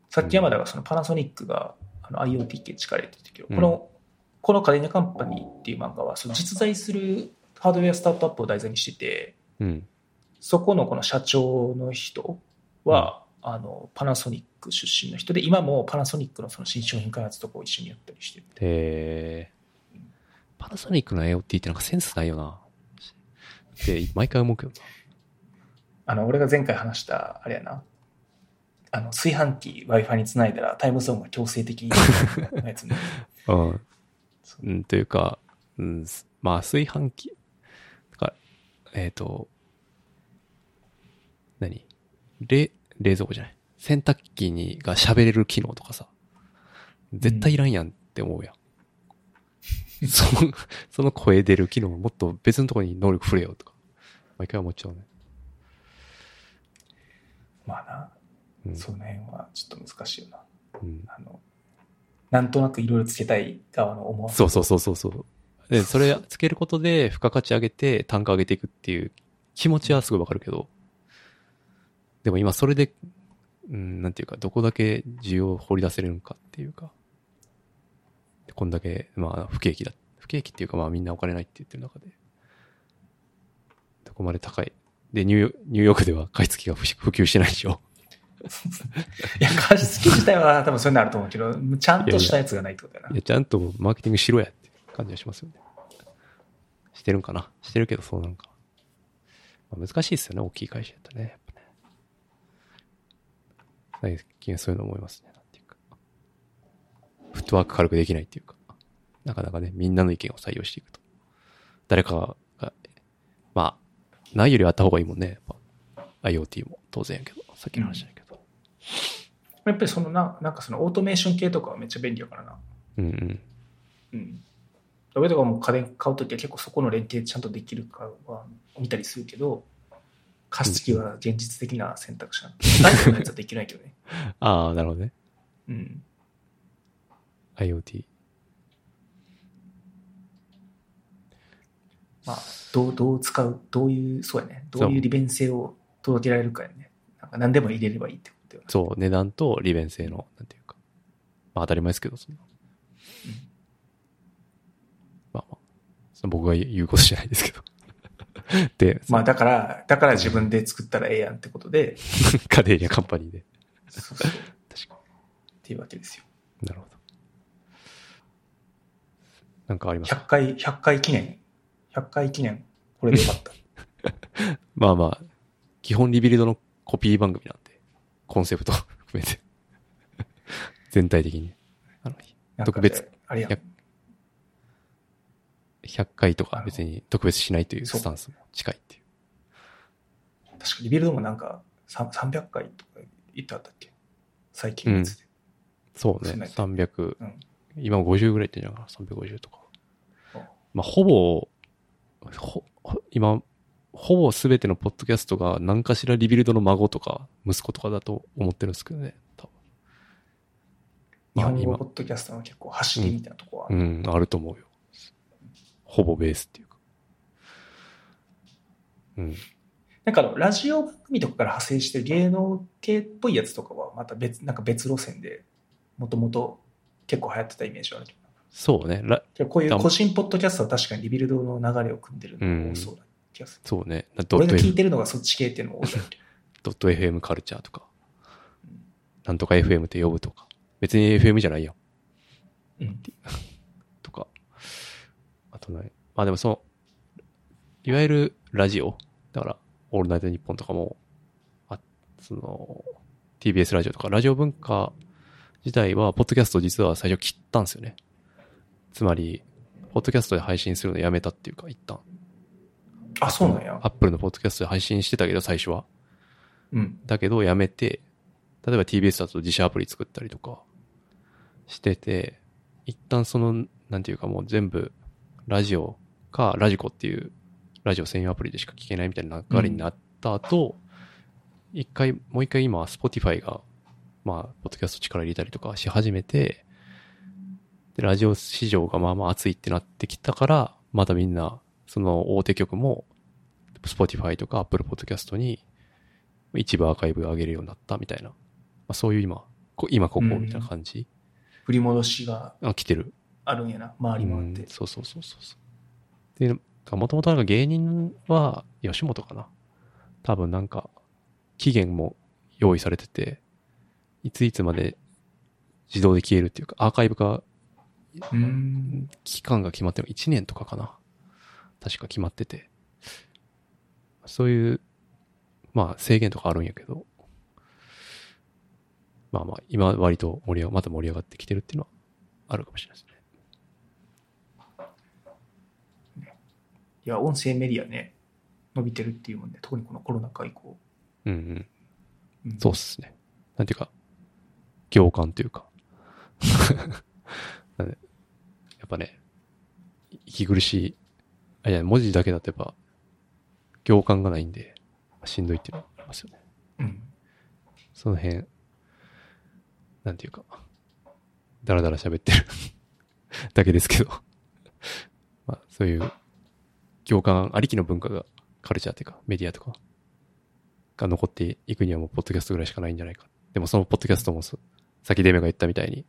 さっき山田がそのパナソニックがあの IoT 系力入れてたけど、
うん
この、このカデニアカンパニーっていう漫画は、その実在するハードウェアスタートアップを題材にしてて、
うん。
そこのこの社長の人は、あのパナソニック出身の人で今もパナソニックのその新商品開発とかを一緒にやったりしてるみたい
で、パナソニックの IoT ってなんかセンスないよな。って毎回思うけどな。
あの俺が前回話したあれやなあの炊飯器 Wi-Fi につないだらタイムゾーンが強制的なやつ ね。
うん。うん、というか、うん、すまあ、炊飯器、だからえっ、と、何冷、冷蔵庫じゃない。洗濯機にが喋れる機能とかさ、絶対いらんやんって思うやん。その、その声出る機能もっと別のところに能力触れよとか、毎回思っちゃうね。
まあ
うん
な、その辺はちょっと難しいよな。
うん
あのなんとなくいろいろつけたい側の思わ
そうそうそうそうそう。で、それつけることで付加価値上げて単価上げていくっていう気持ちはすごいわかるけど、でも今それで、うん、なんていうか、どこだけ需要を掘り出せるのかっていうか、こんだけ、まあ、不景気だ。不景気っていうか、まあみんなお金ないって言ってる中で、どこまで高い。で、ニューヨーニューヨークでは買い付けが普及普及してないでしょ。。
いや、加湿器自体は多分そういうのあると思うけど、ちゃんとしたやつがないってことだない
や、ちゃんとマーケティングしろやって感じがしますよね。してるんかなしてるけどそうなんか。まあ、難しいですよね、大きい会社だとね。やっぱね最近そういうの思いますね。なんていうか。フットワーク軽くできないっていうか。なかなかね、みんなの意見を採用していくと。誰かが、まあ、ないよりはあった方がいいもんね。やっぱ IoT も当然やけど、さっきの話だけど。
やっぱりそのな、なんかそのオートメーション系とかはめっちゃ便利だからな。
うんうん。
うん。俺とかも家電買うときは結構そこの連携ちゃんとできるかは見たりするけど、加湿器は現実的な選択肢なの。大工のやつはできないけどね。
ああ、なるほどね。
うん。
IoT。
まあ、どう、どう使う、どういう、そうやね。どういう利便性を届けられるかやね。なんか何でも入れればいいってことよな。
そう、値段と利便性の、なんていうか。まあ当たり前ですけど、そんな。まあまあ。その僕が言うことじゃないですけど。 で、
まあだから、だから自分で作ったらええやんってことで、
カデーリアカンパニーで。
そうそうっ
確か
ていうわけですよ。
に。なるほど。なんかあります
100回、100回記念。100回記念。これでよかった。
まあまあ、基本リビルドのコピー番組なんで、コンセプト 含めて。全体的に。あの、
なんか
特別。
あれやん
いや。100回と
あ
か
の
別に特別しないという
そう
スタンスも近いっていう。
確かリビルドもなんかさ300回とか言ってあったっけ最近のやつで。
そうね。
そうね
300、
うん
今50ぐらいいってんじゃないかな。350とか。
あ
まあ、ほぼ、ほ、ほ今、ほぼすべてのポッドキャストが何かしらリビルドの孫とか息子とかだと思ってるんですけどね、多分。
日
まあ
本語
今
ポ、ッドキャストの結構走りみたいなとこは、
うん、あると思うよ。ほぼベースっていうか。うん。
なんかあのラジオ番組とかから派生して芸能系っぽいやつとかはまた別なんか別路線でもともと結構流行ってたイメージはあるけど
そうね。ら
けどこういう
だ
個人ポッドキャストは確かにリビルドの流れを組んでるのが多そうな気がする、
そうね。ド
俺
ッ
が
ト
聞
F
いてるのがそっち系っていうのが多いなって
ドット FM カルチャーとか
うん、
なんとか FM って呼ぶとか、別に FM じゃないよ。
うん
とか、あとない。まあでもその、いわゆるラジオ、だから、オールナイトニッポンとかも、あ、その、TBS ラジオとか、ラジオ文化自体は、ポッドキャスト実は最初切ったんですよね。つまり、ポッドキャストで配信するのやめたっていうか、一旦。
あそうなんや
アップルのポッドキャストで配信してたけど、最初は。
うん
だけどやめて、例えば TBS だと自社アプリ作ったりとかしてて、一旦その、なんていうかもう全部ラジオかラジコっていうラジオ専用アプリでしか聞けないみたいな流れになった後、一回、もう一回今 Spotify が、まあ、ポッドキャスト力入れたりとかし始めて、で、ラジオ市場がまあまあ熱いってなってきたから、またみんな、その大手局も Spotify とか Apple Podcast に一部アーカイブ上げるようになったみたいな。まあ、そういう今、こ今ここみたいな感じ、
振り戻しが
あ、来てる。
あるんやな回り回っ
う
て
んそうそうそうそうそう。で、もともとなんか芸人は吉本かな。多分なんか、期限も用意されてて、いついつまで自動で消えるっていうか、アーカイブが
うん
期間が決まってる1年とかかな。確か決まってて。そういう、まあ制限とかあるんやけど、まあまあ、今割と盛り上がまた盛り上がってきてるっていうのはあるかもしれないですね。
いや、音声メディアね、伸びてるっていうもんで、特にこのコロナ禍以降。
うんうん。
うん
そうっすね。なんていうか、行間というか。 なんでやっぱね、息苦しい。あ、いや、文字だけだとやっぱ、行間がないんで、しんどいっていうのはありますよね。
うん。
その辺、なんていうか、だらだら喋ってる だけですけど、まあ、そういう、行間ありきの文化が、カルチャーというか、メディアとか、が残っていくにはもう、ポッドキャストぐらいしかないんじゃないか。でも、そのポッドキャストもそ、先デメが言ったみたいに、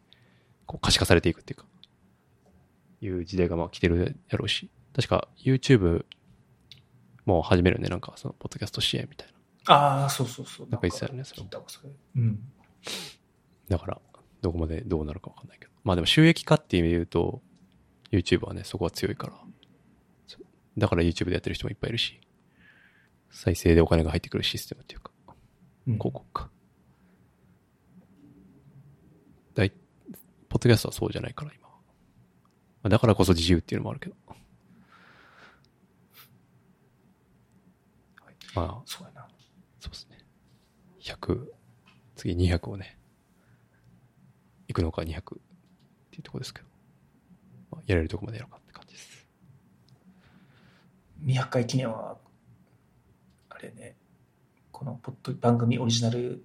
こう、可視化されていくっていうか、いう時代がまあ来てるやろうし、確か YouTube も始めるね、なんか、その、ポッドキャスト支援みたいな。
ああ、そうそうそう。
なんか言ってたよねそれ
聞いたわそれ。うん。
だから、どこまでどうなるかわかんないけど。まあでも収益化っていう意味で言うと、YouTube はね、そこは強いから。そだから YouTube でやってる人もいっぱいいるし、再生でお金が入ってくるシステムっていうか、
うん
広告か。だい、ポッドキャストはそうじゃないから、今は。まあだからこそ自由っていうのもあるけど。まあ、
そうやな。
そうですね。100、次200をね、行くのか200っていうとこですけど、まあやれるとこまでやろうかって感じです。
200回記念は、あれね、このポッド番組オリジナル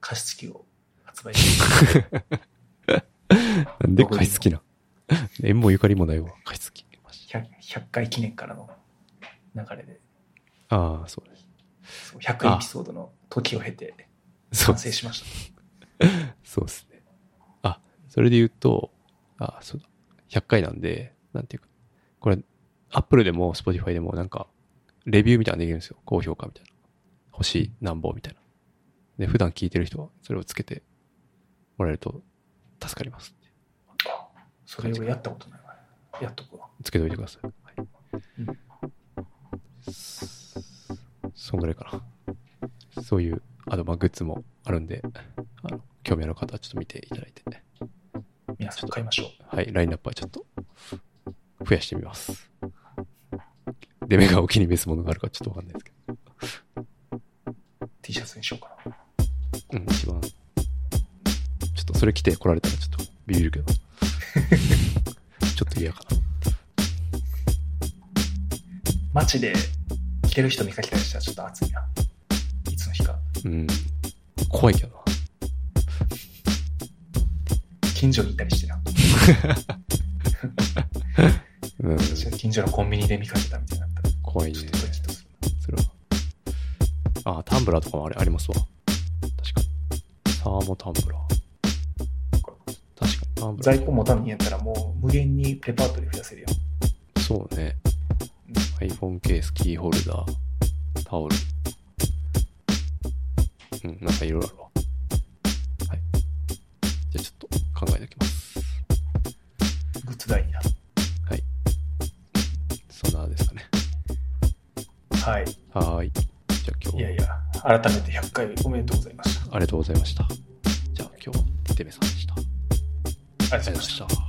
加湿器を発売して
なんで買い付きな縁もゆかりもないわ、買い付き。マジで
100, 100回記念からの流れで、
ああ、そうです。
そう100エピソードの時を経て
そう
完
です。
成しました。
そうですね。あ、それで言うと、あ、そうだ。100回なんで、なんていうか、これ、Apple でも Spotify でもなんか、レビューみたいなのできるんですよ。高評価みたいな。星何本みたいな。で、普段聞いてる人はそれをつけてもらえると助かります。
それをやったことないわ。やっとこ
つけといてください。はい
うん
そんぐらいかな。そういう、あと、まあ、グッズもあるんで、あの、興味ある方はちょっと見ていただいて、
う。皆さん買いましょう。
はい、ラインナップはちょっと増やしてみます。デメがお気に召すものがあるかちょっとわかんないですけ
T シャツにしようかな。
ど。うん、一番。ちょっとそれ来て来られたらちょっとビビるけど。ちょっと嫌かな。
街で着てる人見かけたりしたらちょっと暑いな。いつの日か。
うん。怖いけどな。
近所に行ったりしてな。
うん、
近所のコンビニで見かけたみたいになったら、
怖いね
ちょっ。とドキッとする。
それは。あ、タンブラーとかもあれありますわ。確かに。サーモタンブラー。確かに。タンブラ
在
ー。
庫持たんやったらもう無限にレパートリー増やせるよ。
そうね。
うん
iPhone ケース、キーホルダー、タオル。うん、なんかいろいろあるわ。はい。じゃあちょっと考えておきます。
グッズ代にな。
そんなですかね。
はい。
はーい。じゃあ今
い
日
や
はい
や、改めて100回おめでとうございました。あ
ありがとうございました。じゃあ今日はデメさんでした。あり
りがと
がとう
うござい
ござい
ま
ま
した。
した。